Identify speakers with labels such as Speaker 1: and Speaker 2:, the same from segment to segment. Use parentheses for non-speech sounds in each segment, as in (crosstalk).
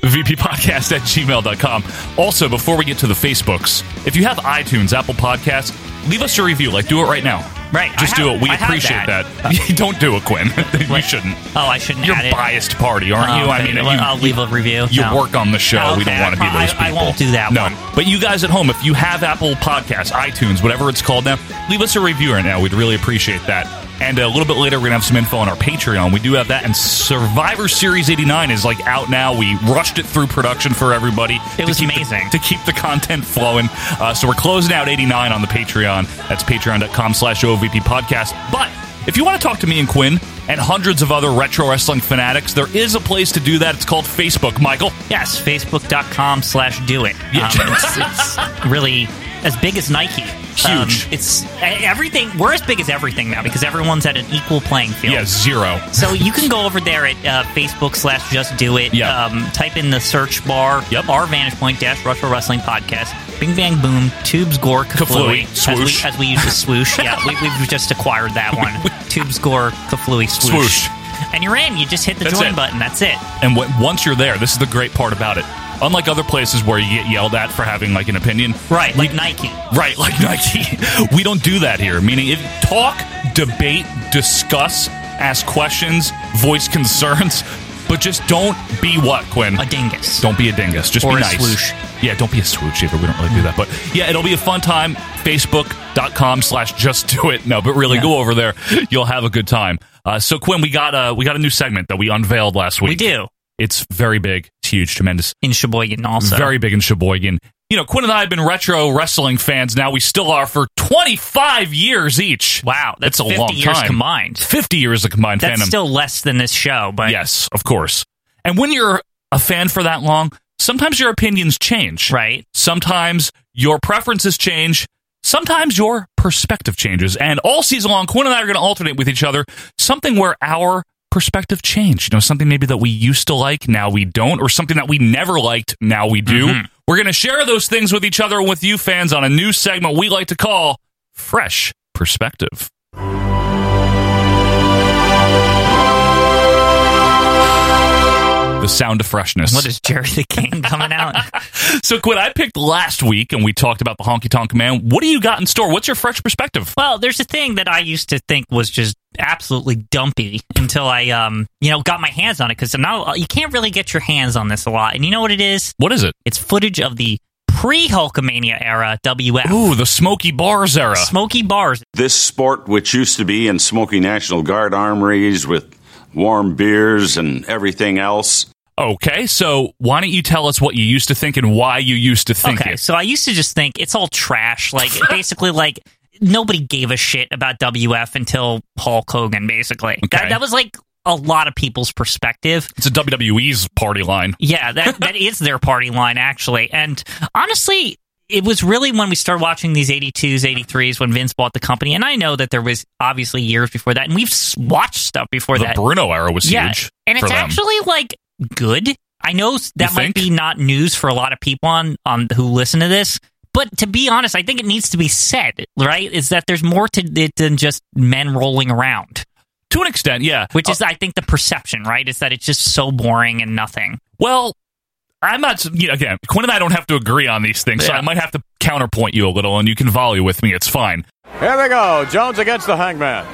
Speaker 1: VPpodcast at gmail.com. Also, before we get to the Facebooks, if you have iTunes, Apple Podcasts, leave us a review. Like, do it right now.
Speaker 2: Right,
Speaker 1: Just
Speaker 2: I
Speaker 1: do
Speaker 2: have-
Speaker 1: it. We
Speaker 2: I have
Speaker 1: appreciate that. (laughs)
Speaker 2: that.
Speaker 1: Don't do it, Quinn. you shouldn't.
Speaker 2: Oh, I shouldn't
Speaker 1: You're
Speaker 2: add
Speaker 1: a
Speaker 2: it.
Speaker 1: biased party, aren't you? I mean,
Speaker 2: Okay,
Speaker 1: you,
Speaker 2: well, I'll leave a review.
Speaker 1: you
Speaker 2: No.
Speaker 1: work on the show. we don't
Speaker 2: Okay,
Speaker 1: want to be
Speaker 2: I-
Speaker 1: those people.
Speaker 2: I- I won't do that
Speaker 1: No,
Speaker 2: one.
Speaker 1: but you guys at home, if you have Apple Podcasts, iTunes, whatever it's called now, leave us a review right now. We'd really appreciate that. And a little bit later, we're gonna have some info on our Patreon. We do have that, and Survivor Series '89 is like out now. We rushed it through production for everybody. to
Speaker 2: was
Speaker 1: keep the-
Speaker 2: amazing.
Speaker 1: to keep the content flowing. Uh, so we're closing out 89 on the Patreon. That's patreon.com slash OVP podcast. But if you want to talk to me and Quinn and hundreds of other retro wrestling fanatics, there is a place to do that. It's called Facebook, Michael.
Speaker 2: Yes, facebook.com slash do it. Um,
Speaker 1: Yeah.
Speaker 2: it's, it's really as big as Nike. Um,
Speaker 1: Huge.
Speaker 2: it's e- everything. We're as big as everything now because everyone's at an equal playing
Speaker 1: (laughs)
Speaker 2: field.
Speaker 1: Yeah, zero.
Speaker 2: So you can go over there at uh, Facebook slash Just Do It.
Speaker 1: Yeah.
Speaker 2: Um, type in the search bar.
Speaker 1: Yep.
Speaker 2: Our Vantage Point dash Retro Wrestling Podcast. Bing Bang Boom. Tubes Gore
Speaker 1: Kaflooey,
Speaker 2: Kaflooey.
Speaker 1: swoosh.
Speaker 2: As we, as we use the swoosh. yeah, we, we've just acquired
Speaker 1: (laughs)
Speaker 2: that one. Tubes Gore Kaflooey swoosh.
Speaker 1: Swoosh.
Speaker 2: And you're in. You just hit the
Speaker 1: That's
Speaker 2: join
Speaker 1: it.
Speaker 2: button. That's it.
Speaker 1: And w- once you're there, this is the great part about it. Unlike other places where you get yelled at for having like an opinion,
Speaker 2: Right. Like Nike.
Speaker 1: Right, like Nike. (laughs) We don't do that here. Meaning, if talk, debate, discuss, ask questions, voice concerns, but just don't be what Quinn.
Speaker 2: A dingus.
Speaker 1: Don't be a dingus. Just
Speaker 2: Or
Speaker 1: be
Speaker 2: a
Speaker 1: nice.
Speaker 2: swoosh.
Speaker 1: Yeah, don't be a swoosh either. We don't really do that. But yeah, it'll be a fun time. Facebook.com slash just do it. No, but really
Speaker 2: Yeah.
Speaker 1: go over there. You'll have a good time. Uh, so Quinn, we got a we got a new segment that we unveiled last week.
Speaker 2: We do.
Speaker 1: It's very big. It's huge, tremendous.
Speaker 2: In Sheboygan also.
Speaker 1: Very big in Sheboygan. You know, Quinn and I have been retro wrestling fans now. We still are for 25 years each.
Speaker 2: Wow. That's,
Speaker 1: That's a
Speaker 2: 50
Speaker 1: long
Speaker 2: years
Speaker 1: time.
Speaker 2: combined.
Speaker 1: 50 years of combined
Speaker 2: That's
Speaker 1: fandom.
Speaker 2: still less than this show, but
Speaker 1: yes, of course. And when you're a fan for that long, sometimes your opinions change.
Speaker 2: right.
Speaker 1: Sometimes your preferences change. Sometimes your perspective changes. And all season long, Quinn and I are going to alternate with each other something where our perspective changed. You know, something maybe that we used to like, now we don't, or something that we never liked, now we do.
Speaker 2: Mm-hmm.
Speaker 1: We're going to share those things with each other and with you fans on a new segment we like to call Fresh Perspective. The sound of freshness.
Speaker 2: What is Jerry the King coming out?
Speaker 1: (laughs) So, Quinn, I picked last week, and we talked about the Honky Tonk Man. What do you got in store? What's your fresh perspective?
Speaker 2: Well, there's a thing that I used to think was just absolutely dumpy until I, um, you know, got my hands on it because now you can't really get your hands on this a lot. And you know what it is?
Speaker 1: What is it?
Speaker 2: It's footage of the pre-Hulkamania era WF
Speaker 1: Ooh, the Smoky Bars era.
Speaker 2: Smoky Bars.
Speaker 3: This sport, which used to be in Smoky National Guard armories with warm beers and everything else.
Speaker 1: Okay, so why don't you tell us what you used to think and why you used to think
Speaker 2: okay,
Speaker 1: it?
Speaker 2: so I used to just think it's all
Speaker 1: (laughs)
Speaker 2: trash. Like basically, like nobody gave a shit about WF until Hulk Hogan. Basically,
Speaker 1: Okay.
Speaker 2: that, that was like a lot of people's perspective.
Speaker 1: It's a WWE's party line.
Speaker 2: Yeah, that that is their party line actually. And honestly, it was really when we started watching these 82s, 83s when Vince bought the company. And I know that there was obviously years before that, and we've s- watched stuff before
Speaker 1: The
Speaker 2: that.
Speaker 1: Bruno era was huge.
Speaker 2: And
Speaker 1: for
Speaker 2: it's
Speaker 1: them.
Speaker 2: actually like good. I know s- that
Speaker 1: You
Speaker 2: might
Speaker 1: think?
Speaker 2: be not news for a lot of people on, on who listen to this, but to be honest, I think it needs to be said, right? Is that there's more to it than just men rolling around,
Speaker 1: to an extent, yeah.
Speaker 2: which is, I think, the perception, right? Is that it's just so boring and nothing.
Speaker 1: Well, I'm not. You know, again, Quinn and I don't have to agree on these things, so
Speaker 2: Yeah.
Speaker 1: I might have to counterpoint you a little, and you can volley with me. It's fine.
Speaker 4: Here they go. Jones against the hangman.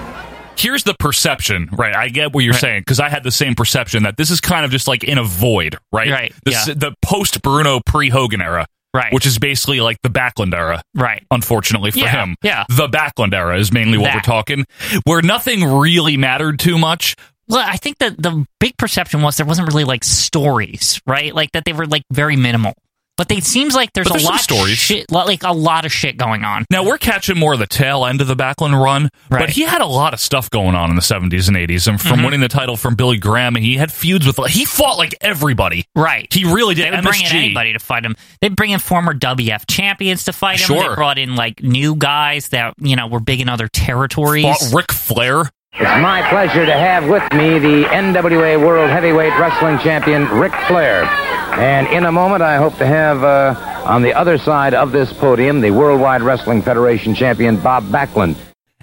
Speaker 1: Here's the perception, right? I get what you're saying because I had the same perception that this is kind of just like in a void, right?
Speaker 2: Right,
Speaker 1: This,
Speaker 2: yeah.
Speaker 1: The post Bruno, pre Hogan era,
Speaker 2: Right.
Speaker 1: Which is basically like the Backlund era,
Speaker 2: Right.
Speaker 1: unfortunately for
Speaker 2: Yeah,
Speaker 1: him.
Speaker 2: yeah.
Speaker 1: The Backlund era is mainly what
Speaker 2: That.
Speaker 1: we're talking, where nothing really mattered too much.
Speaker 2: Well, I think that the big perception was there wasn't really like stories, right? Like that they were like very minimal. But they, it seems like there's,
Speaker 1: But there's
Speaker 2: a
Speaker 1: some
Speaker 2: lot
Speaker 1: stories.
Speaker 2: of shit, like a lot of shit going on.
Speaker 1: Now we're catching more of the tail end of the Backlund run, but
Speaker 2: Right. Mm-hmm.
Speaker 1: he had a lot of stuff going on in the 70s and 80s. And from winning the title from Billy Graham, and he had feuds with he fought like everybody.
Speaker 2: Right.
Speaker 1: He really did.
Speaker 2: They would bring in
Speaker 1: MSG.
Speaker 2: anybody to fight him. They bring in former WF champions to fight him.
Speaker 1: Sure.
Speaker 2: They brought in like new guys that you know were big in other territories.
Speaker 1: Fought Ric Flair.
Speaker 5: It's my pleasure to have with me the NWA World Heavyweight Wrestling Champion, Ric Flair. And in a moment, I hope to have uh, on the other side of this podium the Worldwide Wrestling Federation Champion, Bob Backlund.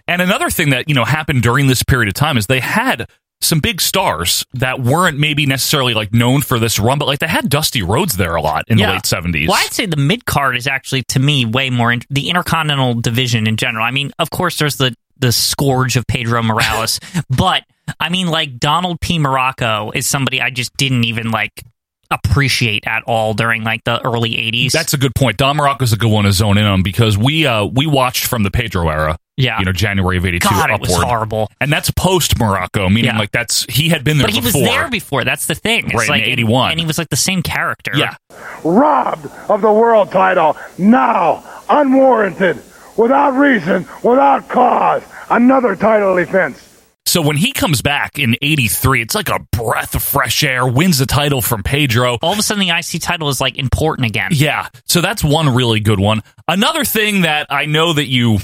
Speaker 1: And another thing that, you know, happened during this period of time is they had some big stars that weren't maybe necessarily like known for this run, but like they had Dusty Rhodes there a lot in the
Speaker 2: Yeah.
Speaker 1: late 70s.
Speaker 2: Well, I'd say the mid card is actually to me way more in- the intercontinental division in general. I mean, of course, there's the the scourge of
Speaker 1: (laughs)
Speaker 2: Pedro Morales, but I mean, like Donald P. Morocco is somebody I just didn't even like appreciate at all during like the early '80s.
Speaker 1: That's a good point. Don Morocco's a good one to zone in on because we uh we watched from the Pedro era.
Speaker 2: Yeah.
Speaker 1: You know, January of 82
Speaker 2: God, it
Speaker 1: upward.
Speaker 2: was horrible.
Speaker 1: And that's post Morocco, meaning
Speaker 2: Yeah.
Speaker 1: like that's he had been there
Speaker 2: But he
Speaker 1: before.
Speaker 2: was there before. That's the thing. It's
Speaker 1: Right, in
Speaker 2: like
Speaker 1: 81.
Speaker 2: and he was like the same character.
Speaker 1: Yeah.
Speaker 6: robbed of the world title now, unwarranted, without reason, without cause. Another title defense.
Speaker 1: So when he comes back in 83, it's like a breath of fresh air, wins the title from Pedro.
Speaker 2: all of a sudden the IC title is like important again.
Speaker 1: Yeah. So that's one really good one. Another thing that I know that you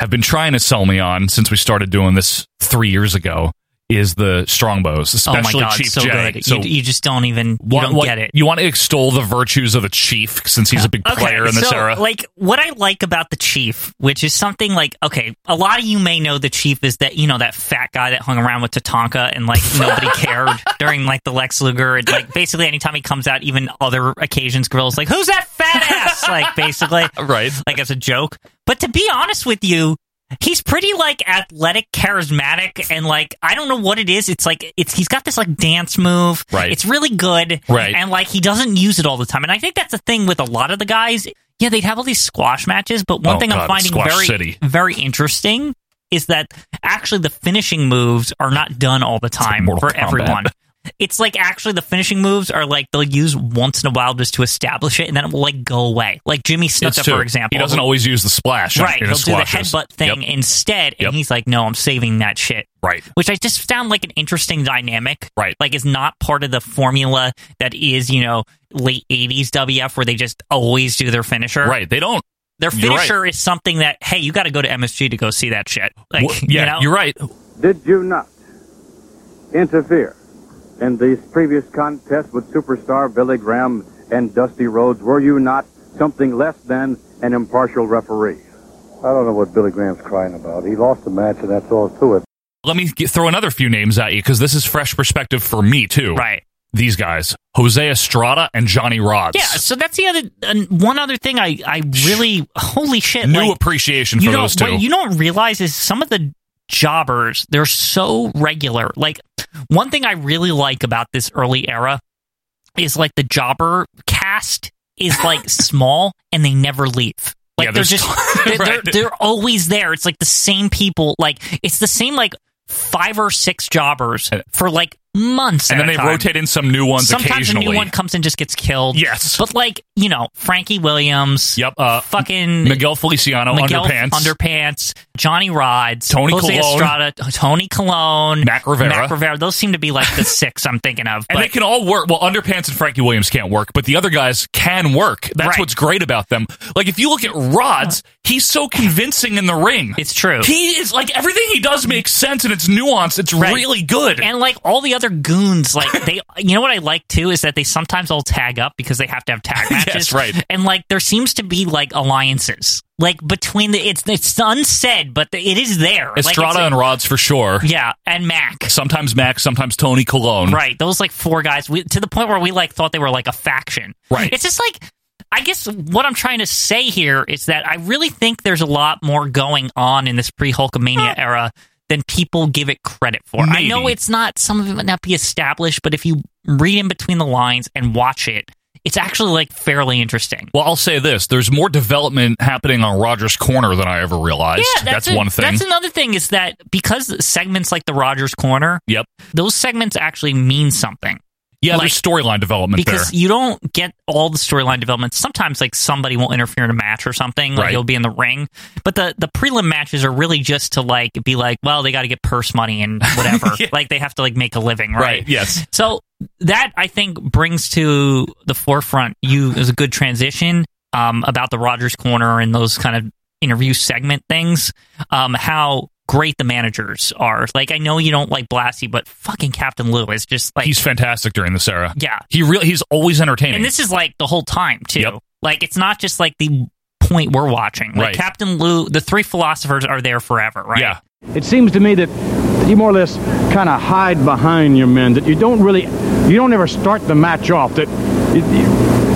Speaker 1: have been trying to sell me on since we started doing this three years ago is the Strongbows,
Speaker 2: Oh my
Speaker 1: especially
Speaker 2: god,
Speaker 1: Chief
Speaker 2: so
Speaker 1: J.
Speaker 2: good.
Speaker 1: So
Speaker 2: you, you just don't even you
Speaker 1: what-
Speaker 2: don't
Speaker 1: what-
Speaker 2: get it.
Speaker 1: You want to extol the virtues of the Chief since he's a
Speaker 2: (laughs)
Speaker 1: big player in this
Speaker 2: so,
Speaker 1: era.
Speaker 2: Like what I like about the chief, which is something like okay, a lot of you may know the chief is that you know that fat guy that hung around with Tatanka
Speaker 1: (laughs)
Speaker 2: and like nobody cared during like the Lex Luger and like basically anytime he comes out, even other occasions, girls like who's that fat ass? like basically,
Speaker 1: (laughs) Right.
Speaker 2: (laughs) Like as a joke. But to be honest with you. He's pretty like athletic, charismatic, and like I don't know what it is. It's like it's he's got this like dance move.
Speaker 1: Right.
Speaker 2: It's really good.
Speaker 1: Right.
Speaker 2: And like he doesn't use it all the time. And I think that's the thing with a lot of the guys. Yeah, they'd have all these squash matches, but one
Speaker 1: Oh,
Speaker 2: thing
Speaker 1: God,
Speaker 2: I'm finding
Speaker 1: Squash
Speaker 2: very
Speaker 1: City.
Speaker 2: very interesting is that actually the finishing moves are not done all the time
Speaker 1: Mortal
Speaker 2: for
Speaker 1: Kombat. (laughs)
Speaker 2: everyone. It's like actually the finishing moves are like they'll use once in a while just to establish it, and then it will like go away. Like Jimmy
Speaker 1: That's
Speaker 2: Snuka,
Speaker 1: true.
Speaker 2: for example,
Speaker 1: He doesn't always use the splash.
Speaker 2: right.
Speaker 1: in
Speaker 2: He'll
Speaker 1: his
Speaker 2: do the
Speaker 1: squashes.
Speaker 2: headbutt
Speaker 1: Yep.
Speaker 2: thing instead,
Speaker 1: Yep.
Speaker 2: and he's like, "No, I'm saving that shit."
Speaker 1: Right.
Speaker 2: which I just found like an interesting dynamic.
Speaker 1: Right.
Speaker 2: Like is not part of the formula that is, you know, late eighties WF where they just always do their finisher.
Speaker 1: Right. They don't.
Speaker 2: Their
Speaker 1: You're right.
Speaker 2: finisher is something that, hey, you gotta go to MSG to go see that shit. Like
Speaker 1: Wha- yeah,
Speaker 2: you know
Speaker 1: are right.
Speaker 7: Did you not interfere in these previous contests with superstar Billy Graham and Dusty Rhodes? Were you not something less than an impartial referee? I don't know what Billy Graham's crying about. He lost the match, and that's all to it.
Speaker 1: Let me get, throw another few names at you because this is fresh perspective for me too.
Speaker 2: Right.
Speaker 1: These guys, Jose Estrada and Johnny Rods.
Speaker 2: Yeah, so that's the other and one other thing I, I really holy shit
Speaker 1: New
Speaker 2: like,
Speaker 1: appreciation
Speaker 2: you
Speaker 1: for
Speaker 2: don't
Speaker 1: those two.
Speaker 2: what you don't realize is some of the jobbers they're so regular like one thing i really like about this early era is like the jobber cast is
Speaker 1: (laughs)
Speaker 2: like small and they never leave like
Speaker 1: Yeah,
Speaker 2: they're
Speaker 1: there's-
Speaker 2: just
Speaker 1: (laughs)
Speaker 2: they're,
Speaker 1: Right.
Speaker 2: they're, they're always there it's like the same people like it's the same like five or six jobbers for like months.
Speaker 1: and
Speaker 2: at
Speaker 1: then
Speaker 2: a
Speaker 1: they
Speaker 2: time.
Speaker 1: rotate in some new ones
Speaker 2: Sometimes a
Speaker 1: occasionally.
Speaker 2: new one comes and just gets killed.
Speaker 1: Yes.
Speaker 2: But like, you know, Frankie Williams.
Speaker 1: Yep, uh,
Speaker 2: fucking
Speaker 1: Miguel Feliciano,
Speaker 2: Miguel
Speaker 1: underpants.
Speaker 2: Underpants, Johnny Rods,
Speaker 1: Tony
Speaker 2: Jose
Speaker 1: Colon.
Speaker 2: Estrada, Tony Colon,
Speaker 1: Mac Rivera.
Speaker 2: Mac Rivera. Those seem to be like the six I'm thinking of.
Speaker 1: and
Speaker 2: but-
Speaker 1: they can all work. Well, Underpants and Frankie Williams can't work, but the other guys can work. That's
Speaker 2: Right.
Speaker 1: what's great about them. Like if you look at Rods, he's so convincing in the ring.
Speaker 2: It's true.
Speaker 1: He is like everything he does makes sense and it's nuanced. It's
Speaker 2: Right.
Speaker 1: really good.
Speaker 2: and like all the other goons, like they, you know what I like too is that they sometimes all tag up because they have to
Speaker 1: (laughs)
Speaker 2: have tag matches,
Speaker 1: right.
Speaker 2: And like there seems to be like alliances, like between the it's it's unsaid, but it is there.
Speaker 1: Estrada
Speaker 2: like,
Speaker 1: and Rods for sure.
Speaker 2: and yeah, and Mac,
Speaker 1: Sometimes Max, sometimes Tony Colon.
Speaker 2: (laughs) right? Those like four guys we, to the point where we like thought they were like a faction,
Speaker 1: Right.
Speaker 2: It's just like. I guess what I'm trying to say here is that I really think there's a lot more going on in this pre Hulkamania era than people give it credit for. I know
Speaker 1: Maybe.
Speaker 2: it's not some of it might not be established, but if you read in between the lines and watch it, it's actually like fairly interesting.
Speaker 1: Well, I'll say this: there's more development happening on Rogers Corner than I ever realized.
Speaker 2: a-
Speaker 1: one thing.
Speaker 2: That's another thing is that because segments like the Rogers Corner,
Speaker 1: yep.
Speaker 2: those segments actually mean something.
Speaker 1: Yeah,
Speaker 2: Like-
Speaker 1: there's storyline development there.
Speaker 2: because you don't get all the storyline development. Sometimes like somebody will interfere in a match or something, like
Speaker 1: Right.
Speaker 2: you'll be in the ring. But the the prelim matches are really just to like be like, well, they got to get purse
Speaker 1: (laughs)
Speaker 2: money and whatever. Like they have to like make a living, right?
Speaker 1: Right, yes.
Speaker 2: So that I think brings to the forefront you is a good transition um, about the Rogers Corner and those kind of interview segment things. Um, how great the managers are. Like I know you don't like Blassie, but fucking Captain Lou is just like
Speaker 1: he's fantastic during this era.
Speaker 2: yeah.
Speaker 1: He really he's always entertaining.
Speaker 2: And this is like the whole time too.
Speaker 1: Yep.
Speaker 2: Like it's not just like the point we're watching. Like
Speaker 1: Right.
Speaker 2: Captain Lou, the three philosophers are there forever, right?
Speaker 1: Yeah.
Speaker 8: It seems to me that you more or less kind of hide behind your men. That you don't really, you don't ever start the match off. That it,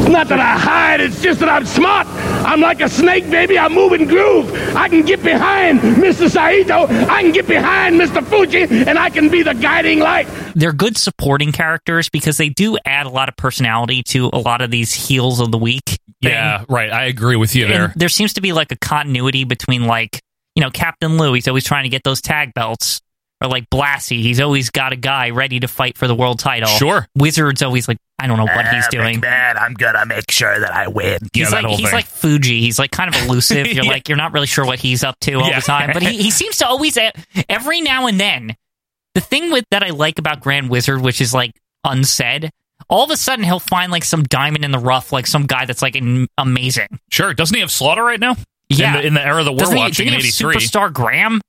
Speaker 6: It's not that I hide, it's just that I'm smart. I'm like a snake, baby. I move and groove. I can get behind Mr. Saito. I can get behind Mr. Fuji, and I can be the guiding light.
Speaker 2: They're good supporting characters because they do add a lot of personality to a lot of these heels of the week. thing.
Speaker 1: Yeah, right. I agree with you
Speaker 2: And
Speaker 1: there.
Speaker 2: there seems to be like a continuity between like, you know, Captain Lou, he's always trying to get those tag belts. Or like Blassie, he's always got a guy ready to fight for the world title.
Speaker 1: Sure.
Speaker 2: Wizard's always like, I don't know what he's doing.
Speaker 1: Ah, Man, I'm gonna make sure that I win.
Speaker 2: He's
Speaker 1: yeah,
Speaker 2: like
Speaker 1: that whole
Speaker 2: he's
Speaker 1: thing.
Speaker 2: like Fuji. He's like kind of
Speaker 1: (laughs)
Speaker 2: elusive. You're
Speaker 1: Yeah.
Speaker 2: like you're not really sure what he's up to all
Speaker 1: Yeah.
Speaker 2: the time. But he, he seems to always every now and then. The thing with that I like about Grand Wizard, which is like unsaid, all of a sudden he'll find like some diamond in the rough, like some guy that's like in, amazing.
Speaker 1: sure. Doesn't he have Slaughter right now? In
Speaker 2: Yeah.
Speaker 1: the, in the era that we're
Speaker 2: Doesn't he-
Speaker 1: watching in
Speaker 2: didn't he have
Speaker 1: '83.
Speaker 2: Superstar Graham.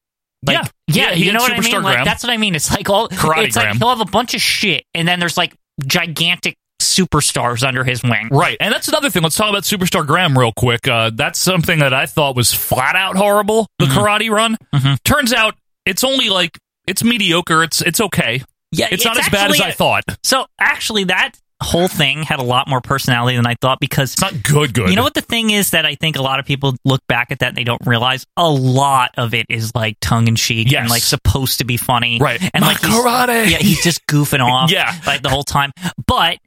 Speaker 2: Like, yeah,
Speaker 1: he
Speaker 2: you
Speaker 1: had
Speaker 2: know what I
Speaker 1: Superstar
Speaker 2: mean. Like,
Speaker 1: Graham.
Speaker 2: that's what I mean. It's like all
Speaker 1: Karate
Speaker 2: It's like
Speaker 1: Graham.
Speaker 2: he'll have a bunch of shit, and then there's like gigantic superstars under his wing.
Speaker 1: Right, and that's another thing. Let's talk about Superstar Graham real quick. Uh, that's something that I thought was flat out horrible. The
Speaker 2: Mm-hmm.
Speaker 1: karate run turns out it's only like it's mediocre. It's it's okay.
Speaker 2: Yeah,
Speaker 1: it's, not as bad as I
Speaker 2: actually-
Speaker 1: thought. It's
Speaker 2: So actually, that whole thing had a lot more personality than I thought because
Speaker 1: not good. Good.
Speaker 2: you know what the thing is that I think a lot of people look back at that and they don't realize a lot of it is like tongue in cheek and
Speaker 1: Yes.
Speaker 2: like supposed to be funny,
Speaker 1: Right.
Speaker 2: And
Speaker 1: My
Speaker 2: like he's-
Speaker 1: karate.
Speaker 2: yeah, he's just goofing off,
Speaker 1: (laughs) Yeah.
Speaker 2: like the whole time. But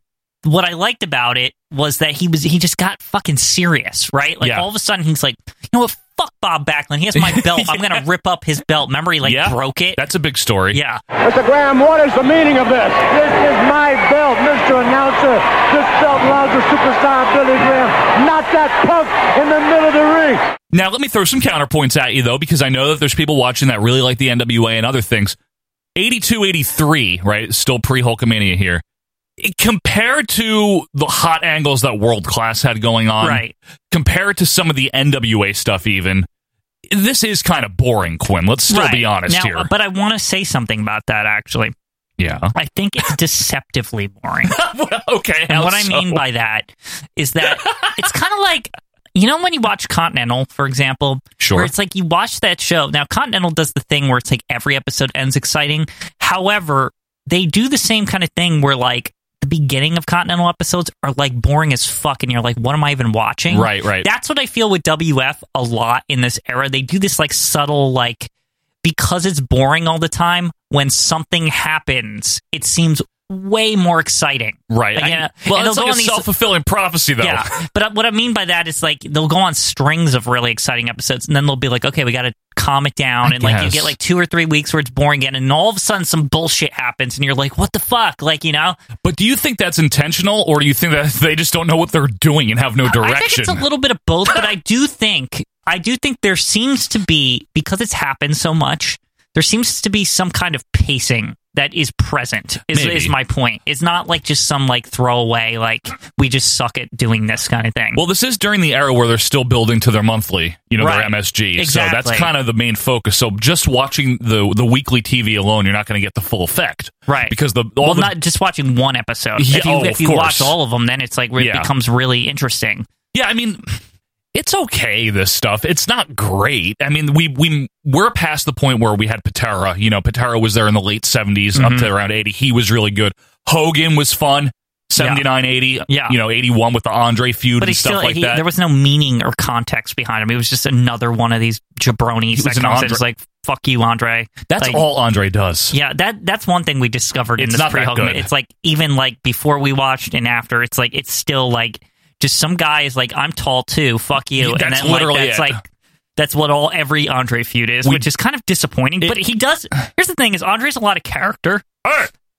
Speaker 2: what I liked about it was that he was he just got fucking serious, right? Like
Speaker 1: Yeah.
Speaker 2: all of a sudden he's like, you know what, fuck Bob Backlund, he has my belt,
Speaker 1: (laughs)
Speaker 2: I'm gonna rip up his belt. Remember he like
Speaker 1: Yeah.
Speaker 2: broke it,
Speaker 1: That's a big story.
Speaker 2: yeah.
Speaker 8: Mr. Graham, what is the meaning of this? This is my belt, Mr. Announcer. This belt belongs to superstar Billy Graham, not that punk in the middle of the ring.
Speaker 1: Now, let me throw some counterpoints at you, though, because I know that there's people watching that really like the NWA and other things. 82 83, right? Still pre Hulkamania here. It- Compared to the hot angles that World Class had going on,
Speaker 2: Right.
Speaker 1: compared to some of the NWA stuff, even, this is kind of boring, Quinn. Let's still
Speaker 2: Right.
Speaker 1: be honest
Speaker 2: Now,
Speaker 1: here.
Speaker 2: But I want to say something about that actually.
Speaker 1: yeah.
Speaker 2: (laughs) I think it's deceptively boring.
Speaker 1: okay.
Speaker 2: and
Speaker 1: how
Speaker 2: (laughs) what I
Speaker 1: so?
Speaker 2: mean by that is (laughs) that it's kind of like you know when you watch Continental, for example,
Speaker 1: Sure.
Speaker 2: where it's like you watch that show. Now Continental does the thing where it's like every episode ends exciting. However, they do the same kind of thing where like the beginning of Continental episodes are like boring as fuck, and you're like, what am I even watching?
Speaker 1: Right, right.
Speaker 2: That's what I feel with WF a lot in this era. They do this like subtle like because it's boring all the time. When something happens, it seems way more exciting.
Speaker 1: right.
Speaker 2: Like,
Speaker 1: I-
Speaker 2: yeah.
Speaker 1: well,
Speaker 2: And
Speaker 1: it's
Speaker 2: they'll
Speaker 1: like
Speaker 2: go
Speaker 1: a
Speaker 2: on these-
Speaker 1: self fulfilling prophecy, though.
Speaker 2: uh, Yeah, but what I mean by that is like they'll go on strings of really exciting episodes, and then they'll be like, "Okay, we got to calm it down,
Speaker 1: I
Speaker 2: and like you
Speaker 1: guess.
Speaker 2: get like two or three weeks where it's boring again, and all of a sudden some bullshit happens, and you're like, what the fuck? Like you know,
Speaker 1: But do you think that's intentional, or do you think that (laughs) they just don't know what they're doing and have no direction?
Speaker 2: I think it's a little bit of both, but I do think I do think there seems to be because it's happened so much. There seems to be some kind of pacing that is present. Is,
Speaker 1: Maybe.
Speaker 2: is my point? It's not like just some like throwaway like we just suck at doing this kind of thing.
Speaker 1: well, this is during the era where they're still building to their monthly, you know,
Speaker 2: Right.
Speaker 1: their MSG. So
Speaker 2: Exactly.
Speaker 1: that's kind of the main focus. So just watching the the weekly TV alone, you're not going to get the full effect,
Speaker 2: right?
Speaker 1: Because the all
Speaker 2: well,
Speaker 1: the,
Speaker 2: not just watching one episode.
Speaker 1: Yeah,
Speaker 2: if you,
Speaker 1: oh,
Speaker 2: if
Speaker 1: of
Speaker 2: you watch
Speaker 1: course.
Speaker 2: all of them, then it's like it
Speaker 1: Yeah.
Speaker 2: becomes really interesting.
Speaker 1: Yeah, I mean, it's okay. This stuff, it's not great. I mean, we we we're past the point where we had Patera. You know, Patera was there in the late 70s up to around eighty. He was really good. Hogan was fun. 79, 80,
Speaker 2: Yeah.
Speaker 1: you know, 81 with the Andre feud
Speaker 2: But
Speaker 1: and
Speaker 2: he
Speaker 1: stuff
Speaker 2: still
Speaker 1: like
Speaker 2: he,
Speaker 1: that.
Speaker 2: there was no meaning or context behind him. It was just another one of these jabronis
Speaker 1: He was
Speaker 2: that
Speaker 1: an
Speaker 2: comes in
Speaker 1: Andre-
Speaker 2: and is like, "Fuck you, Andre."
Speaker 1: That's
Speaker 2: Like,
Speaker 1: all Andre does.
Speaker 2: Yeah, that that's one thing we discovered in
Speaker 1: It's
Speaker 2: this
Speaker 1: not that
Speaker 2: pre-Hulk.
Speaker 1: good.
Speaker 2: It's like even like before we watched and after, it's like it's still like just some guy is like, "I'm tall too, fuck you,"
Speaker 1: Yeah,
Speaker 2: and
Speaker 1: that's
Speaker 2: then like
Speaker 1: literally
Speaker 2: that's
Speaker 1: it.
Speaker 2: like. That's what all every Andre feud is,
Speaker 1: We-
Speaker 2: which is kind of disappointing. but he does. Here's the thing: is Andre's a lot of character.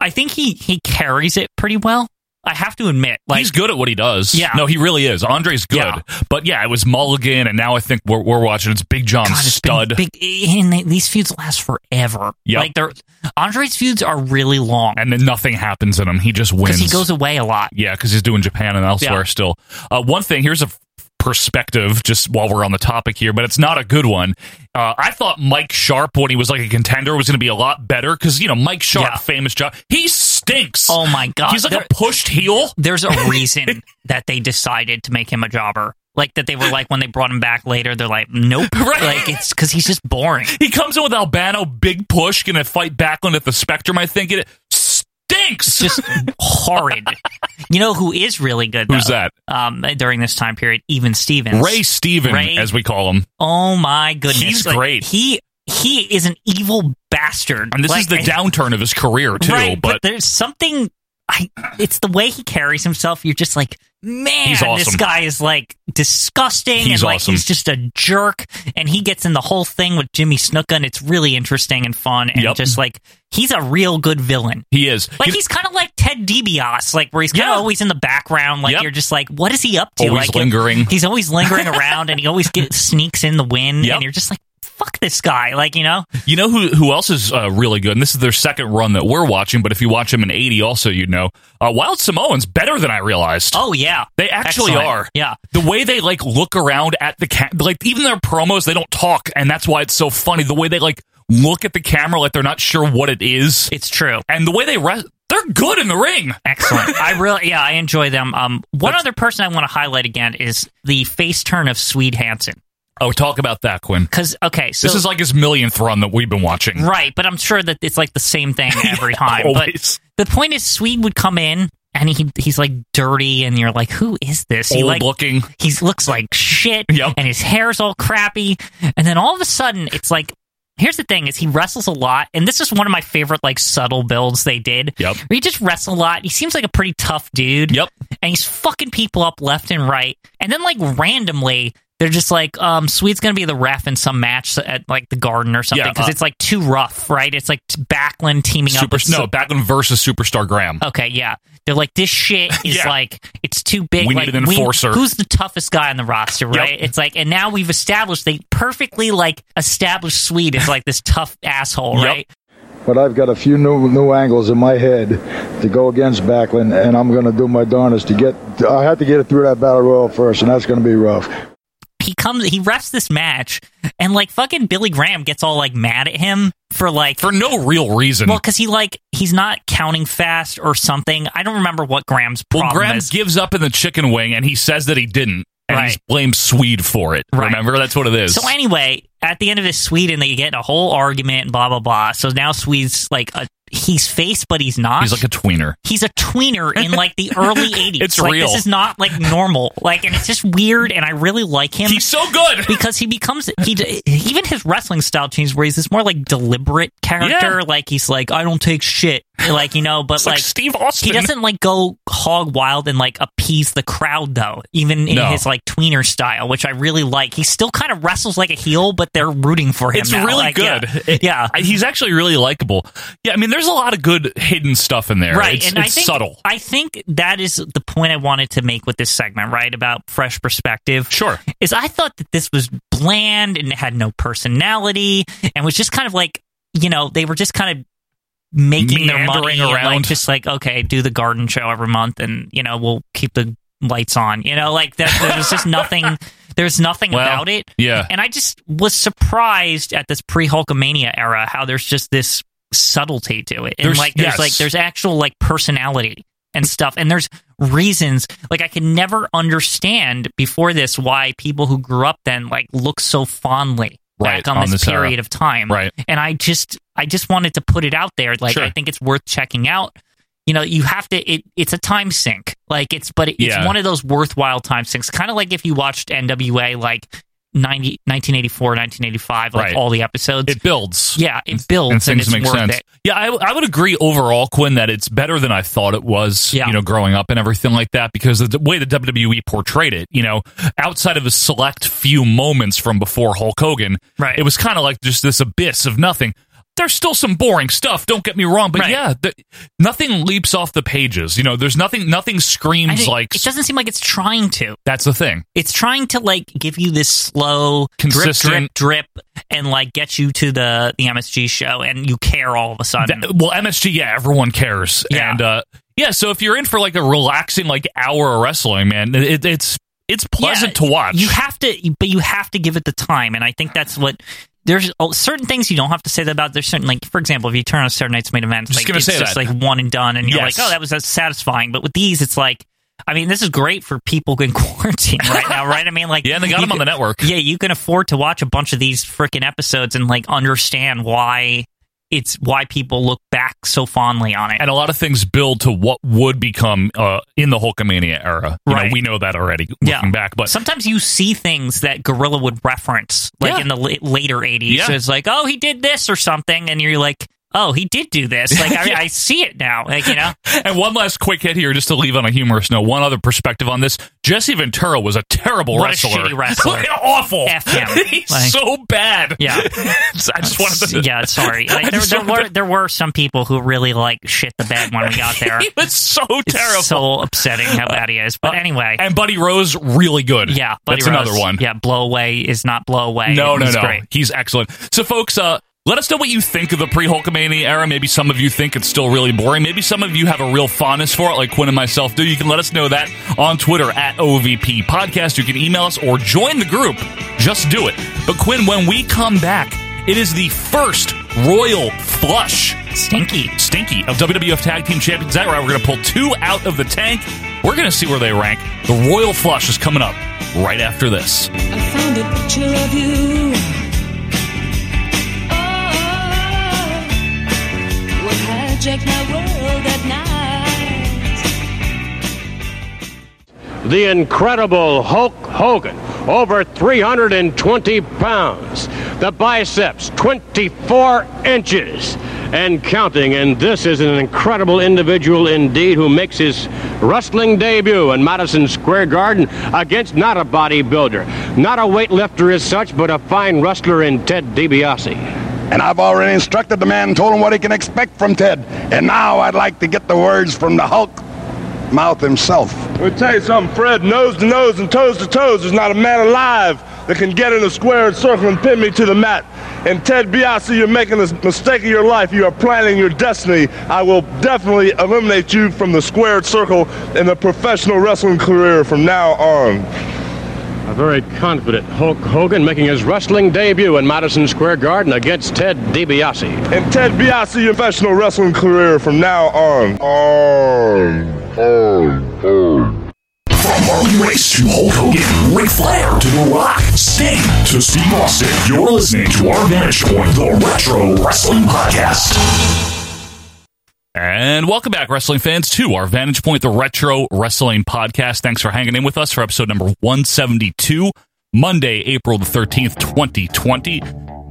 Speaker 2: I think he he carries it pretty well. I have to admit, like
Speaker 1: he's good at what he does.
Speaker 2: Yeah.
Speaker 1: no, he really is. Andre's good,
Speaker 2: Yeah.
Speaker 1: but yeah, it was Mulligan, and now I think we're, we're watching. It's Big John
Speaker 2: God, it's been
Speaker 1: Stud.
Speaker 2: big, and they, these feuds last forever.
Speaker 1: Yep.
Speaker 2: Like they're Andre's feuds are really long
Speaker 1: and then nothing happens in him. He just wins.
Speaker 2: because he goes away a lot.
Speaker 1: Yeah, because he's doing Japan and elsewhere
Speaker 2: Yeah.
Speaker 1: still. Uh, one thing here's a f- perspective, just while we're on the topic here, but it's not a good one. Uh, I thought Mike Sharp, when he was like a contender, was going to be a lot better because you know Mike Sharp,
Speaker 2: Yeah.
Speaker 1: famous job, he stinks.
Speaker 2: Oh my god,
Speaker 1: he's like
Speaker 2: There-
Speaker 1: a pushed heel. (laughs)
Speaker 2: there's a reason that they decided to make him a jobber. Like that they were like when they brought him back later, they're like, nope,
Speaker 1: (laughs) Right.
Speaker 2: like it's because he's just boring.
Speaker 1: He comes in with Albano, big push, going to fight Backlund at the Spectrum. I think it stinks.
Speaker 2: Just horrid. You know who is really good?
Speaker 1: (laughs) Who's
Speaker 2: though?
Speaker 1: that?
Speaker 2: Um, during this time period, even Stevens,
Speaker 1: Ray Steven,
Speaker 2: Ray-
Speaker 1: as we call him.
Speaker 2: Oh my goodness,
Speaker 1: He's
Speaker 2: Like,
Speaker 1: great.
Speaker 2: He he is an evil bastard,
Speaker 1: And this
Speaker 2: Like,
Speaker 1: is the downturn of his career, too.
Speaker 2: right,
Speaker 1: but
Speaker 2: there's something. I, it's the way he carries himself. You're just like, man,
Speaker 1: He's
Speaker 2: this
Speaker 1: awesome.
Speaker 2: guy is like disgusting, and
Speaker 1: He's
Speaker 2: like
Speaker 1: awesome.
Speaker 2: he's just a jerk. And he gets in the whole thing with Jimmy Snuka, and it's really interesting and fun, and
Speaker 1: Yep.
Speaker 2: just like he's a real good villain.
Speaker 1: he is.
Speaker 2: Like
Speaker 1: He's-
Speaker 2: he's kind of like Ted DiBiase, like where he's kind of
Speaker 1: Yeah.
Speaker 2: always in the background. Like
Speaker 1: Yep.
Speaker 2: you're just like, what is he up to?
Speaker 1: Always
Speaker 2: like
Speaker 1: lingering.
Speaker 2: He's always lingering around, and he always
Speaker 1: (laughs)
Speaker 2: get, sneaks in the wind,
Speaker 1: Yep.
Speaker 2: and you're just like, fuck this guy. Like you know,
Speaker 1: You know who who else is uh, really good, and this is their second run that we're watching. But if you watch them in eighty, also you know uh, Wild Samoans better than I realized.
Speaker 2: oh yeah,
Speaker 1: They actually
Speaker 2: Excellent.
Speaker 1: are.
Speaker 2: Yeah.
Speaker 1: The way they like look around at the ca- like even their promos, they don't talk, and that's why it's so funny. The way they like look at the camera like they're not sure what it is,
Speaker 2: It's true.
Speaker 1: and the way they rest, they're good in the ring.
Speaker 2: Excellent. I really, yeah, I enjoy them. Um, one other person I want to highlight again is the face turn of Swede Hansen.
Speaker 1: (laughs) Oh, talk about that, Quinn.
Speaker 2: Because okay, so
Speaker 1: this is like his millionth run that we've been watching.
Speaker 2: right, but I'm sure that it's like the
Speaker 1: (laughs)
Speaker 2: same thing every time.
Speaker 1: always.
Speaker 2: But the point is, Swede would come in and he he's like dirty, and you're like, who is this? He
Speaker 1: Old
Speaker 2: like
Speaker 1: looking.
Speaker 2: he looks like shit,
Speaker 1: Yep.
Speaker 2: and his hair's all crappy, and then all of a sudden, it's like. Here's the thing: is he wrestles a lot, and this is one of my favorite like subtle builds they did.
Speaker 1: Yep.
Speaker 2: where he just wrestles a lot. He seems like a pretty tough dude.
Speaker 1: Yep.
Speaker 2: and he's fucking people up left and right. And then like randomly, they're just like, um, Sweet's gonna be the ref in some match at like the Garden or something
Speaker 1: Yeah,
Speaker 2: because
Speaker 1: uh,
Speaker 2: it's like too rough, right? It's like t- Backlund teaming up.
Speaker 1: Super,
Speaker 2: with Oh.
Speaker 1: no, Backlund versus Superstar Graham.
Speaker 2: Okay, yeah. They're like,
Speaker 1: (laughs)
Speaker 2: this shit is
Speaker 1: Yeah.
Speaker 2: like, it's too big.
Speaker 1: We
Speaker 2: like,
Speaker 1: need an enforcer.
Speaker 2: who's the toughest guy on the roster, right? It's like, and now we've established, they perfectly like established Swede as like this tough asshole,
Speaker 1: Yep.
Speaker 2: right?
Speaker 9: But I've got a few new new angles in my head to go against Backlund, and I'm going to do my darnest to get. I have to get it through that battle royal first, and that's going to be rough.
Speaker 2: He comes, he refs this match, and like fucking Billy Graham gets all like mad at him for like.
Speaker 1: For no real reason.
Speaker 2: well, because he like he's not counting fast or something. I don't remember what Graham's problem
Speaker 1: Well, Graham
Speaker 2: is.
Speaker 1: gives up in the chicken wing, and he says that he didn't, and
Speaker 2: Right.
Speaker 1: he's blames Swede for it.
Speaker 2: Right.
Speaker 1: Remember, that's what it is.
Speaker 2: So anyway, at the end of this, Sweden they get in a whole argument, blah blah blah. So now Swede's like a he's face, but he's not.
Speaker 1: He's like a tweener.
Speaker 2: He's a
Speaker 1: (laughs)
Speaker 2: tweener in like the early 80s.
Speaker 1: It's
Speaker 2: like,
Speaker 1: real.
Speaker 2: This is not like normal. Like, and it's just weird, and I really like him.
Speaker 1: He's so good.
Speaker 2: because he becomes he d- even his wrestling style changes where he's this more like deliberate character
Speaker 1: Yeah.
Speaker 2: like he's like i don't take shit like you know but
Speaker 1: It's like Steve Austin.
Speaker 2: he doesn't like go hog wild and like appease the crowd though even in
Speaker 1: No.
Speaker 2: his like tweener style which i really like he still kind of wrestles like a heel but they're rooting for him
Speaker 1: It's
Speaker 2: now.
Speaker 1: really
Speaker 2: Like,
Speaker 1: good.
Speaker 2: yeah,
Speaker 1: It-
Speaker 2: yeah.
Speaker 1: I- he's actually really likable. Yeah, I mean, there's a lot of good hidden stuff in there.
Speaker 2: Right,
Speaker 1: it's,
Speaker 2: and
Speaker 1: it's
Speaker 2: I think
Speaker 1: subtle.
Speaker 2: I think that is the point I wanted to make with this segment, right? About fresh perspective.
Speaker 1: Sure.
Speaker 2: Is I thought that this was bland and it had no personality and was just kind of like you know they were just kind of making their money
Speaker 1: Meandering
Speaker 2: and, like,
Speaker 1: around.
Speaker 2: just like okay, do the garden show every month, and you know we'll keep the lights on. You know, like that, there
Speaker 1: (laughs)
Speaker 2: was just nothing. There's nothing
Speaker 1: Well,
Speaker 2: about it.
Speaker 1: yeah.
Speaker 2: and I just was surprised at this pre Hulkamania era how there's just this subtlety to it, and
Speaker 1: There's-
Speaker 2: like there's
Speaker 1: yes.
Speaker 2: like there's actual like personality and stuff, and there's reasons like I could never understand before this why people who grew up then like look so fondly.
Speaker 1: Right,
Speaker 2: back on,
Speaker 1: on
Speaker 2: this,
Speaker 1: this era.
Speaker 2: period of time
Speaker 1: Right.
Speaker 2: and i just i just wanted to put it out there like
Speaker 1: Sure.
Speaker 2: i think it's worth checking out you know you have to it, it's a time sink like it's but it's
Speaker 1: Yeah.
Speaker 2: one of those worthwhile time sinks kind of like if you watched nwa like 90, 1984 1985 like
Speaker 1: Right.
Speaker 2: all the episodes
Speaker 1: It builds.
Speaker 2: yeah it builds and,
Speaker 1: and things
Speaker 2: it's
Speaker 1: make
Speaker 2: worth
Speaker 1: sense.
Speaker 2: it
Speaker 1: Yeah, I, I would agree overall, Quinn, that it's better than I thought it was.
Speaker 2: Yeah.
Speaker 1: You know, growing up and everything like that, because of the way the WWE portrayed it, you know, outside of a select few moments from before Hulk Hogan,
Speaker 2: Right.
Speaker 1: It was kind of like just this abyss of nothing. There's still some boring stuff. Don't get me wrong, but
Speaker 2: Right.
Speaker 1: yeah, the, nothing leaps off the pages. You know, there's nothing. Nothing
Speaker 2: I
Speaker 1: screams
Speaker 2: think-
Speaker 1: like
Speaker 2: it doesn't seem like it's trying to
Speaker 1: that's the thing.
Speaker 2: it's trying to like give you this slow
Speaker 1: Consistent-
Speaker 2: drip drip drip and like get you to the the msg show and you care all of a sudden
Speaker 1: That- well, MSG, yeah, everyone cares.
Speaker 2: Yeah.
Speaker 1: And uh, yeah, so if you're in for like a relaxing like hour of wrestling, man, it, it's it's pleasant
Speaker 2: Yeah,
Speaker 1: to watch.
Speaker 2: You have to, but you have to give it the time, and I think that's what. There's oh, certain things you don't have to say that about. There's certain, like for example, if you turn on Saturday Night's Main Event,
Speaker 1: Just
Speaker 2: like,
Speaker 1: gonna
Speaker 2: it's
Speaker 1: say
Speaker 2: just
Speaker 1: that.
Speaker 2: like one and done, and you're
Speaker 1: Yes.
Speaker 2: like, oh, that was that's satisfying. But with these, it's like, I mean, this is great for people in (laughs) quarantine right now, right? I mean, like,
Speaker 1: Yeah, and they got
Speaker 2: you
Speaker 1: them on
Speaker 2: can-
Speaker 1: the network.
Speaker 2: Yeah, you can afford to watch a bunch of these freaking episodes and like understand why it's why people look back so fondly on it.
Speaker 1: and a lot of things build to what would become uh, in the Hulkamania era. You know,
Speaker 2: Right.
Speaker 1: we know that already looking back, but
Speaker 2: sometimes you see things that Gorilla would reference, like
Speaker 1: Yeah.
Speaker 2: in the la- later eighties.
Speaker 1: Yeah.
Speaker 2: So it's like, oh, he did this or something, and you're like, oh, he did
Speaker 1: (laughs)
Speaker 2: do this. Like I,
Speaker 1: Yeah.
Speaker 2: I see it now. Like
Speaker 1: (laughs)
Speaker 2: you know,
Speaker 1: and one last quick hit here, just to leave on a humorous note. One other perspective on this: Jesse Ventura was a terrible
Speaker 2: What a
Speaker 1: wrestler, (laughs)
Speaker 2: shitty wrestler.
Speaker 1: awful.
Speaker 2: F him.
Speaker 1: (laughs) He's
Speaker 2: Like-
Speaker 1: so bad. (laughs)
Speaker 2: Yeah.
Speaker 1: I just wanted to.
Speaker 2: yeah, sorry.
Speaker 1: (laughs) I
Speaker 2: Like, there,
Speaker 1: just
Speaker 2: there
Speaker 1: wanted
Speaker 2: were there were some people who really like shit the
Speaker 1: (laughs)
Speaker 2: bed when we got
Speaker 1: to-
Speaker 2: there.
Speaker 1: He was so
Speaker 2: It's
Speaker 1: terrible. Uh,
Speaker 2: so upsetting how bad he is. But anyway,
Speaker 1: and Buddy Rose, really good.
Speaker 2: yeah, Buddy
Speaker 1: that's
Speaker 2: Rose,
Speaker 1: another one.
Speaker 2: Yeah, blow away is not blow away.
Speaker 1: No, no,
Speaker 2: He's
Speaker 1: no.
Speaker 2: great.
Speaker 1: He's excellent. So, folks, uh, let us know what you think of the pre Hulkamania era. Maybe some of you think it's still really boring. Maybe some of you have a real fondness for it, like Quinn and myself do. You can let us know that on Twitter at OVP Podcast. You can email us or join the group. Just do it. But, Quinn, when we come back, it is the first Royal Flush
Speaker 2: Stinky.
Speaker 1: Stinky of WWF Tag Team Champions. That right, we're going to pull two out of the tank. We're going to see where they rank. The Royal Flush is coming up right after this.
Speaker 10: I found a picture of you. Oh, what hijacked my world at night?
Speaker 4: The incredible Hulk Hogan, over 320 pounds. The biceps, 24 inches and counting. And this is an incredible individual indeed who makes his wrestling debut in Madison Square Garden against not a bodybuilder, not a weightlifter as such, but a fine wrestler in Ted DiBiase.
Speaker 11: And I've already instructed the man and told him what he can expect from Ted. And now I'd like to get the words from the Hulk mouth himself.
Speaker 6: Let me tell you something, Fred. Nose to nose and toes to toes, there's not a man alive that can get in a square circle and pin me to the mat. And Ted Biasi, you're making the mistake of your life. You are planning your destiny. I will definitely eliminate you from the squared circle in the professional wrestling career from now on.
Speaker 4: A very confident Hulk Hogan making his wrestling debut in Madison Square Garden against Ted DiBiase.
Speaker 6: And Ted Biasi, your professional wrestling career from now on. On. On. On.
Speaker 12: From Harley Race to Hulk Hogan, Ric Flair to The Rock, Sting to Steve Austin, you're listening to Our Vantage Point, the Retro Wrestling Podcast.
Speaker 1: And welcome back, wrestling fans, to our Vantage Point, the Retro Wrestling Podcast. Thanks for hanging in with us for episode number 172, Monday, April the 13th, 2020.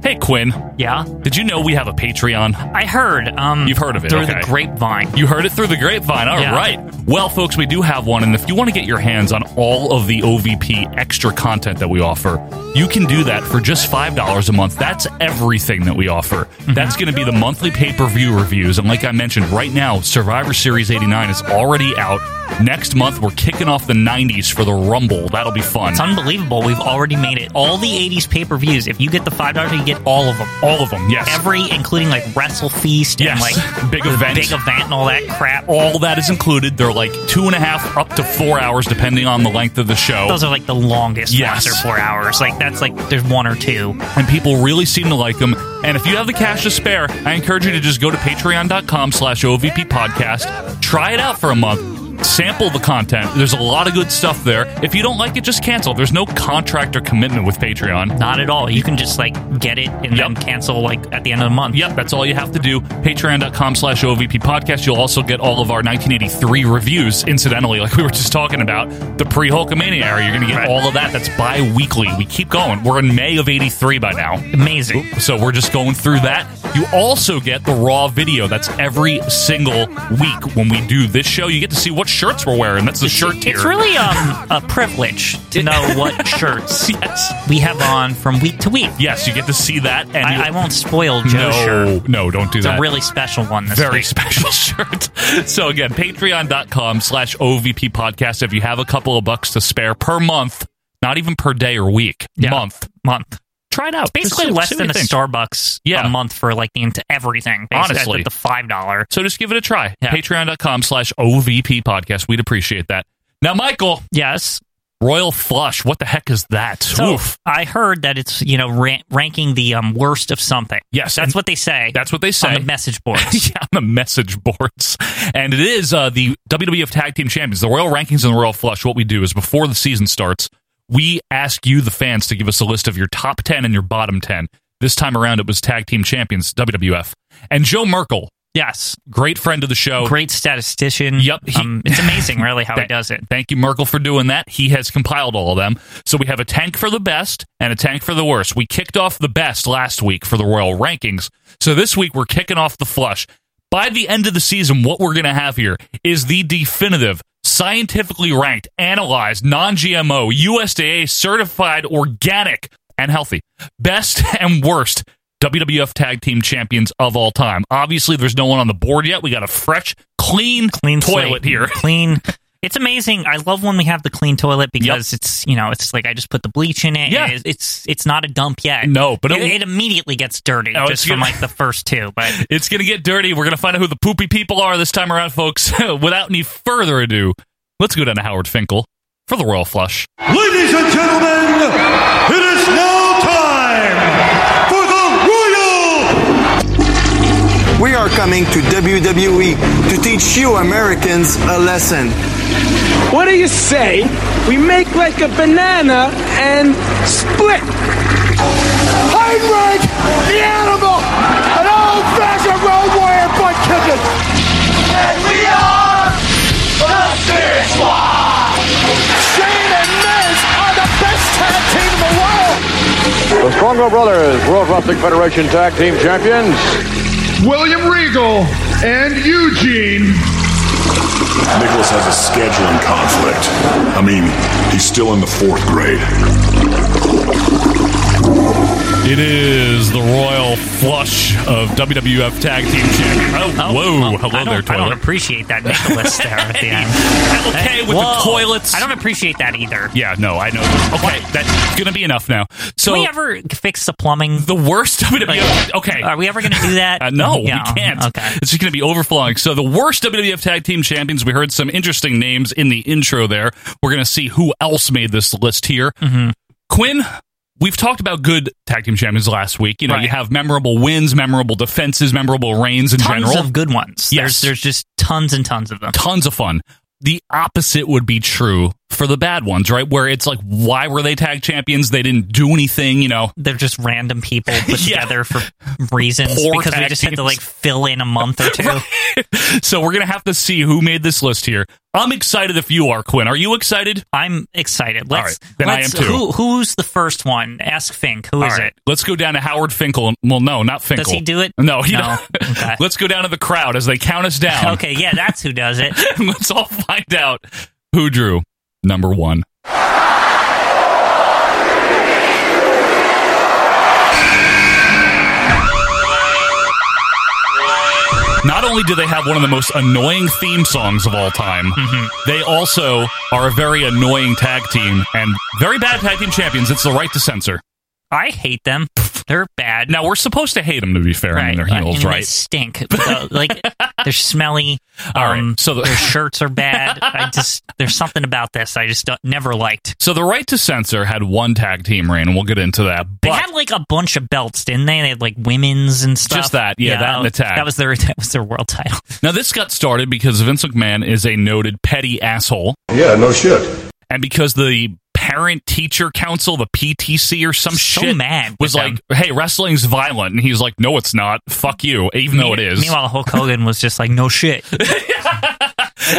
Speaker 1: Hey, Quinn.
Speaker 2: Yeah?
Speaker 1: Did you know we have a Patreon?
Speaker 2: I heard. Um,
Speaker 1: You've heard of it.
Speaker 2: Through
Speaker 1: okay.
Speaker 2: the grapevine.
Speaker 1: You heard it through the grapevine. All right.
Speaker 2: Yeah.
Speaker 1: Well, folks, we do have one. And if you want to get your hands on all of the OVP extra content that we offer, you can do that for just $5 a month. That's everything that we offer.
Speaker 2: Mm-hmm.
Speaker 1: That's going to be the monthly pay per view reviews. And like I mentioned, right now, Survivor Series 89 is already out. Next month, we're kicking off the 90s for the Rumble. That'll be fun.
Speaker 2: It's unbelievable. We've already made it. All the 80s pay per views, if you get the $5, you get all of them.
Speaker 1: All of them, yes.
Speaker 2: Every, including like Wrestle Feast and
Speaker 1: Yes.
Speaker 2: like
Speaker 1: Big
Speaker 2: the
Speaker 1: event.
Speaker 2: big event and all that crap.
Speaker 1: all that is included. They're like two and a half up to four hours, depending on the length of the show.
Speaker 2: Those are like the longest
Speaker 1: Yes.
Speaker 2: ones or four hours. Like that's like there's one or two.
Speaker 1: and people really seem to like them. And if you have the cash to spare, I encourage you to just go to patreon.com slash OVP podcast, try it out for a month, sample the content. There's a lot of good stuff there. If you don't like it, just cancel. There's no contract or commitment with Patreon.
Speaker 2: Not at all. You can just like get it and then cancel like at the end of the month.
Speaker 1: Yep, that's all you have to do. Patreon.com slash OVP podcast. You'll also get all of our 1983 reviews, incidentally, like we were just talking about. The pre Hulkamania era, you're going to get all of that. That's bi weekly. We keep going. We're in May of 83 by now.
Speaker 2: Amazing.
Speaker 1: So we're just going through that. You also get the raw video. That's every single week when we do this show. You get to see what shirts we're wearing. That's the shirt tier.
Speaker 2: It's really um, a privilege to (laughs) know
Speaker 1: (laughs)
Speaker 2: what shirts we have on from week to week.
Speaker 1: Yes, you get to see that. And you-
Speaker 2: I, I won't spoil Joe's
Speaker 1: no,
Speaker 2: shirt.
Speaker 1: no, don't do
Speaker 2: It's
Speaker 1: that.
Speaker 2: a really special one this
Speaker 1: very
Speaker 2: week.
Speaker 1: special (laughs) shirt. So again, patreon.com slash OVP podcast. If you have a couple of bucks to spare per month, not even per day or week, month,
Speaker 2: month.
Speaker 1: try it out.
Speaker 2: It's
Speaker 1: Just see-
Speaker 2: basically less
Speaker 1: see what
Speaker 2: than
Speaker 1: you
Speaker 2: a
Speaker 1: think.
Speaker 2: Starbucks
Speaker 1: Yeah.
Speaker 2: a month for like the into everything. Basically,
Speaker 1: Honestly.
Speaker 2: That's, like, the $5.
Speaker 1: So just give it a try.
Speaker 2: Yeah.
Speaker 1: Patreon.com slash OVP podcast. We'd appreciate that. Now, Michael,
Speaker 2: Yes.
Speaker 1: Royal Flush, what the heck is that?
Speaker 2: So
Speaker 1: Oof.
Speaker 2: I heard that it's, you know, ra- ranking the um, worst of something.
Speaker 1: Yes,
Speaker 2: That's
Speaker 1: and-
Speaker 2: what they say.
Speaker 1: That's what they say.
Speaker 2: on
Speaker 1: (laughs)
Speaker 2: the message boards.
Speaker 1: yeah, on the message boards. And it is uh, the WWF Tag Team Champions, the Royal Rankings and the Royal Flush. What we do is before the season starts, we ask you, the fans, to give us a list of your top 10 and your bottom 10. This time around, it was Tag Team Champions, WWF. And Joe Merkel,
Speaker 2: yes.
Speaker 1: great friend of the show.
Speaker 2: Great statistician.
Speaker 1: Oh. Yep, he-
Speaker 2: um,
Speaker 1: (laughs)
Speaker 2: it's amazing, really, how he
Speaker 1: Thank-
Speaker 2: does it.
Speaker 1: Thank you, Merkel, for doing that. He has compiled all of them. So we have a tank for the best and a tank for the worst. We kicked off the best last week for the Royal Rankings. So this week we're kicking off the flush. By the end of the season, what we're going to have here is the definitive, scientifically ranked, analyzed, non GMO, USDA certified, organic, and healthy best (laughs) and worst WWF Tag Team Champions of all time. Obviously, there's no one on the board yet. We got a fresh, clean,
Speaker 2: clean
Speaker 1: toilet
Speaker 2: slate.
Speaker 1: here.
Speaker 2: (laughs) Clean. It's amazing. I love when we have the clean toilet because it's you know it's like I just put the bleach in it.
Speaker 1: Yeah.
Speaker 2: and it- it's it's not a dump yet.
Speaker 1: No, but
Speaker 2: it,
Speaker 1: it-
Speaker 2: it immediately gets dirty
Speaker 1: Oh, it's
Speaker 2: just from
Speaker 1: gonna-
Speaker 2: like the first two. But
Speaker 1: (laughs) It's going to get dirty. We're going to find out who the poopy people are this time around, folks. (laughs) Without any further ado, let's go down to Howard Finkel for the Royal Flush.
Speaker 13: Ladies and gentlemen, it is now time for the Royal.
Speaker 14: We are coming to WWE to teach you Americans a lesson.
Speaker 15: What do you say? We make like a banana and split. Heinrich, the animal, an old-fashioned road warrior butt kicking. And we are the Serious Squad. Shane and Miz are the best tag team in the world.
Speaker 4: The Strongbow Brothers, World Wrestling Federation Tag Team Champions.
Speaker 16: William Regal and Eugene.
Speaker 12: Nicholas has a scheduling conflict. I mean, he's still in the fourth grade.
Speaker 1: It is the Royal Flush of WWF Tag Team Champion. Oh, whoa. Hello
Speaker 2: I don't,
Speaker 1: there,
Speaker 2: I don't
Speaker 1: toilet.
Speaker 2: appreciate that (laughs) Nicholas there at the end.
Speaker 1: Okay, with the
Speaker 2: Whoa.
Speaker 1: toilets.
Speaker 2: I don't appreciate that either.
Speaker 1: Yeah, no, I know. Okay, that's going to be enough now. So,
Speaker 2: Can we ever fix the plumbing?
Speaker 1: the worst WWF. okay.
Speaker 2: Are we ever going to do (laughs) that?
Speaker 1: Uh, no,
Speaker 2: Yeah,
Speaker 1: we can't.
Speaker 2: Okay.
Speaker 1: It's just going to be overflowing. So the worst WWF Tag Team Champions. We heard some interesting names in the intro there. We're going to see who else made this list here.
Speaker 2: Mm-hmm.
Speaker 1: Quinn, we've talked about good tag team champions last week. You know,
Speaker 2: Right.
Speaker 1: you have memorable wins, memorable defenses, memorable reigns in
Speaker 2: Tons
Speaker 1: general.
Speaker 2: of good ones.
Speaker 1: Yes.
Speaker 2: There's there's just tons and tons of them.
Speaker 1: Tons of fun. The opposite would be true for the bad ones, right? Where it's like, why were they tag champions? They didn't do anything, you know. (laughs)
Speaker 2: They're just random people put (laughs) together for reasons
Speaker 1: Poor
Speaker 2: because we
Speaker 1: tag
Speaker 2: just had to
Speaker 1: teams.
Speaker 2: like fill in a month (laughs) or two.
Speaker 1: so we're gonna have to see who made this list here. I'm excited if you are, Quinn. Are you excited?
Speaker 2: I'm excited. Let's,
Speaker 1: then I
Speaker 2: let's-
Speaker 1: am too.
Speaker 2: Who, who's the first one? Ask Fink. Who is
Speaker 1: All right,
Speaker 2: it?
Speaker 1: Let's go down to Howard Finkel. Well, no, not Finkel.
Speaker 2: Does he do it?
Speaker 1: No, he
Speaker 2: No.
Speaker 1: don't. (laughs) Let's go down to the crowd as they count us down.
Speaker 2: (laughs) Okay, yeah, that's who does (laughs) it.
Speaker 1: And (laughs) let's all find out who drew number one. Not only do they have one of the most annoying theme songs of all time,
Speaker 2: Mm-hmm.
Speaker 1: they also are a very annoying tag team and very bad tag team champions. It's the right to censor.
Speaker 2: I hate them. They're bad.
Speaker 1: Now we're supposed to hate them to be fair. I mean, they're
Speaker 2: I mean,
Speaker 1: heels,
Speaker 2: they
Speaker 1: right?
Speaker 2: stink. Uh,
Speaker 1: (laughs)
Speaker 2: like they're smelly.
Speaker 1: All right,
Speaker 2: um,
Speaker 1: so the- (laughs)
Speaker 2: their shirts are bad. I just there's something about this I just don't, never liked.
Speaker 1: So the right to censor had one tag team reign, and we'll get into that.
Speaker 2: They
Speaker 1: But
Speaker 2: had like a bunch of belts, didn't they? They had like women's and stuff.
Speaker 1: Just that, yeah, that and the tag.
Speaker 2: That was their (laughs) that was their world title.
Speaker 1: now this got started because Vince McMahon is a noted petty asshole,
Speaker 16: Yeah, no shit.
Speaker 1: and because the parent teacher council, the PTC or some
Speaker 2: So
Speaker 1: shit,
Speaker 2: mad
Speaker 1: was
Speaker 2: with
Speaker 1: like, "Hey, wrestling's violent," and he's like, "No, it's not. Fuck you." Even though it is.
Speaker 2: Meanwhile, Hulk Hogan was just like,
Speaker 1: (laughs)
Speaker 2: no shit.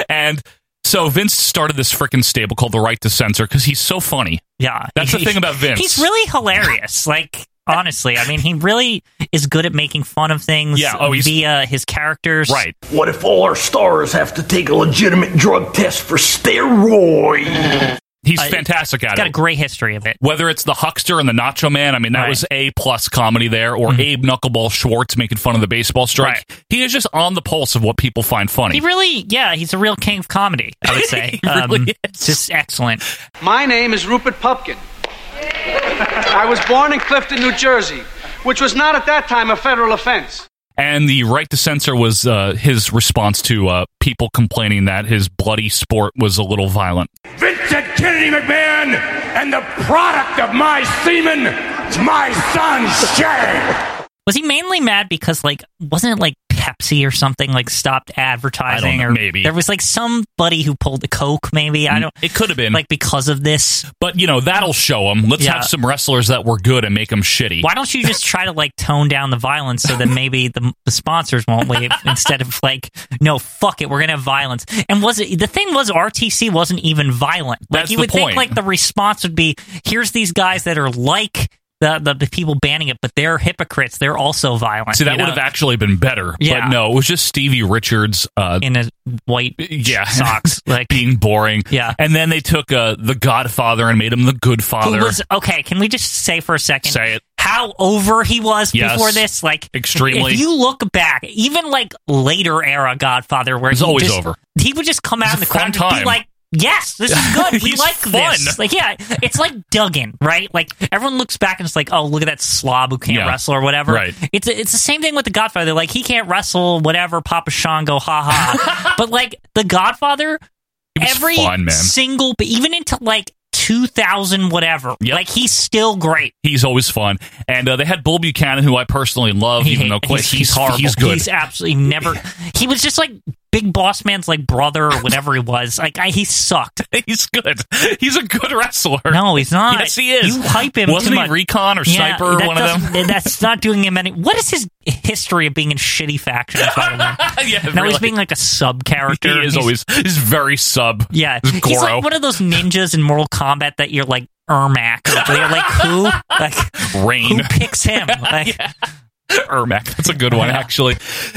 Speaker 1: and so Vince started this freaking stable called the Right to Censor because he's so funny.
Speaker 2: Yeah,
Speaker 1: That's the
Speaker 2: He-
Speaker 1: thing about Vince.
Speaker 2: He's really hilarious. Like honestly, I mean, he really is good at making fun of things.
Speaker 1: Yeah, oh, he's-
Speaker 2: via his characters.
Speaker 1: Right.
Speaker 17: What if all our stars have to take a legitimate drug test for steroids?
Speaker 1: He's
Speaker 2: Uh,
Speaker 1: fantastic at
Speaker 2: Got a
Speaker 1: it.
Speaker 2: great history of it.
Speaker 1: whether it's the huckster and the nacho man i mean that was a plus comedy there or
Speaker 2: Mm-hmm.
Speaker 1: abe knuckleball schwartz making fun of the baseball strike he is just on the pulse of what people find funny
Speaker 2: He really, yeah, he's a real king of comedy. I would
Speaker 1: (laughs)
Speaker 2: say, Um,
Speaker 1: really
Speaker 2: just excellent.
Speaker 18: My name is Rupert Pupkin. I was born in Clifton, New Jersey, which was not at that time a federal offense.
Speaker 1: and the right to censor was uh, his response to uh, people complaining that his bloody sport was a little violent
Speaker 6: Vincent Kennedy McMahon and the product of my semen, my son Shane.
Speaker 2: Was he mainly mad because like wasn't it like Pepsi or something like stopped advertising
Speaker 1: know,
Speaker 2: or
Speaker 1: maybe.
Speaker 2: there was like somebody who pulled the Coke maybe I don't
Speaker 1: it could have been
Speaker 2: like because of this.
Speaker 1: but you know that'll show him let's
Speaker 2: Yeah.
Speaker 1: have some wrestlers that were good and make them shitty
Speaker 2: Why don't you just try to like tone down the violence so that maybe the, the sponsors
Speaker 1: (laughs)
Speaker 2: won't leave instead of like no fuck it we're gonna have violence and was it the thing was RTC wasn't even violent like
Speaker 1: That's
Speaker 2: you
Speaker 1: the
Speaker 2: would
Speaker 1: point.
Speaker 2: think like the response would be here's these guys that are like the the, the people banning it but they're hypocrites they're also violent
Speaker 1: See, that would
Speaker 2: you know,
Speaker 1: have actually been better.
Speaker 2: Yeah.
Speaker 1: But no, it was just Stevie Richards uh,
Speaker 2: in a white
Speaker 1: (laughs) yeah.
Speaker 2: socks (laughs) like
Speaker 1: being boring.
Speaker 2: Yeah.
Speaker 1: And then they took uh, The Godfather and made him The Good Father.
Speaker 2: Who was okay? Can we just say for a second?
Speaker 1: Say it.
Speaker 2: How over he was
Speaker 1: Yes.
Speaker 2: before this, like
Speaker 1: Extremely.
Speaker 2: If you look back, even like later era Godfather, where
Speaker 1: It's
Speaker 2: he
Speaker 1: always
Speaker 2: just-
Speaker 1: over.
Speaker 2: he would just come out in the
Speaker 1: It's a fun
Speaker 2: crowd and
Speaker 1: time.
Speaker 2: be like, "Yes, this is
Speaker 1: (laughs)
Speaker 2: good. We
Speaker 1: He's
Speaker 2: like
Speaker 1: fun.
Speaker 2: this." Like, yeah, it's like Duggan, right? Like everyone looks back and it's like, "Oh, look at that slob who can't
Speaker 1: Yeah.
Speaker 2: wrestle or whatever."
Speaker 1: Right.
Speaker 2: It's it's the same thing with the Godfather. They're like, he can't wrestle, whatever. Papa Shango, ha
Speaker 1: (laughs)
Speaker 2: ha. but like the Godfather,
Speaker 1: He was
Speaker 2: every
Speaker 1: fun, man.
Speaker 2: single, but even into like 2000 whatever.
Speaker 1: Yep.
Speaker 2: Like he's still great.
Speaker 1: He's always fun. And uh, they had Bull Buchanan, who I personally love,
Speaker 2: He
Speaker 1: Oh, even though
Speaker 2: hate-
Speaker 1: Quinn,
Speaker 2: he's, he's horrible.
Speaker 1: He's (laughs) good.
Speaker 2: He's absolutely never. He was just like Big Boss Man's like brother or whatever he was. Like I, he sucked.
Speaker 1: He's good. He's a good wrestler.
Speaker 2: No, he's not.
Speaker 1: Yes, he is.
Speaker 2: You hype him.
Speaker 1: Wasn't
Speaker 2: too
Speaker 1: he
Speaker 2: much.
Speaker 1: Recon or
Speaker 2: Yeah,
Speaker 1: Sniper or
Speaker 2: that
Speaker 1: one of them?
Speaker 2: doesn't- That's not doing him any. What is his history of being in shitty factions? By the
Speaker 1: (laughs)
Speaker 2: way?
Speaker 1: yeah,
Speaker 2: Now
Speaker 1: really.
Speaker 2: he's being like a sub
Speaker 1: (laughs) he
Speaker 2: character.
Speaker 1: is always he's very sub.
Speaker 2: Yeah,
Speaker 1: He's
Speaker 2: he's
Speaker 1: Goro.
Speaker 2: like one of those ninjas in Mortal Kombat that you're like Ermac. Like, you're like
Speaker 1: (laughs)
Speaker 2: who? Like
Speaker 1: Rain. (laughs)
Speaker 2: who picks him? Like,
Speaker 1: Ermac. That's a good one, actually.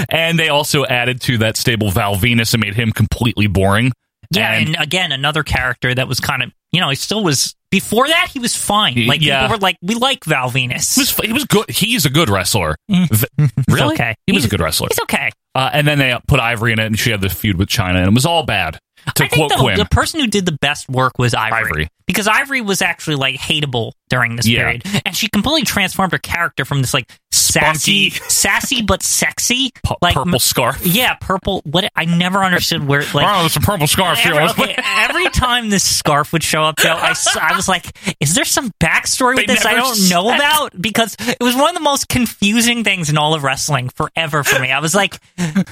Speaker 1: And they also added to that stable Val Venus and made him completely boring.
Speaker 2: Yeah,
Speaker 1: And-
Speaker 2: and, again, another character that was kind of you know he still was before that he was fine. Like
Speaker 1: Yeah.
Speaker 2: people were like we like Val Venus.
Speaker 1: He was, he was good. He's a good wrestler.
Speaker 2: (laughs)
Speaker 1: V- really?
Speaker 2: Mm. okay.
Speaker 1: He was a
Speaker 2: He's-
Speaker 1: good wrestler.
Speaker 2: It's okay.
Speaker 1: Uh, and then they put Ivory in it, and she had the feud with China, and it was all bad. To
Speaker 2: I
Speaker 1: quote
Speaker 2: think
Speaker 1: Quinn,
Speaker 2: the, the person who did the best work was Ivory.
Speaker 1: Ivory.
Speaker 2: Because Ivory was actually like hateable during this
Speaker 1: Yeah.
Speaker 2: period, and she completely transformed her character from this like sassy, sassy but sexy, like
Speaker 1: purple scarf.
Speaker 2: Yeah, purple. What I never understood where like
Speaker 1: Oh, there's a purple scarf here.
Speaker 2: every, okay, every time this scarf would show up, though, I, s- I was like, is there some backstory with
Speaker 1: They
Speaker 2: this I
Speaker 1: never
Speaker 2: don't know
Speaker 1: said-
Speaker 2: about? Because it was one of the most confusing things in all of wrestling forever for me. I was like,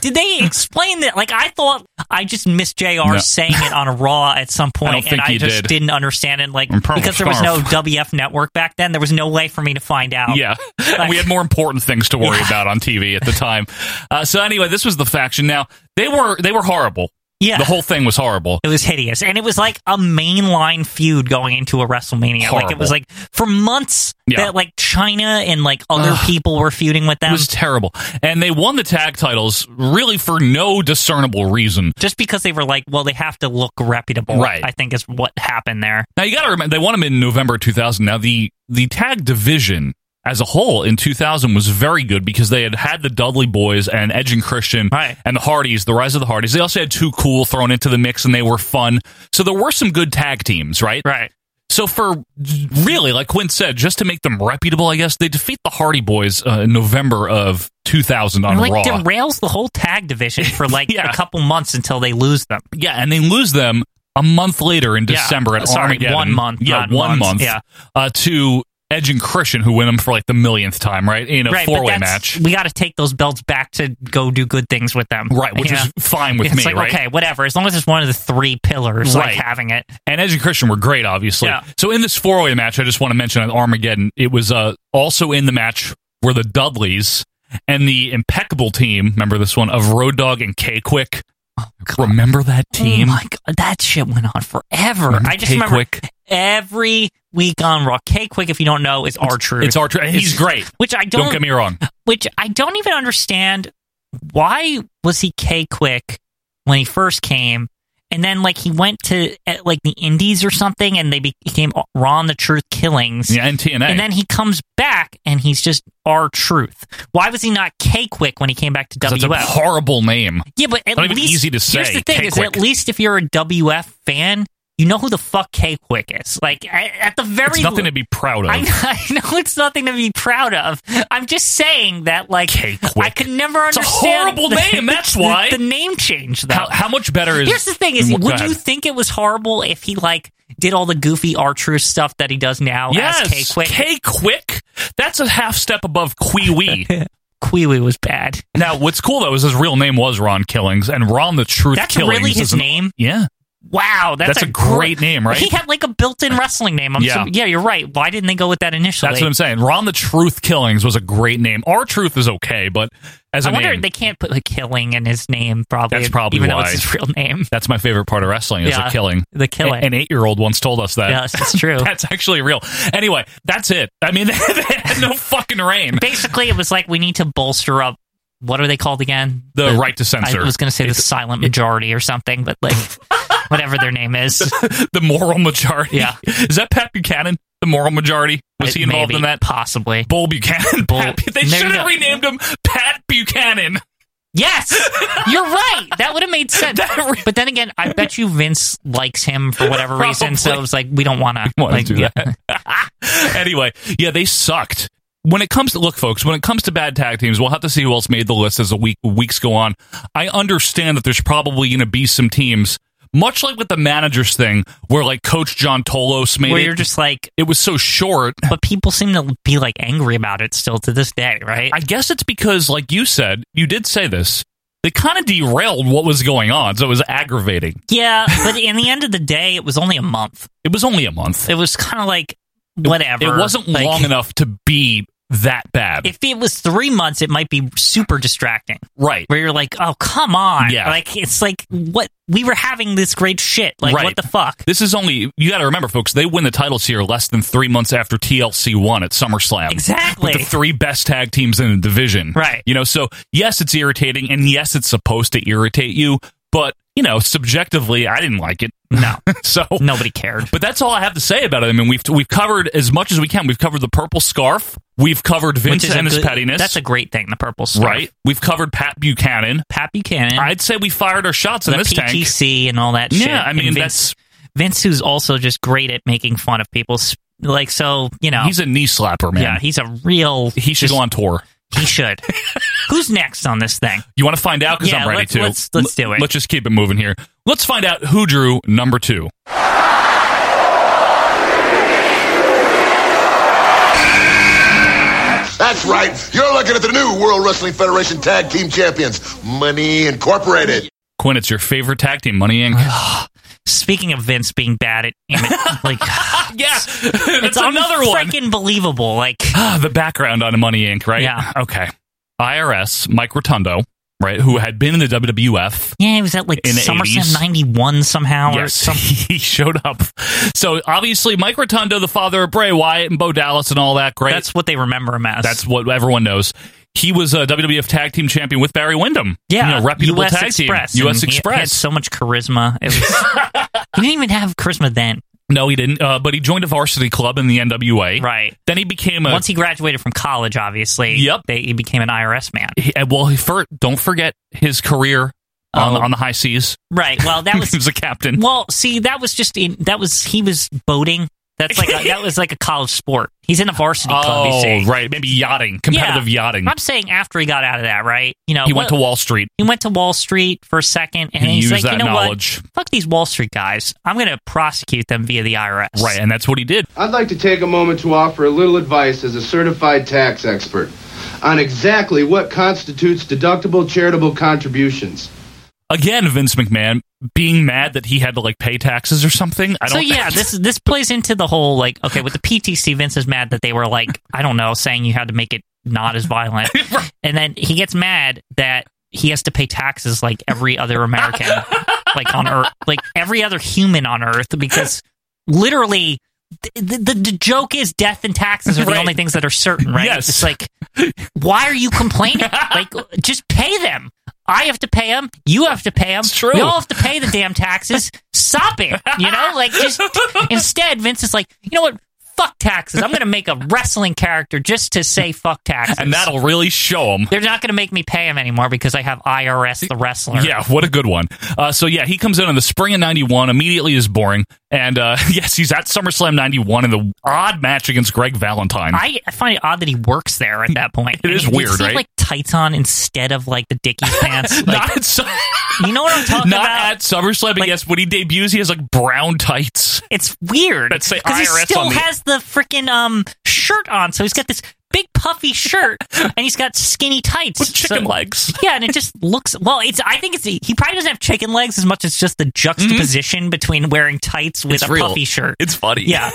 Speaker 2: did they explain that? Like, I thought I just missed Jr.
Speaker 1: No.
Speaker 2: saying it on a Raw at some point,
Speaker 1: think
Speaker 2: and I
Speaker 1: he
Speaker 2: just
Speaker 1: did.
Speaker 2: didn't understand it. Like,
Speaker 1: And purple
Speaker 2: because there was no
Speaker 1: scarf.
Speaker 2: WF network back then, there was no way for me to find
Speaker 1: (laughs)
Speaker 2: out.
Speaker 1: Yeah.
Speaker 2: Like-
Speaker 1: we had more important things to worry about on TV at the time. Uh, so anyway, this was the faction. Now they were they were horrible.
Speaker 2: Yeah.
Speaker 1: the whole thing was horrible.
Speaker 2: It was hideous. And it was like a mainline feud going into a WrestleMania. Like it
Speaker 1: Horrible.
Speaker 2: was like for months
Speaker 1: Yeah.
Speaker 2: that like China and like other
Speaker 1: Ugh.
Speaker 2: people were feuding with
Speaker 1: It
Speaker 2: them
Speaker 1: was terrible, and they won the tag titles really for no discernible reason.
Speaker 2: just because they were like, well, they have to look reputable.
Speaker 1: Right.
Speaker 2: I think is what happened there.
Speaker 1: Now you got to remember they won them in November 2000. Now the the tag division as a whole in 2000 was very good because they had had the Dudley Boys and Edge and Christian and the Hardys, the Rise of the Hardys. They also had Too Cool thrown into the mix and they were fun. So there were some good tag teams, right?
Speaker 2: Right.
Speaker 1: So for really, like Quinn said, just to make them reputable, I guess they defeat the Hardy Boys uh, in November of 2000 on
Speaker 2: And, like
Speaker 1: Raw.
Speaker 2: derails the whole tag
Speaker 1: (laughs)
Speaker 2: division for like a couple months until they lose them.
Speaker 1: Yeah, and they lose them a month later in
Speaker 2: Yeah.
Speaker 1: December at
Speaker 2: Sorry,
Speaker 1: Armageddon.
Speaker 2: one month,
Speaker 1: yeah,
Speaker 2: not
Speaker 1: one
Speaker 2: months.
Speaker 1: month.
Speaker 2: Yeah.
Speaker 1: uh, to Edge and Christian, who win them for like the millionth time, right? In a
Speaker 2: right, but
Speaker 1: four way
Speaker 2: that's-
Speaker 1: match.
Speaker 2: We got to take those belts back to go do good things with them.
Speaker 1: Right, which
Speaker 2: You
Speaker 1: is
Speaker 2: know?
Speaker 1: fine with
Speaker 2: it's
Speaker 1: me,
Speaker 2: Like,
Speaker 1: right?
Speaker 2: Okay, whatever. As long as it's one of the three pillars,
Speaker 1: Right.
Speaker 2: like having it.
Speaker 1: And Edge and Christian were great, obviously.
Speaker 2: Yeah.
Speaker 1: So in this four way match, I just want to mention at Armageddon, it was uh, also in the match were the Dudleys and the impeccable team. Remember this one of Road Dog and K Quick. remember that team?
Speaker 2: Oh my god, that shit went on forever.
Speaker 1: Remember
Speaker 2: I just
Speaker 1: Kay
Speaker 2: remember
Speaker 1: Quick?
Speaker 2: every week on Raw. K Quick, if you don't know, is our truth.
Speaker 1: it's our truth. He's great.
Speaker 2: Which I don't,
Speaker 1: Don't get me wrong.
Speaker 2: Which I don't even understand. Why was he K Quick when he first came? And then, like, he went to eh, like the Indies or something, and they became Raw and the Truth Killings.
Speaker 1: Yeah, and TNA.
Speaker 2: And then he comes back, and he's just our truth. Why was he not K Quick when he came back to WF?
Speaker 1: That's a horrible name.
Speaker 2: Yeah, but at
Speaker 1: Not even
Speaker 2: least
Speaker 1: easy to
Speaker 2: Here's
Speaker 1: say.
Speaker 2: the thing: is
Speaker 1: K-Quick.
Speaker 2: at least if you're a WF fan, you know who the fuck K Quick is. Like I- at the very
Speaker 1: It's nothing to be proud of.
Speaker 2: (laughs) I, I know it's nothing to be proud of. I'm just saying that, like, I could never
Speaker 1: It's a
Speaker 2: understand.
Speaker 1: horrible
Speaker 2: (laughs)
Speaker 1: name, that's why.
Speaker 2: the, name change. Though,
Speaker 1: How, how much better is? Mm,
Speaker 2: here's the thing: is
Speaker 1: Go
Speaker 2: would
Speaker 1: ahead.
Speaker 2: you think it was horrible if he like did all the goofy R Truth stuff that he does now as K
Speaker 1: Yes,
Speaker 2: Quick?
Speaker 1: K Quick. That's a half step above Quee
Speaker 2: (laughs)
Speaker 1: Wee.
Speaker 2: Quee Wee was bad.
Speaker 1: Now, what's cool though is his real name was Ron Killings, and Ron the Truth.
Speaker 2: That's
Speaker 1: Killings
Speaker 2: really
Speaker 1: is
Speaker 2: his
Speaker 1: an-
Speaker 2: name?
Speaker 1: Yeah,
Speaker 2: Wow, that's,
Speaker 1: That's a great name, right?
Speaker 2: He had like a built-in wrestling name. I'm
Speaker 1: Yeah.
Speaker 2: yeah, yeah, you're right. Why didn't they go with that initially?
Speaker 1: that's what I'm saying. Ron the Truth Killings was a great name. Our Truth is okay, but as a
Speaker 2: I wonder
Speaker 1: name,
Speaker 2: they can't put like killing in his name. Probably
Speaker 1: That's probably
Speaker 2: even
Speaker 1: why.
Speaker 2: though it's his real name. (laughs)
Speaker 1: that's my favorite part of wrestling is
Speaker 2: Yeah,
Speaker 1: the killing.
Speaker 2: the killing.
Speaker 1: A- An eight year old once told us that.
Speaker 2: Yes, it's true.
Speaker 1: (laughs) that's actually real. Anyway, that's it. I mean, (laughs) they had no fucking rain.
Speaker 2: Basically, it was like we need to bolster up. What are they called again?
Speaker 1: The right to censor.
Speaker 2: I was going to say the silent majority or something, but
Speaker 1: (laughs)
Speaker 2: like whatever their name is.
Speaker 1: the moral majority.
Speaker 2: Yeah.
Speaker 1: Is that Pat Buchanan? The moral majority? (laughs) Was
Speaker 2: It
Speaker 1: he involved
Speaker 2: may be,
Speaker 1: in that?
Speaker 2: Possibly.
Speaker 1: Bull Buchanan.
Speaker 2: Bull-
Speaker 1: Pat-
Speaker 2: There
Speaker 1: they
Speaker 2: you
Speaker 1: should
Speaker 2: go.
Speaker 1: have renamed him Pat Buchanan. (laughs)
Speaker 2: Yes, you're right. That would have made sense. but then again, I bet you Vince likes him
Speaker 1: (laughs)
Speaker 2: for whatever reason. So it was like we don't want to.
Speaker 1: Wanna
Speaker 2: Like,
Speaker 1: do
Speaker 2: yeah.
Speaker 1: that. (laughs) anyway, yeah, they sucked. When it comes to look, folks, when it comes to bad tag teams, we'll have to see who else made the list as the week weeks go on. I understand that there's probably going to be some teams, much like with the managers thing, where like Coach John Tolos made
Speaker 2: Where
Speaker 1: it.
Speaker 2: you're just like,
Speaker 1: it was so short.
Speaker 2: but people seem to be like angry about it still to this day, right?
Speaker 1: I guess it's because, like you said, you did say this. They kind of derailed what was going on, so it was aggravating.
Speaker 2: Yeah, but in the end of the day, it was only a month.
Speaker 1: It was only a month.
Speaker 2: It was kind of like whatever.
Speaker 1: It wasn't
Speaker 2: Like,
Speaker 1: long enough to be that bad.
Speaker 2: If it was three months, it might be super distracting.
Speaker 1: right.
Speaker 2: Where you're like, oh come on,
Speaker 1: Yeah.
Speaker 2: Like it's like what we were having this great shit. Like
Speaker 1: Right.
Speaker 2: what the fuck?
Speaker 1: This is only, you got to remember, folks, they win the titles here less than three months after TLC won at SummerSlam.
Speaker 2: Exactly.
Speaker 1: With the three best tag teams in the division.
Speaker 2: Right.
Speaker 1: You know, so yes, it's irritating, and yes, it's supposed to irritate you, but, you know, subjectively, I didn't like it.
Speaker 2: No,
Speaker 1: (laughs) so,
Speaker 2: nobody cared.
Speaker 1: But that's all I have to say about it. I mean, we've we've covered as much as we can. We've covered the purple scarf. We've covered Vince
Speaker 2: Which is a
Speaker 1: and his
Speaker 2: good-
Speaker 1: pettiness.
Speaker 2: That's a great thing. The purple stuff.
Speaker 1: right. We've covered Pat Buchanan.
Speaker 2: Pat Buchanan.
Speaker 1: I'd say we fired our shots
Speaker 2: the
Speaker 1: in this tank.
Speaker 2: PTC and all that.
Speaker 1: Yeah,
Speaker 2: shit.
Speaker 1: I
Speaker 2: And
Speaker 1: mean,
Speaker 2: Vince, Vince, who's also just great at making fun of people. Like so, you know,
Speaker 1: He's a knee slapper, man.
Speaker 2: yeah, he's a real.
Speaker 1: he should
Speaker 2: just-
Speaker 1: go on tour.
Speaker 2: He should. Who's next on this thing?
Speaker 1: You want to find out? Because
Speaker 2: Yeah,
Speaker 1: I'm ready
Speaker 2: let's-
Speaker 1: to.
Speaker 2: let's- let's do it.
Speaker 1: Let's just keep it moving here. Let's find out who drew number two.
Speaker 19: That's right. You're looking at the new World Wrestling Federation Tag Team Champions, Money Incorporated.
Speaker 1: Quinn, it's your favorite tag team, Money Inc.
Speaker 2: Speaking of Vince being bad at image,
Speaker 1: (laughs)
Speaker 2: like
Speaker 1: yes,
Speaker 2: it's
Speaker 1: another one.
Speaker 2: Freaking believable! Like
Speaker 1: (sighs) the background on Money Inc. Right? Yeah. Okay. IRS Mike Rotundo, right, who had been in the WWF.
Speaker 2: yeah, it was at like
Speaker 1: In the
Speaker 2: SummerSlam
Speaker 1: 80s.
Speaker 2: '91 somehow or
Speaker 1: Yes,
Speaker 2: something.
Speaker 1: (laughs) he showed up. So obviously, Mike Rotundo, the father of Bray Wyatt and Bo Dallas and all that, great.
Speaker 2: That's what they remember him as.
Speaker 1: That's what everyone knows. He was a WWF Tag Team Champion with Barry Windham.
Speaker 2: Yeah,
Speaker 1: you know, reputable
Speaker 2: US
Speaker 1: tag
Speaker 2: Express.
Speaker 1: team. U.S.
Speaker 2: and he-
Speaker 1: Express.
Speaker 2: He, had so much charisma.
Speaker 1: (laughs)
Speaker 2: It was, he didn't even have charisma then.
Speaker 1: No, he didn't. Uh, but he joined a varsity club in the NWA.
Speaker 2: Right.
Speaker 1: Then he became a.
Speaker 2: Once he graduated from college, obviously. Yep. They, he became an IRS man.
Speaker 1: he- uh, well, he fir- don't forget his career on,
Speaker 2: Oh.
Speaker 1: on the high seas. (laughs)
Speaker 2: Right. Well, that was
Speaker 1: he was a captain.
Speaker 2: Well, see, that was just in, that was he was boating. That's like a, that was like a college sport. He's in a varsity club. You
Speaker 1: oh,
Speaker 2: see.
Speaker 1: right. Maybe yachting, competitive
Speaker 2: Yeah.
Speaker 1: yachting.
Speaker 2: I'm saying after he got out of that, right? You know,
Speaker 1: he went to
Speaker 2: what-
Speaker 1: Wall Street.
Speaker 2: He went to Wall Street for a second, and
Speaker 1: He
Speaker 2: he's
Speaker 1: used
Speaker 2: like,
Speaker 1: that
Speaker 2: you know
Speaker 1: knowledge.
Speaker 2: what? Fuck these Wall Street guys. I'm going to prosecute them via the IRS.
Speaker 1: Right, and that's what he did.
Speaker 20: I'd like to take a moment to offer a little advice as a certified tax expert on exactly what constitutes deductible charitable contributions.
Speaker 1: Again, Vince McMahon being mad that he had to like pay taxes or something. I
Speaker 2: so
Speaker 1: don't.
Speaker 2: yeah, this this plays into the whole like okay with the PTC. Vince is mad that they were like I don't know saying you had to make it not as violent,
Speaker 1: (laughs)
Speaker 2: and then he gets mad that he has to pay taxes like every
Speaker 1: (laughs)
Speaker 2: other American, like on Earth, like every other human on Earth, because literally. The, the, the joke is death and taxes are the
Speaker 1: Right.
Speaker 2: only things that are certain, right?
Speaker 1: Yes.
Speaker 2: It's like, why are
Speaker 1: (laughs)
Speaker 2: you complaining? like, just pay them. I have to pay them. You have to pay them.
Speaker 1: It's true.
Speaker 2: We all have to pay the damn taxes. Stop it. You know,
Speaker 1: (laughs)
Speaker 2: like just instead, Vince is like, you know what? Fuck taxes. I'm going to make a wrestling character just to say fuck taxes.
Speaker 1: and that'll really show him.
Speaker 2: They're not going to make me pay him anymore because I have IRS the wrestler.
Speaker 1: Yeah, what a good one. Uh, so yeah, he comes in in the spring of '91. Immediately is boring, and uh, (laughs) yes, he's at SummerSlam '91 in the odd match against Greg Valentine.
Speaker 2: I, I find it odd that he works there at that point.
Speaker 1: It is
Speaker 2: I mean,
Speaker 1: weird,
Speaker 2: does he have,
Speaker 1: right?
Speaker 2: Like tights on instead of like the
Speaker 1: (laughs)
Speaker 2: Dickie pants.
Speaker 1: (laughs)
Speaker 2: Like,
Speaker 1: not at, Su-
Speaker 2: you know what I'm talking
Speaker 1: not
Speaker 2: about?
Speaker 1: at SummerSlam, but yes, when he debuts, he has like brown tights. (laughs)
Speaker 2: it's weird.
Speaker 1: That say
Speaker 2: he
Speaker 1: IRS
Speaker 2: still
Speaker 1: on the-
Speaker 2: has the freaking um shirt on, so he's got this big puffy
Speaker 1: (laughs)
Speaker 2: shirt and he's got skinny tights
Speaker 1: With chicken
Speaker 2: so-
Speaker 1: legs.
Speaker 2: (laughs) Yeah, and it just looks well. It's I think it's he probably doesn't have chicken legs as much as just the juxtaposition between wearing tights with
Speaker 1: It's
Speaker 2: a
Speaker 1: real.
Speaker 2: puffy shirt.
Speaker 1: It's funny. (laughs)
Speaker 2: Yeah.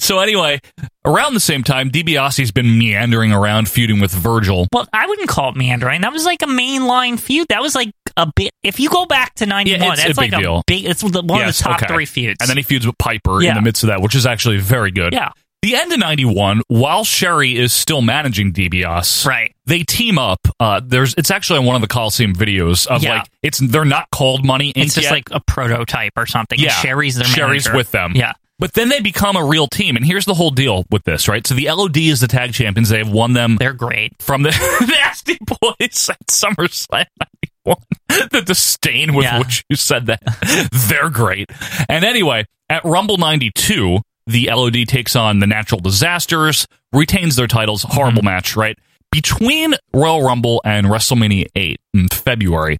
Speaker 1: so anyway, around the same time, DiBiase's been meandering around feuding with Virgil.
Speaker 2: Well, I wouldn't call it meandering. That was like a mainline feud. That was like a bit. If you go back to ninety one,
Speaker 1: Yeah, it's a
Speaker 2: that's like
Speaker 1: big
Speaker 2: a
Speaker 1: deal.
Speaker 2: big. It's the- one
Speaker 1: Yes,
Speaker 2: of the top
Speaker 1: okay.
Speaker 2: three feuds.
Speaker 1: And then he feuds with Piper
Speaker 2: Yeah.
Speaker 1: in the midst of that, which is actually very good.
Speaker 2: Yeah.
Speaker 1: The end of 91, while Sherry is still managing DiBiase,
Speaker 2: Right.
Speaker 1: they team up. Uh, there's It's actually on one of the Coliseum videos of
Speaker 2: Yeah.
Speaker 1: like, it's they're not called Money Inc.
Speaker 2: it's just
Speaker 1: yet.
Speaker 2: like a prototype or something.
Speaker 1: yeah.
Speaker 2: And Sherry's their
Speaker 1: Sherry's
Speaker 2: manager.
Speaker 1: with them.
Speaker 2: Yeah.
Speaker 1: But then they become a real team. And here's the whole deal with this, right? So the LOD is the tag champions. They have won them.
Speaker 2: They're great.
Speaker 1: From the (laughs) Nasty Boys at SummerSlam 91. the disdain with
Speaker 2: Yeah.
Speaker 1: which you said that. They're great. And anyway, at Rumble 92, the LOD takes on the Natural Disasters, retains their titles.
Speaker 2: Mm-hmm.
Speaker 1: Horrible match, right? Between Royal Rumble and WrestleMania 8 in February,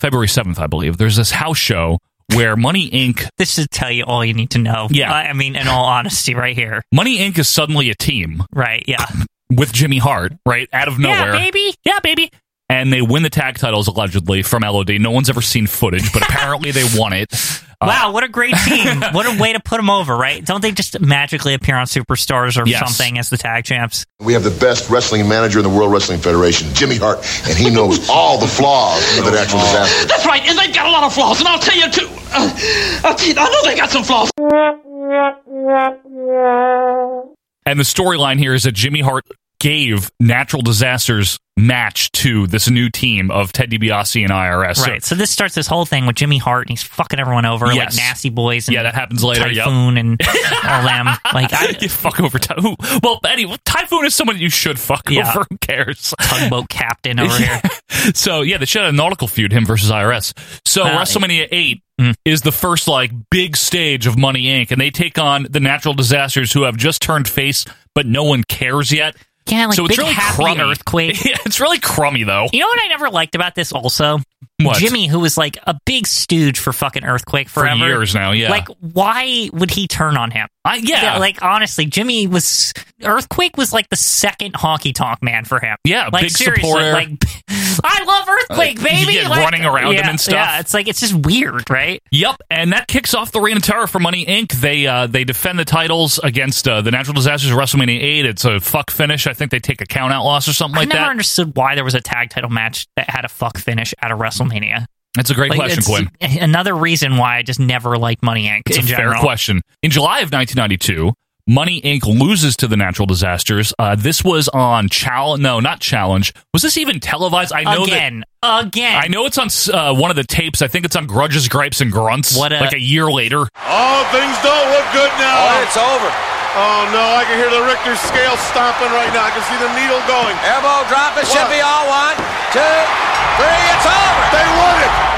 Speaker 1: February 7th, I believe, there's this house show where Money Inc.
Speaker 2: This should tell you all you need to know.
Speaker 1: Yeah.
Speaker 2: I, I mean, in all honesty, right here.
Speaker 1: Money Inc. is suddenly a team
Speaker 2: Right. Yeah.
Speaker 1: with Jimmy Hart, right? Out of (laughs) nowhere.
Speaker 2: Yeah, baby. Yeah, baby.
Speaker 1: And they win the tag titles allegedly from LOD. No one's ever seen footage, but apparently they won it. Uh,
Speaker 2: Wow, what a great
Speaker 1: (laughs)
Speaker 2: team. what a way to put them over, right? Don't they just magically appear on Superstars or
Speaker 1: Yes.
Speaker 2: something as the tag champs?
Speaker 19: We have the best wrestling manager in the World Wrestling Federation, Jimmy Hart, and he
Speaker 12: (laughs)
Speaker 19: knows all the flaws of the natural disaster.
Speaker 15: That's right, and they've got a lot of flaws, and I'll tell you too. Uh, I'll tell you, I know they got some flaws.
Speaker 1: And the storyline here is that Jimmy Hart gave Natural Disasters match to this new team of Ted DiBiase and IRS. So-
Speaker 2: Right. So this starts this whole thing with Jimmy Hart, and he's fucking everyone over,
Speaker 1: Yes.
Speaker 2: like Nasty Boys. And
Speaker 1: Yeah, that happens later, yep. (laughs)
Speaker 2: Typhoon and all them. Like I,
Speaker 1: you fuck over Typhoon. Well, anyway, Typhoon is someone you should fuck
Speaker 2: Yeah.
Speaker 1: over. (laughs) Who cares?
Speaker 2: tugboat captain over here.
Speaker 1: so yeah, they should have a nautical feud him versus IRS. So
Speaker 2: Wow.
Speaker 1: WrestleMania eight is the first like big stage of Money Inc. and they take on the Natural Disasters who have just turned face, but no one cares yet.
Speaker 2: Yeah, like
Speaker 1: so it's
Speaker 2: big
Speaker 1: really
Speaker 2: happy
Speaker 1: crummy.
Speaker 2: (laughs) earthquake.
Speaker 1: (laughs) Yeah, it's really crummy though.
Speaker 2: You know what I never liked about this also?
Speaker 1: What?
Speaker 2: Jimmy, who was like a big stooge for fucking Earthquake
Speaker 1: For
Speaker 2: forever.
Speaker 1: years now, yeah.
Speaker 2: Like, why would he turn on him?
Speaker 1: I- yeah.
Speaker 2: Like, honestly, Jimmy was. Earthquake was like the second honky tonk man for him.
Speaker 1: Yeah,
Speaker 2: like,
Speaker 1: big
Speaker 2: seriously,
Speaker 1: supporter.
Speaker 2: Like, (laughs) I love
Speaker 1: Like,
Speaker 2: Earthquake,
Speaker 1: you
Speaker 2: baby.
Speaker 1: get
Speaker 2: Like,
Speaker 1: running around him
Speaker 2: yeah,
Speaker 1: and stuff.
Speaker 2: Yeah, it's like, it's just weird, right?
Speaker 1: Yep, and that kicks off the reign of terror for Money Inc. They uh, they defend the titles against uh, the natural disasters of WrestleMania eight. It's a fuck finish. I think they take a count out loss or something like
Speaker 2: I never
Speaker 1: that.
Speaker 2: understood why there was a tag title match that had a fuck finish at a WrestleMania.
Speaker 1: That's a great question,
Speaker 2: it's
Speaker 1: Quinn.
Speaker 2: Another reason why I just never liked Money Inc.
Speaker 1: It's
Speaker 2: in
Speaker 1: a
Speaker 2: general.
Speaker 1: fair question. In July of 1992, Money Inc. loses to the Natural Disasters. Uh, this was on Challenge. No, not Challenge. Was this even televised? I know
Speaker 2: again,
Speaker 1: that.
Speaker 2: again.
Speaker 1: I know it's on uh, one of the tapes. I think it's on Grudges, Gripes, and Grunts.
Speaker 2: What a-
Speaker 1: like a year later.
Speaker 21: Oh, things don't look good now.
Speaker 22: Oh, it's over.
Speaker 21: Oh, no, I can hear the Richter scale stomping right now. I can see the needle going.
Speaker 22: Elbow drop. It should
Speaker 21: One.
Speaker 22: be all one, two, three. It's over.
Speaker 21: They won it.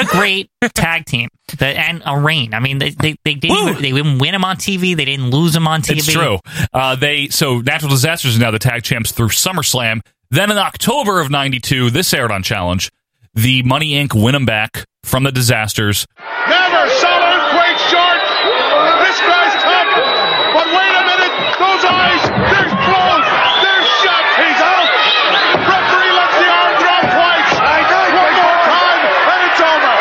Speaker 1: (laughs)
Speaker 2: a great tag team! The, and a reign. I mean, they they, they didn't even, they didn't win them on TV. They didn't lose them on TV.
Speaker 1: It's true. Uh, they so natural disasters are now the tag champs through SummerSlam. Then in October of '92, this aired on Challenge. The Money Inc. win them back from the disasters.
Speaker 16: Never sell earthquake short. This guy's tough. But wait a minute. Those eyes, they're closed. They're shut. He's out. Referee lets the arm drop twice. I got one more time, and it's over.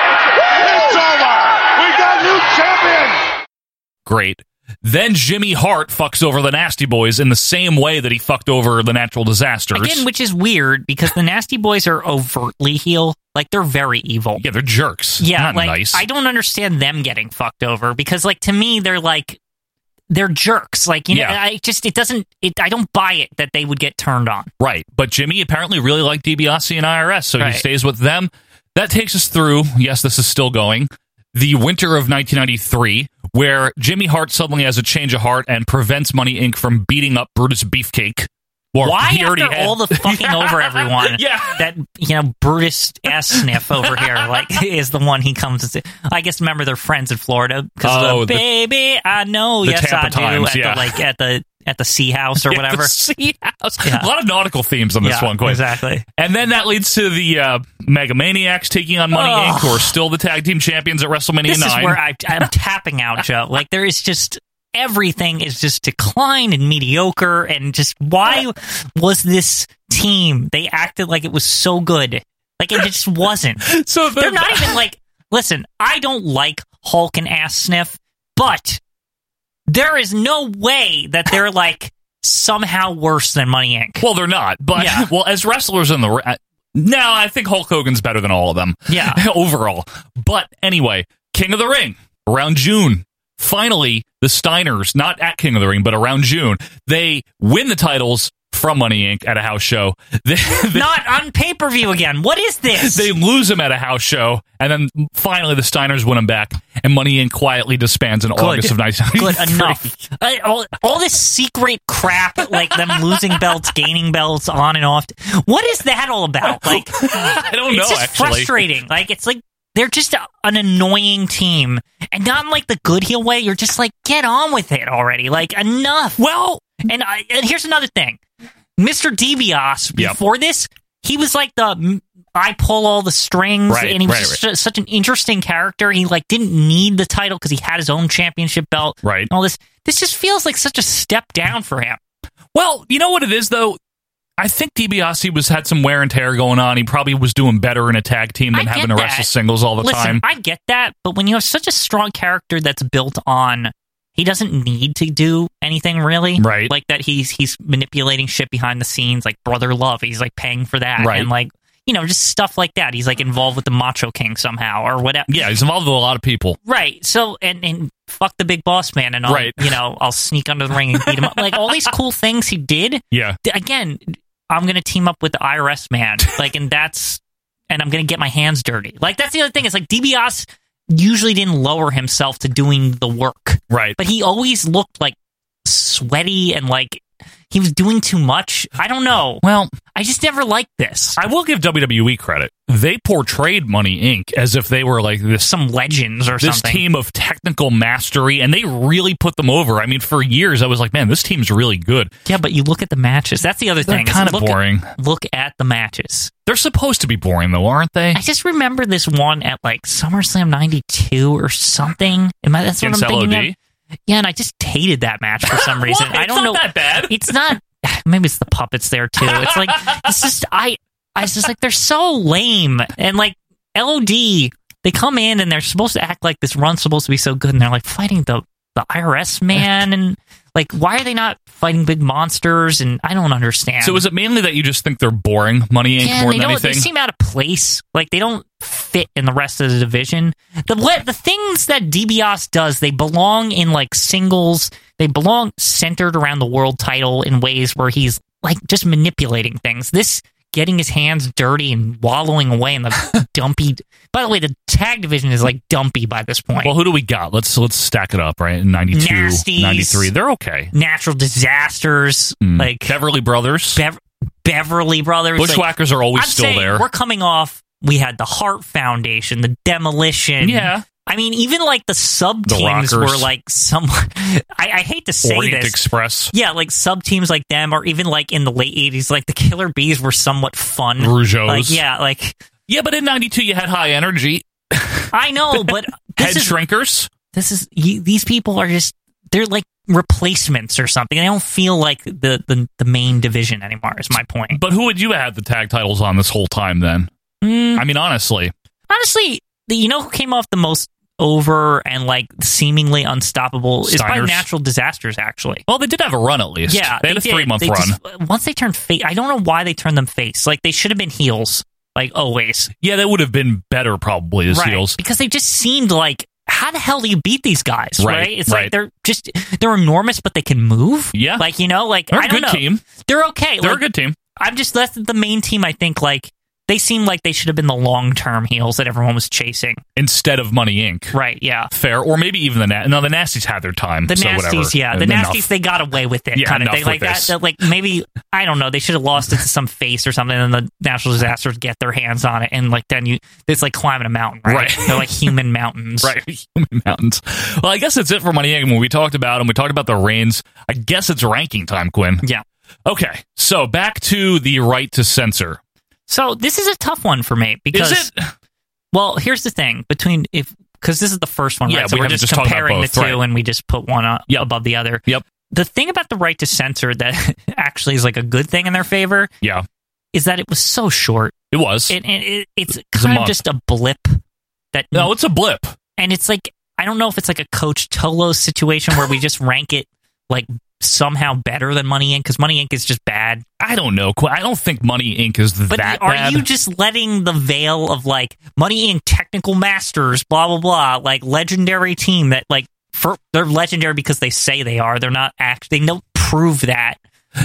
Speaker 16: It's over. We got new champions.
Speaker 1: Great. Then Jimmy Hart fucks over the Nasty Boys in the same way that he fucked over the natural disasters.
Speaker 2: Again, which is weird because the Nasty Boys are overtly heel. Like they're very evil.
Speaker 1: yeah, they're jerks.
Speaker 2: Yeah,
Speaker 1: Not
Speaker 2: like
Speaker 1: nice.
Speaker 2: I don't understand them getting fucked over because, like, to me, they're like they're jerks. Like you know,
Speaker 1: Yeah.
Speaker 2: I just it doesn't. It, I don't buy it that they would get turned on.
Speaker 1: Right. But Jimmy apparently really liked DiBiase and IRS, so
Speaker 2: Right.
Speaker 1: he stays with them. That takes us through, yes, this is still going, the winter of 1993, where Jimmy Hart suddenly has a change of heart and prevents Money Inc. from beating up Brutus Beefcake. Or
Speaker 2: Why
Speaker 1: he already
Speaker 2: after
Speaker 1: had-
Speaker 2: all the
Speaker 1: (laughs)
Speaker 2: fucking over everyone?
Speaker 1: Yeah.
Speaker 2: that you know Brutus ass sniff over here like (laughs) is the one he comes to. I guess remember they're friends in Florida because
Speaker 1: Oh,
Speaker 2: the,
Speaker 1: the-
Speaker 2: baby I know
Speaker 1: the
Speaker 2: yes
Speaker 1: Tampa
Speaker 2: I do
Speaker 1: Times,
Speaker 2: at
Speaker 1: yeah.
Speaker 2: the like at the at the sea house
Speaker 1: (laughs)
Speaker 2: or
Speaker 1: Yeah, the
Speaker 2: whatever.
Speaker 1: sea house. A
Speaker 2: Yeah.
Speaker 1: lot of nautical themes on this
Speaker 2: Yeah,
Speaker 1: one, Quinn. (laughs)
Speaker 2: exactly.
Speaker 1: And then that leads to the uh, Megamaniacs taking on Money
Speaker 2: Ugh.
Speaker 1: Inc., who are still the tag team champions at WrestleMania
Speaker 2: This
Speaker 1: 9.
Speaker 2: is where I, I'm tapping
Speaker 1: (laughs)
Speaker 2: out, Joe. Like there is just everything is just decline and mediocre, and just why was this team? They acted like it was so good, like it
Speaker 1: (laughs)
Speaker 2: just wasn't.
Speaker 1: so
Speaker 2: they're, not even like. Listen, I don't like Hulk and ass sniff, but there is no way that they're like somehow worse than Money Inc.
Speaker 1: Well, they're not, but
Speaker 2: Yeah.
Speaker 1: well, as wrestlers in the ra- no, I think Hulk Hogan's better than all of them.
Speaker 2: Yeah.
Speaker 1: (laughs) overall. But anyway, King of the Ring around June. Finally, the Steiners, not at King of the Ring, but around June, they win the titles from Money Inc. at a house show. (laughs) They, they,
Speaker 2: Not on pay per view again. What is this?
Speaker 1: (laughs) they lose them at a house show, and then finally the Steiners win them back, and Money Inc. quietly disbands in August of 1993.
Speaker 2: (laughs) Good enough. Uh, all, all this secret crap, like them losing belts, gaining belts, on and off. What is that
Speaker 1: (laughs)
Speaker 2: all about? Like, I
Speaker 1: don't
Speaker 2: It's
Speaker 1: know,
Speaker 2: just
Speaker 1: actually.
Speaker 2: frustrating. Like, it's like they're just a, an annoying team, and not in like the good heel way. You're just like, get on with it already. Like, enough. Well, and I, and here's another thing, Mr. DiBiase.
Speaker 1: Yep.
Speaker 2: Before this, he was like the. mm, I pull all the strings,
Speaker 1: Right,
Speaker 2: and he was
Speaker 1: right,
Speaker 2: just
Speaker 1: right.
Speaker 2: su- such an interesting character. He like didn't need the title because he had his own championship belt.
Speaker 1: Right.
Speaker 2: All this. This just feels like such a step down for him.
Speaker 1: Well, you know what it is though. I think DiBiase was had some wear and tear going on. He probably was doing better in a tag team than
Speaker 2: I get
Speaker 1: having to
Speaker 2: that.
Speaker 1: wrestle singles all the
Speaker 2: Listen,
Speaker 1: time.
Speaker 2: I get that, but when you have such a strong character that's built on, he doesn't need to do anything really,
Speaker 1: Right.
Speaker 2: Like that he's he's manipulating shit behind the scenes, like brother love. He's like paying for that,
Speaker 1: Right.
Speaker 2: And like you know, just stuff like that. He's like involved with the Macho King somehow or whatever.
Speaker 1: yeah, he's involved with a lot of people.
Speaker 2: Right. So and and fuck the big boss man and I'll
Speaker 1: Right.
Speaker 2: you know, I'll sneak under the ring and beat him up. Like all these cool things he did.
Speaker 1: Yeah.
Speaker 2: Th- Again, I'm gonna team up with the IRS man. Like and that's and I'm gonna get my hands dirty. Like that's the other thing. It's like DiBiase usually didn't lower himself to doing the work.
Speaker 1: Right.
Speaker 2: But he always looked like sweaty and like he was doing too much. I don't know. Well, I just never liked this.
Speaker 1: I will give WWE credit. They portrayed Money Inc. as if they were like this
Speaker 2: some legends or
Speaker 1: this
Speaker 2: something.
Speaker 1: team of technical mastery, and they really put them over. I mean, for years I was like, man, this team's really good.
Speaker 2: Yeah, but you look at the matches. That's the other
Speaker 1: They're
Speaker 2: thing. is
Speaker 1: kind of
Speaker 2: look
Speaker 1: boring.
Speaker 2: At, look at the matches.
Speaker 1: They're supposed to be boring though, aren't they?
Speaker 2: I just remember this one at like SummerSlam '92 or something. Am I, that's what
Speaker 1: Against
Speaker 2: I'm thinking
Speaker 1: LOD?
Speaker 2: of. Yeah, and I just hated that match
Speaker 1: (laughs)
Speaker 2: for some reason.
Speaker 1: What?
Speaker 2: I
Speaker 1: It's
Speaker 2: don't
Speaker 1: not
Speaker 2: know
Speaker 1: that bad.
Speaker 2: It's not. (sighs) Maybe it's the puppets there too. It's like
Speaker 1: (laughs)
Speaker 2: it's just I. I was just like they're so lame and like LOD. They come in and they're supposed to act like this run's supposed to be so good, and they're like fighting the the
Speaker 1: (laughs)
Speaker 2: IRS man and like why are they not fighting big monsters? And I don't understand.
Speaker 1: So is it mainly that you just think they're boring, Money Inc.
Speaker 2: Yeah,
Speaker 1: more
Speaker 2: they
Speaker 1: than
Speaker 2: don't-
Speaker 1: anything?
Speaker 2: They seem out of place. Like they don't fit in the rest of the division. The le- the things that DiBiase does, they belong in like singles. They belong centered around the world title in ways where he's like just manipulating things. This getting his hands dirty and wallowing away
Speaker 1: (laughs)
Speaker 2: in the dumpy. By the way, the tag division is like dumpy by this point.
Speaker 1: well, who do we got? Let's let's stack it up, right? 92,
Speaker 2: Nasties.
Speaker 1: 93. They're okay.
Speaker 2: Natural disasters
Speaker 1: Hmm.
Speaker 2: like
Speaker 1: Beverly Brothers.
Speaker 2: Bev- Beverly Brothers. like-
Speaker 1: Bushwhackers are always
Speaker 2: I'm
Speaker 1: still
Speaker 2: saying
Speaker 1: there.
Speaker 2: We're coming off. We had the Heart Foundation, the Demolition.
Speaker 1: Yeah.
Speaker 2: I mean, even like the sub
Speaker 1: The Rockers.
Speaker 2: teams were like some. (laughs) I, I hate to say
Speaker 1: Orient
Speaker 2: this.
Speaker 1: Express.
Speaker 2: yeah, like sub teams like them, or even like in the late '80s, like the Killer Bees were somewhat fun.
Speaker 1: Rougeaus.
Speaker 2: Like, yeah, like
Speaker 1: Yeah, but in 92 you had high energy.
Speaker 2: I
Speaker 1: (laughs)
Speaker 2: know, but
Speaker 1: Head
Speaker 2: this is
Speaker 1: shrinkers.
Speaker 2: this is you, these people are just they're like replacements or something. They don't feel like the the, the main division anymore. Is my point.
Speaker 1: But who would you have had the tag titles on this whole time then?
Speaker 2: Mm.
Speaker 1: I mean, honestly.
Speaker 2: honestly, the, you know who came off the most over and like seemingly unstoppable is by
Speaker 1: Steiners.
Speaker 2: natural disasters. Actually,
Speaker 1: Well, they did have a run at least.
Speaker 2: yeah,
Speaker 1: They, had a
Speaker 2: did.
Speaker 1: three month
Speaker 2: They
Speaker 1: run.
Speaker 2: just- uh, once they turned face, I don't know why they turned them face. Like they should have been heels, like always,
Speaker 1: yeah, they would have been better probably as
Speaker 2: right?
Speaker 1: heels.
Speaker 2: Because they just seemed like. How the hell do you beat these guys?
Speaker 1: Right,
Speaker 2: Right? It's
Speaker 1: right.
Speaker 2: like they're just they're enormous, but they can move.
Speaker 1: Yeah.
Speaker 2: like you know, like
Speaker 1: They're a
Speaker 2: I don't
Speaker 1: good
Speaker 2: know.
Speaker 1: team.
Speaker 2: They're okay.
Speaker 1: They're
Speaker 2: like,
Speaker 1: a good team.
Speaker 2: I'm just that's the main team. I think like they seem like they should have been the long term heels that everyone was chasing.
Speaker 1: Instead of Money Inc.
Speaker 2: Right? Yeah.
Speaker 1: Fair. Or maybe even the Na- No, the Nasties had their time.
Speaker 2: The
Speaker 1: so
Speaker 2: nasties,
Speaker 1: whatever.
Speaker 2: yeah, the
Speaker 1: Enough.
Speaker 2: nasties, they got away with it,
Speaker 1: Yeah,
Speaker 2: kind of
Speaker 1: enough
Speaker 2: thing. Like
Speaker 1: with
Speaker 2: that,
Speaker 1: this.
Speaker 2: that, like maybe I don't know. They should have lost it to some face or something, and the natural disasters get their hands on it, and like then you, it's like climbing a mountain, right?
Speaker 1: Right.
Speaker 2: They're like human
Speaker 1: (laughs)
Speaker 2: mountains,
Speaker 1: Right, human mountains. Well, I guess that's it for Money Inc. When we talked about them, we talked about the reigns. I guess it's ranking time, Quinn.
Speaker 2: Yeah.
Speaker 1: Okay, so back to the right to censor.
Speaker 2: So this is a tough one for me because,
Speaker 1: Is it?
Speaker 2: well, here's the thing between if because this is the first one,
Speaker 1: Yeah,
Speaker 2: right? So
Speaker 1: we
Speaker 2: are
Speaker 1: haven't
Speaker 2: just,
Speaker 1: just talked about
Speaker 2: comparing
Speaker 1: both,
Speaker 2: the two,
Speaker 1: right.
Speaker 2: and we just put one uh,
Speaker 1: Yep.
Speaker 2: above the other.
Speaker 1: Yep.
Speaker 2: The thing about the right to censor that (laughs) actually is like a good thing in their favor
Speaker 1: Yeah,
Speaker 2: is that it was so short.
Speaker 1: it was.
Speaker 2: It, it, it it's
Speaker 1: a
Speaker 2: kind of
Speaker 1: month. Mm.
Speaker 2: just a blip that oh,
Speaker 1: no, it's a blip.
Speaker 2: and it's like I don't know if it's like a Coach Tolo situation where
Speaker 1: (laughs)
Speaker 2: we just rank it like somehow better than Money Inc. because Money Inc. is just bad.
Speaker 1: I don't know. Quinn. I don't think Money Inc. is
Speaker 2: But
Speaker 1: that
Speaker 2: are
Speaker 1: bad.
Speaker 2: you just letting the veil of like Money Inc. technical masters, blah blah blah, like legendary team that like for they're legendary because they say they are. They're not act. They don't prove that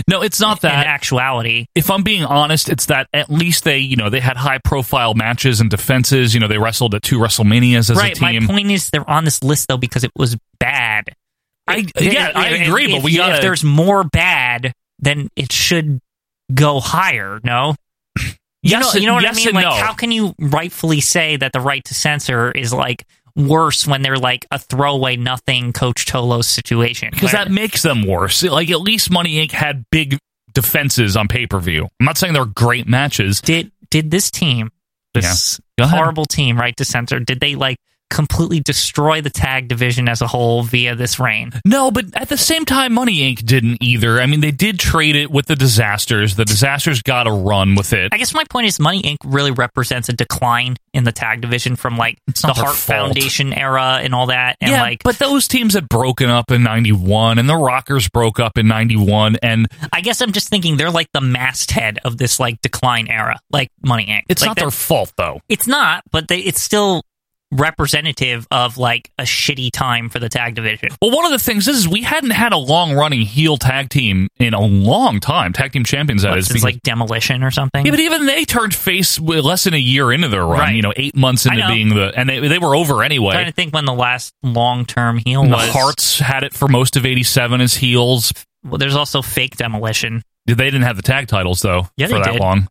Speaker 1: no, it's not
Speaker 2: in
Speaker 1: that.
Speaker 2: actuality.
Speaker 1: if I'm being honest, it's that at least they, you know, they had high profile matches and defenses. You know, they wrestled at two WrestleManias as a
Speaker 2: Right. My
Speaker 1: team.
Speaker 2: point is they're on this list though because it was bad.
Speaker 1: I, yeah, I
Speaker 2: If-
Speaker 1: agree, but
Speaker 2: if-
Speaker 1: we
Speaker 2: if
Speaker 1: gotta.
Speaker 2: there's more bad, then it should go higher. No, you
Speaker 1: Yes
Speaker 2: know, you know
Speaker 1: and-
Speaker 2: what
Speaker 1: yes
Speaker 2: I mean.
Speaker 1: and
Speaker 2: Like,
Speaker 1: no.
Speaker 2: how can you rightfully say that the right to censor is like worse when they're like a throwaway nothing Coach Tolo situation?
Speaker 1: because
Speaker 2: Where-
Speaker 1: that makes them worse. Like at least Money Inc. had big defenses on pay per view. I'm not saying they're great matches.
Speaker 2: did did this team, this
Speaker 1: Go ahead.
Speaker 2: horrible team, right to censor, did they like completely destroy the tag division as a whole via this reign?
Speaker 1: No, but at the same time, Money Inc. didn't either. I mean, they did trade it with the disasters. The disasters got a run with it.
Speaker 2: I guess my point is Money Inc. really represents a decline in the tag division from like the
Speaker 1: not their
Speaker 2: Hart
Speaker 1: fault.
Speaker 2: Foundation era and all that. And
Speaker 1: yeah,
Speaker 2: like
Speaker 1: but those teams had broken up in '91, and the Rockers broke up in '91, and
Speaker 2: I guess I'm just thinking they're like the masthead of this like decline era, like Money Inc.
Speaker 1: it's
Speaker 2: Like,
Speaker 1: not
Speaker 2: that-
Speaker 1: their fault though.
Speaker 2: It's not, but they, it's still representative of like a shitty time for the tag division.
Speaker 1: Well, one of the things is, is we hadn't had a long running heel tag team in a long time. Tag team champions, that
Speaker 2: What,
Speaker 1: is.
Speaker 2: since
Speaker 1: because-
Speaker 2: like demolition or something.
Speaker 1: yeah, but even they turned face with less than a year into their run.
Speaker 2: Right.
Speaker 1: You know, eight months
Speaker 2: I
Speaker 1: into
Speaker 2: know.
Speaker 1: being the, and they, they were over
Speaker 2: I'm trying
Speaker 1: anyway.
Speaker 2: to think when the last long term heel
Speaker 1: And the
Speaker 2: was.
Speaker 1: Hearts had it for most of '87 as heels.
Speaker 2: Well, there's also fake demolition.
Speaker 1: They didn't have the tag titles though
Speaker 2: Yeah,
Speaker 1: for
Speaker 2: they
Speaker 1: that
Speaker 2: did.
Speaker 1: long.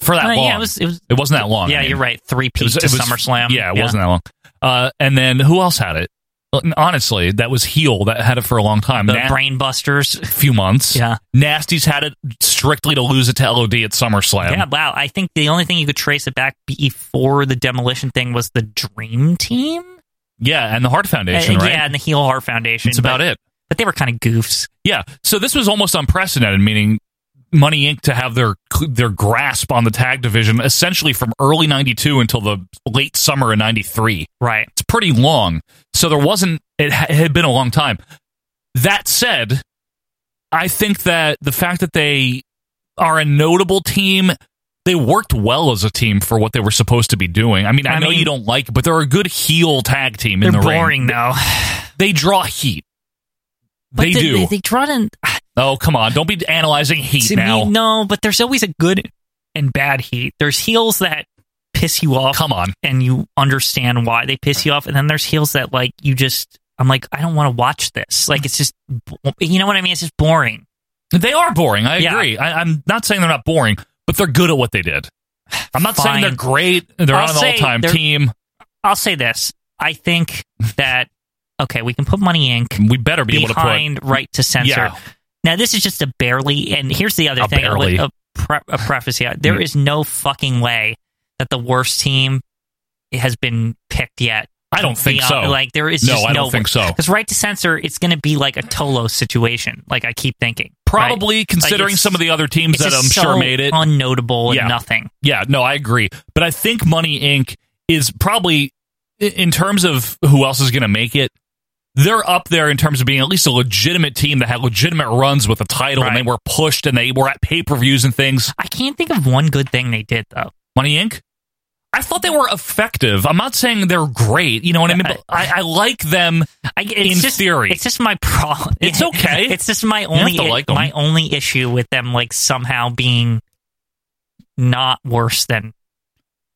Speaker 1: For that
Speaker 2: Uh, yeah,
Speaker 1: long,
Speaker 2: it was- it was-
Speaker 1: not that long.
Speaker 2: yeah,
Speaker 1: I mean.
Speaker 2: you're right. Three
Speaker 1: It
Speaker 2: peat
Speaker 1: was-
Speaker 2: to
Speaker 1: it was-
Speaker 2: SummerSlam.
Speaker 1: Yeah, it wasn't that long. Uh, and then who else had it? Uh, Honestly, that was heel that had it for a long time.
Speaker 2: The
Speaker 1: Na-
Speaker 2: Brainbusters.
Speaker 1: few months.
Speaker 2: Yeah.
Speaker 1: Nasty's had it strictly to lose it to LOD at SummerSlam.
Speaker 2: Yeah, wow. I think the only thing you could trace it back before the demolition thing was the Dream Team.
Speaker 1: Yeah, and the Hart Foundation,
Speaker 2: Uh,
Speaker 1: right?
Speaker 2: Yeah, and the Heel Heart Foundation.
Speaker 1: That's about
Speaker 2: but,
Speaker 1: it.
Speaker 2: But they were kind of goofs.
Speaker 1: Yeah. So this was almost unprecedented, meaning Money Inc. to have their their grasp on the tag division essentially from early '92 until the late summer of '93.
Speaker 2: Right.
Speaker 1: It's pretty long. So there wasn't. It, ha- it had been a long time. That said, I think that the fact that they are a notable team. They worked well as a team for what they were supposed to be doing. I mean, I,
Speaker 2: I
Speaker 1: know
Speaker 2: mean-
Speaker 1: you don't like, it, but they're a good heel tag team
Speaker 2: They're
Speaker 1: in the ring. (laughs)
Speaker 2: boring though.
Speaker 1: They draw heat.
Speaker 2: But
Speaker 1: they, do.
Speaker 2: They, they draw it in.
Speaker 1: Oh, come on. Don't be analyzing heat
Speaker 2: to
Speaker 1: now.
Speaker 2: me, no, but there's always a good and bad heat. There's heels that piss you off.
Speaker 1: Come on.
Speaker 2: And you understand why they piss you off. And then there's heels that, like, you just, I'm like, I don't want to watch this. Like, it's just, bo- you know what I mean? It's just boring.
Speaker 1: They are boring. I
Speaker 2: Yeah.
Speaker 1: agree. I, I'm not saying they're not boring, but they're good at what they did. I'm not saying
Speaker 2: Fine.
Speaker 1: they're great. They're
Speaker 2: I'll
Speaker 1: on an
Speaker 2: say
Speaker 1: all time
Speaker 2: they're-
Speaker 1: team.
Speaker 2: I'll say this.
Speaker 1: (laughs)
Speaker 2: I think that, okay, we can put Money Inc.
Speaker 1: We better be able to put
Speaker 2: behind right to censor.
Speaker 1: Yeah.
Speaker 2: Now this is just a barely, and here's the other
Speaker 1: A
Speaker 2: thing: I would-
Speaker 1: barely.
Speaker 2: a, pre- a preface here. There
Speaker 1: Mm.
Speaker 2: is no fucking way that the worst team has been picked yet.
Speaker 1: I don't think
Speaker 2: Beyond-
Speaker 1: so.
Speaker 2: Like there is
Speaker 1: No,
Speaker 2: just
Speaker 1: I don't think so.
Speaker 2: Because right to censor, it's going to be like a Tolo situation. Like I keep thinking, right?
Speaker 1: probably
Speaker 2: Like,
Speaker 1: considering
Speaker 2: it's-
Speaker 1: some of the other teams
Speaker 2: it's
Speaker 1: that I'm
Speaker 2: just
Speaker 1: sure
Speaker 2: so
Speaker 1: made it.
Speaker 2: unnotable
Speaker 1: Yeah.
Speaker 2: and nothing.
Speaker 1: Yeah, no, I agree. But I think Money Inc. is probably, i- in terms of who else is going to make it, they're up there in terms of being at least a legitimate team that had legitimate runs with the title and
Speaker 2: Right.
Speaker 1: they were pushed and they were at pay per views and things.
Speaker 2: I can't think of one good thing they did though.
Speaker 1: Money Inc. I thought they were effective. I'm not saying they're great. You know what I mean? But I, I like them
Speaker 2: I, it's
Speaker 1: in
Speaker 2: just,
Speaker 1: theory.
Speaker 2: It's just my problem.
Speaker 1: (laughs) It's okay.
Speaker 2: (laughs) It's just my
Speaker 1: have
Speaker 2: only
Speaker 1: to like 'em.
Speaker 2: my only issue with them like somehow being not worse than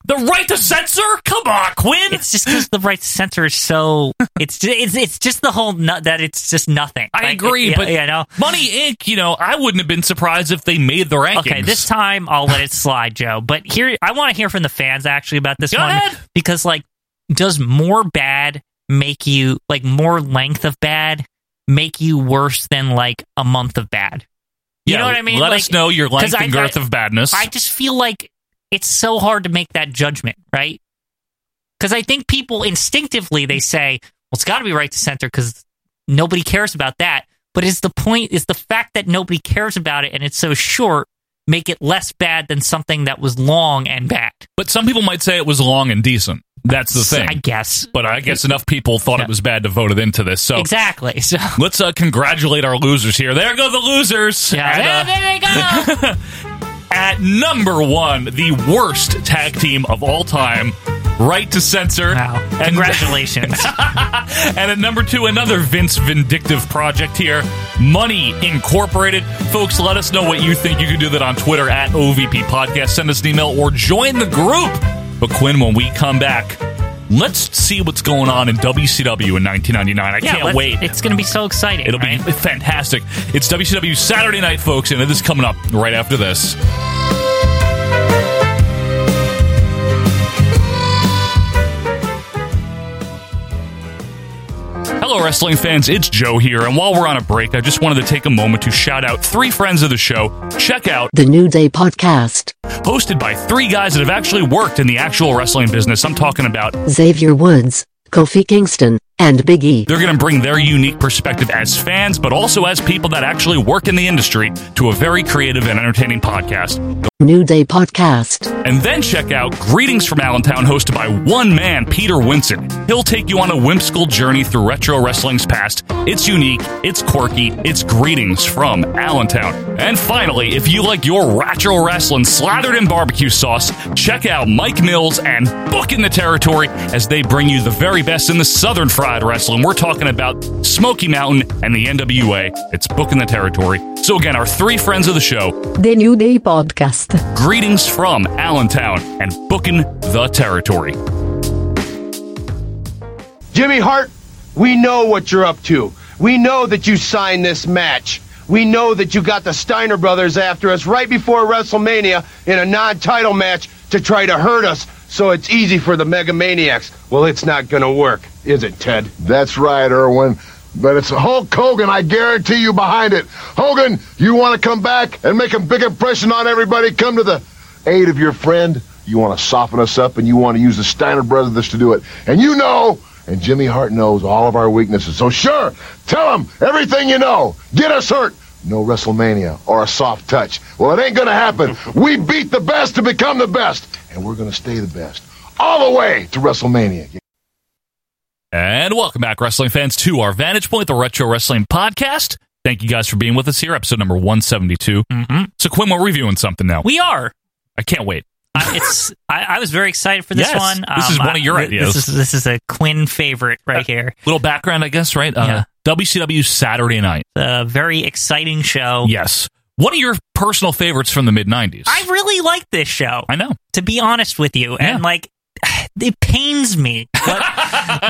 Speaker 1: the right to censor? Come on, Quinn.
Speaker 2: it's just because the right center is so it's ju- it's it's just the whole no, that it's just nothing.
Speaker 1: I
Speaker 2: Like,
Speaker 1: agree,
Speaker 2: yeah,
Speaker 1: but
Speaker 2: you know.
Speaker 1: Money Inc. You know, I wouldn't have been surprised if they made the rankings.
Speaker 2: Okay, this time I'll let it slide, Joe. But here, I want to hear from the fans actually about this
Speaker 1: Go
Speaker 2: one
Speaker 1: ahead.
Speaker 2: because, like, does more bad make you like more length of bad make you worse than like a month of bad? You
Speaker 1: Yeah,
Speaker 2: know what I mean?
Speaker 1: Let
Speaker 2: Like,
Speaker 1: us know your length
Speaker 2: 'cause I-
Speaker 1: and girth
Speaker 2: I-
Speaker 1: of badness.
Speaker 2: I just feel like it's so hard to make that judgment, right? Because I think people instinctively they say, "Well, it's got to be right to center because nobody cares about that." But is the point is the fact that nobody cares about it and it's so short make it less bad than something that was long and bad?
Speaker 1: but some people might say it was long and decent. That's the thing.
Speaker 2: I guess
Speaker 1: but I guess enough people thought
Speaker 2: Yeah.
Speaker 1: it was bad to vote it into this. So
Speaker 2: exactly. (laughs) So
Speaker 1: let's uh, congratulate our losers here. There go the losers.
Speaker 2: yeah,
Speaker 1: And, uh,
Speaker 2: there, there they go.
Speaker 1: (laughs) At number one, the worst tag team of all time, Right to Censor.
Speaker 2: Wow.
Speaker 1: And- uh,
Speaker 2: Congratulations.
Speaker 1: (laughs) and at number two, another Vince Vindictive project here, Money Incorporated. Folks, let us know what you think. You can do that on Twitter at OVP Podcast. Send us an email or join the group. But Quinn, when we come back, let's see what's going on in WCW in 1999. I
Speaker 2: Yeah,
Speaker 1: can't
Speaker 2: let's-
Speaker 1: wait.
Speaker 2: It's going to be so exciting.
Speaker 1: It'll
Speaker 2: right?
Speaker 1: be (laughs) fantastic. It's WCW Saturday night, folks, and it is coming up right after this. Hello, wrestling fans. It's Joe here, and while we're on a break, I just wanted to take a moment to shout out three friends of the show. Check out
Speaker 3: The New Day Podcast.
Speaker 1: hosted by three guys that have actually worked in the actual wrestling business. I'm talking about
Speaker 3: Xavier Woods, Kofi Kingston, and Big E.
Speaker 1: They're going to bring their unique perspective as fans, but also as people that actually work in the industry to a very creative and entertaining podcast.
Speaker 3: New Day Podcast.
Speaker 1: And then check out Greetings from Allentown, hosted by one man, Peter Winson. He'll take you on a whimsical journey through retro wrestling's past. It's unique, it's quirky, it's Greetings from Allentown. And finally, if you like your retro wrestling slathered in barbecue sauce, check out Mike Mills and Book in the Territory as they bring you the very best in the Southern fried wrestling. We're talking about Smoky Mountain and the NWA. It's Book in the Territory. So again, our three friends of the show,
Speaker 3: The New Day Podcast.
Speaker 1: Greetings from Allentown and booking the territory.
Speaker 20: Jimmy Hart, we know what you're up to. We know that you signed this match. We know that you got the Steiner brothers after us right before WrestleMania in a non-title match to try to hurt us, so it's easy for the megamaniacs. Well, it's not gonna work, is it, Ted?
Speaker 19: That's right, Irwin. But it's Hulk Hogan, I guarantee you, behind it. Hogan, you want to come back and make a big impression on everybody? Come to the aid of your friend. You want to soften us up, and you want to use the Steiner brothers to do it. And you know, and Jimmy Hart knows all of our weaknesses. So sure, tell him everything you know. Get us hurt. No WrestleMania or a soft touch. Well, it ain't gonna happen. we beat the best to become the best, and we're gonna stay the best all the way to WrestleMania.
Speaker 1: And welcome back, wrestling fans, to our Vantage Point, the Retro Wrestling Podcast. Thank you guys for being with us here, episode number 172. So, Quinn, we're reviewing something now.
Speaker 2: Mm-hmm. We are.
Speaker 1: I can't wait.
Speaker 2: I, it's I, I was very excited for this
Speaker 1: Yes,
Speaker 2: one. Um,
Speaker 1: this is one of your
Speaker 2: I-
Speaker 1: ideas.
Speaker 2: This is this is a Quinn favorite right here.
Speaker 1: Little background, I guess, right? Uh, WCW Saturday night.
Speaker 2: A very exciting show.
Speaker 1: Yes. One of your personal favorites from the mid 90s.
Speaker 2: I really like this show.
Speaker 1: I know.
Speaker 2: To be honest with you, and like (sighs) it pains me
Speaker 1: (laughs)
Speaker 2: what,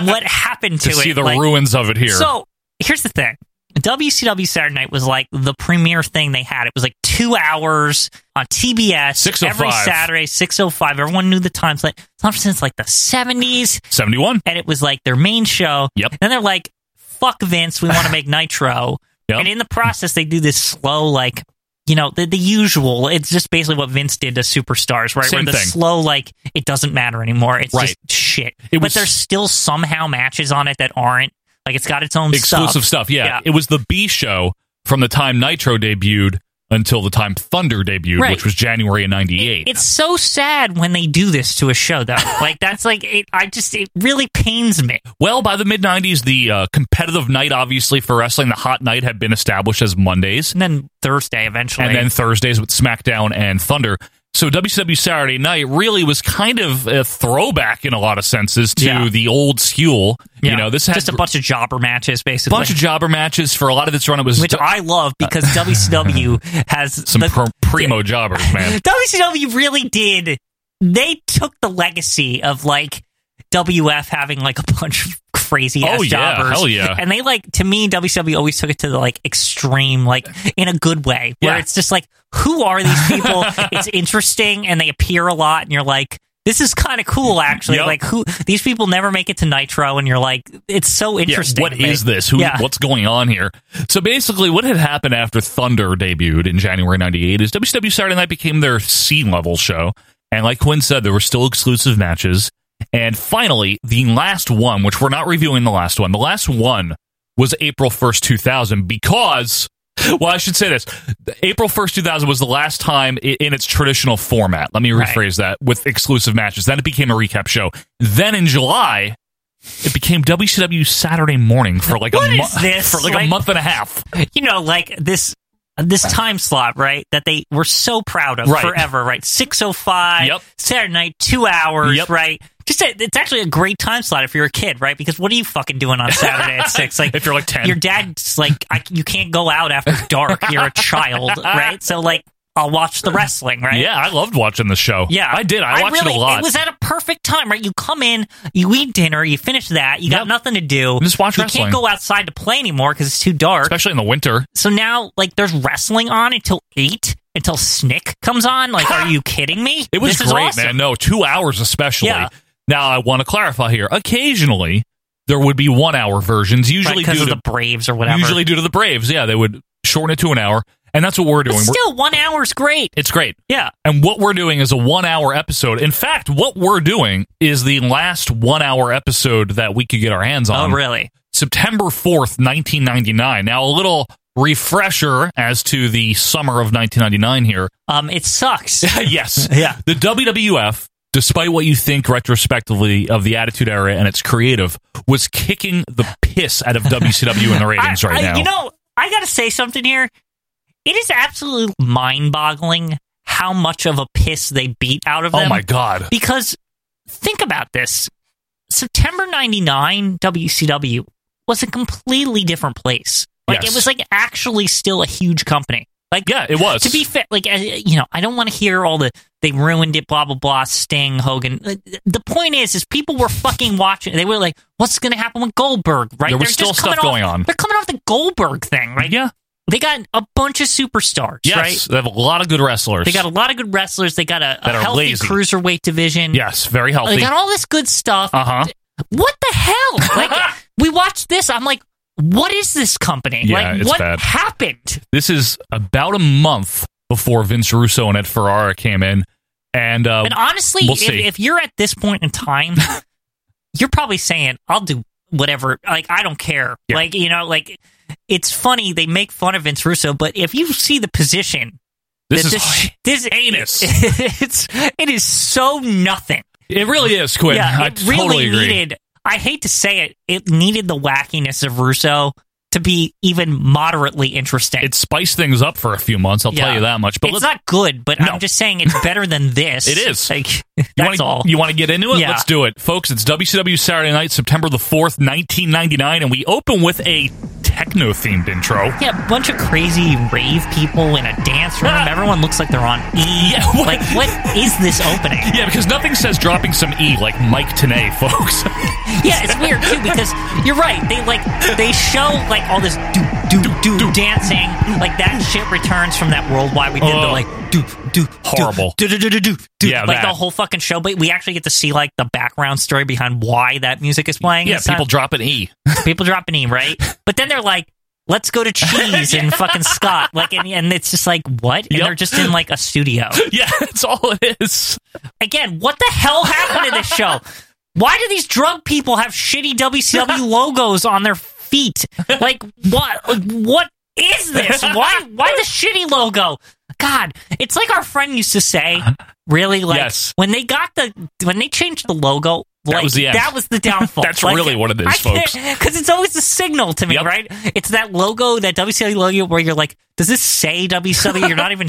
Speaker 2: what happened to,
Speaker 1: To
Speaker 2: it.
Speaker 1: see the
Speaker 2: Like,
Speaker 1: ruins of it here.
Speaker 2: So here's the thing. WCW Saturday Night was like the premier thing they had. It was like two hours on TBS every
Speaker 1: 6:05.
Speaker 2: Saturday, six oh five. Everyone knew the time slot. It's not since like the seventies.
Speaker 1: 71.
Speaker 2: And it was like their main show.
Speaker 1: Yep.
Speaker 2: Then they're like, fuck Vince, we want
Speaker 1: (laughs)
Speaker 2: to make Nitro. And in the process, they do this slow, like, you know, the, the usual. It's just basically what Vince did to superstars, right?
Speaker 1: Same
Speaker 2: Where the
Speaker 1: thing.
Speaker 2: slow, like, it doesn't matter anymore. It's
Speaker 1: Right.
Speaker 2: just shit.
Speaker 1: It
Speaker 2: but
Speaker 1: was-
Speaker 2: there's still somehow matches on it that aren't. Like, it's got its own
Speaker 1: Exclusive stuff. Yeah. It was the B show from the time Nitro debuted until the time Thunder debuted,
Speaker 2: Right.
Speaker 1: which was January of 98.
Speaker 2: It's so sad when they do this to a show,
Speaker 1: (laughs)
Speaker 2: though. like, that's like, it, I just, it really pains me.
Speaker 1: Well, by the mid 90s, the uh, competitive night, obviously, for wrestling, the hot night had been established as Mondays.
Speaker 2: And then Thursday, eventually.
Speaker 1: And then Thursdays with SmackDown and Thunder. So WCW Saturday Night really was kind of a throwback in a lot of senses to
Speaker 2: Yeah.
Speaker 1: the old school.
Speaker 2: Yeah.
Speaker 1: You know, this had
Speaker 2: just a bunch of jobber matches, basically.
Speaker 1: bunch of jobber matches for a lot of its run. It was
Speaker 2: which I love because
Speaker 1: (laughs)
Speaker 2: WCW has
Speaker 1: Uh, some
Speaker 2: the,
Speaker 1: pr- primo jobbers,
Speaker 2: (laughs)
Speaker 1: man.
Speaker 2: WCW really did. They took the legacy of like WF having like a bunch of crazy ass
Speaker 1: Oh, yeah.
Speaker 2: jobbers,
Speaker 1: Hell, yeah.
Speaker 2: and they like to me WCW always took it to the like extreme, like in a good way, where
Speaker 1: Yeah.
Speaker 2: it's just like who are
Speaker 1: (laughs)
Speaker 2: these people? it's interesting, and they appear a lot, and you're like. This is kind of cool, actually.
Speaker 1: Yep.
Speaker 2: Like, who these people never make it to Nitro, and you're like, it's so interesting.
Speaker 1: What
Speaker 2: to
Speaker 1: is
Speaker 2: me.
Speaker 1: this? Who?
Speaker 2: Yeah.
Speaker 1: What's going on here? So basically, what had happened after Thunder debuted in January '98 is WCW Saturday Night became their C level show, and like Quinn said, there were still exclusive matches. And finally, the last one, which we're not reviewing the last one, the last one was April 1st, 2000, because, well, I should say this April 1st, 2000 was the last time i- in its traditional format. Let me rephrase that with exclusive matches. Then it became a recap show. Then in July, it became WCW Saturday morning for like
Speaker 2: What
Speaker 1: a
Speaker 2: is
Speaker 1: month
Speaker 2: this?
Speaker 1: for like,
Speaker 2: Like-
Speaker 1: a month and a half.
Speaker 2: you know, like this this time slot, right? That they were so proud of
Speaker 1: Right.
Speaker 2: forever, right? Six oh five Saturday night, two hours,
Speaker 1: Yep.
Speaker 2: right? Just a, it's actually a great time slot if you're a kid, right? Because what are you fucking doing on Saturday at six?
Speaker 1: (laughs)
Speaker 2: Like
Speaker 1: If you're like 10.
Speaker 2: your dad's like, I, you can't go out after dark. You're a
Speaker 1: (laughs)
Speaker 2: child, right? So like, I'll watch the wrestling, right?
Speaker 1: Yeah, I loved watching the show.
Speaker 2: Yeah,
Speaker 1: I did. I, watched
Speaker 2: really,
Speaker 1: it a lot.
Speaker 2: It was at a perfect time, right? You come in, you eat dinner, you finish that, you got nothing to do.
Speaker 1: Just watch
Speaker 2: You
Speaker 1: wrestling.
Speaker 2: can't go outside to play anymore because it's too dark.
Speaker 1: Especially in the winter.
Speaker 2: So now, like, there's wrestling on until eight, until Snick comes on.
Speaker 1: (gasps)
Speaker 2: Like, are you kidding me?
Speaker 1: It was
Speaker 2: This is
Speaker 1: great,
Speaker 2: awesome.
Speaker 1: man. No, two hours especially.
Speaker 2: Yeah.
Speaker 1: Now I want to clarify here. Occasionally there would be one hour versions, usually
Speaker 2: because
Speaker 1: due
Speaker 2: of
Speaker 1: to
Speaker 2: the Braves or whatever.
Speaker 1: Usually due to the Braves. Yeah, they would shorten it to an hour, and that's what we're
Speaker 2: But
Speaker 1: doing. We're-
Speaker 2: still, one hour's great.
Speaker 1: it's great.
Speaker 2: Yeah.
Speaker 1: And what we're doing is a one hour episode. In fact, what we're doing is the last one hour episode that we could get our hands on.
Speaker 2: Oh, really?
Speaker 1: September 4th, 1999. Now, a little refresher as to the summer of 1999 here. Uh,
Speaker 2: Um, it
Speaker 1: (laughs)
Speaker 2: sucks.
Speaker 1: yes.
Speaker 2: (laughs) Yeah.
Speaker 1: The WWF, despite what you think retrospectively of the Attitude Era and its creative, was kicking the piss
Speaker 2: (laughs)
Speaker 1: out of WCW in the ratings
Speaker 2: I-
Speaker 1: right
Speaker 2: I-
Speaker 1: now.
Speaker 2: You know, I gotta say something here. It is absolutely mind-boggling how much of a piss they beat out of
Speaker 1: Oh
Speaker 2: them.
Speaker 1: my God.
Speaker 2: Because think about this: September '99 WCW was a completely different place. Like
Speaker 1: Yes.
Speaker 2: it was like actually still a huge company. Like
Speaker 1: yeah, it was.
Speaker 2: to be fair, like uh, you know, I don't want to hear all the they ruined it, blah blah blah. Sting, Hogan. Uh, The point is, is people were fucking watching. They were like, "What's going to happen with Goldberg?" Right?
Speaker 1: There was
Speaker 2: They're
Speaker 1: still
Speaker 2: just coming
Speaker 1: stuff
Speaker 2: off-
Speaker 1: going on.
Speaker 2: They're coming off the Goldberg thing, right?
Speaker 1: Yeah.
Speaker 2: They got a bunch of superstars,
Speaker 1: Yes,
Speaker 2: right?
Speaker 1: they have a lot of good wrestlers.
Speaker 2: They got a lot of good wrestlers. They got a, a
Speaker 1: That are
Speaker 2: healthy
Speaker 1: lazy.
Speaker 2: cruiserweight division.
Speaker 1: yes, very healthy.
Speaker 2: They got all this good stuff.
Speaker 1: Uh huh.
Speaker 2: What the hell? Like
Speaker 1: (laughs)
Speaker 2: we watched this, I'm like, what is this company?
Speaker 1: Yeah,
Speaker 2: like
Speaker 1: it's
Speaker 2: what
Speaker 1: bad.
Speaker 2: happened?
Speaker 1: This is about a month before Vince Russo and Ed Ferrara came in, and uh,
Speaker 2: and honestly,
Speaker 1: we'll
Speaker 2: if,
Speaker 1: see.
Speaker 2: if you're at this point in time, (laughs) you're probably saying, I'll do whatever. Like, I don't care. Like, you know, like, it's funny. They make fun of Vince Russo, but if you see the position,
Speaker 1: This
Speaker 2: that
Speaker 1: is (laughs)
Speaker 2: this,
Speaker 1: heinous.
Speaker 2: (laughs) It's, it is so nothing.
Speaker 1: it really is, Quinn.
Speaker 2: Yeah,
Speaker 1: I
Speaker 2: it really
Speaker 1: totally agree.
Speaker 2: needed. I hate to say it, it needed the wackiness of Russo to be even moderately interesting.
Speaker 1: It spiced things up for a few months. I'll tell
Speaker 2: Yeah.
Speaker 1: you that much. But let's-
Speaker 2: it's not good, but I'm just
Speaker 1: (laughs)
Speaker 2: saying it's better than this.
Speaker 1: It is.
Speaker 2: Like,
Speaker 1: You
Speaker 2: (laughs) that's
Speaker 1: wanna,
Speaker 2: all.
Speaker 1: You want to get into it?
Speaker 2: Yeah.
Speaker 1: Let's do it. Folks, it's WCW Saturday night, September the 4th, 1999, and we open with a techno themed intro.
Speaker 2: Yeah, a bunch of crazy rave people in a
Speaker 1: (laughs)
Speaker 2: dance room. Everyone looks like they're on E.
Speaker 1: Yeah, what-
Speaker 2: Like, what is this opening?
Speaker 1: (laughs) Yeah, because nothing says dropping some E like Mike Tanay, folks. (laughs)
Speaker 2: Yeah, it's weird too because you're right. They like they show like all this do do do, dancing. Like that shit returns from that worldwide we did the
Speaker 1: Oh.
Speaker 2: like do do
Speaker 1: Horrible.
Speaker 2: do do do do do. do
Speaker 1: Yeah,
Speaker 2: like the
Speaker 1: that.
Speaker 2: whole fucking show. But we actually get to see like the background story behind why that music is playing.
Speaker 1: yeah,
Speaker 2: this time.
Speaker 1: people drop an E. (laughs)
Speaker 2: (laughs) people dropping E, right? But then they're like, let's
Speaker 1: (laughs)
Speaker 2: go to Cheese and fucking Scott. Like, and, and it's just like, what? And
Speaker 1: Yep.
Speaker 2: they're just in like a studio.
Speaker 1: Yeah, that's all it is.
Speaker 2: Again, what the hell happened to this show? Why do these drug people have
Speaker 1: (laughs)
Speaker 2: shitty WCW logos on their feet? Like, what? like, What is this? Why? Why the shitty logo? God, it's like our friend used to say. Really, like
Speaker 1: Yes.
Speaker 2: when they got the when they changed the logo,
Speaker 1: That
Speaker 2: like
Speaker 1: was the end.
Speaker 2: that was the downfall.
Speaker 1: (laughs) That's really what it is, folks.
Speaker 2: Because it's always a signal to me, right? It's that logo, that WCW logo, where you're like, does this say WCW? You're not even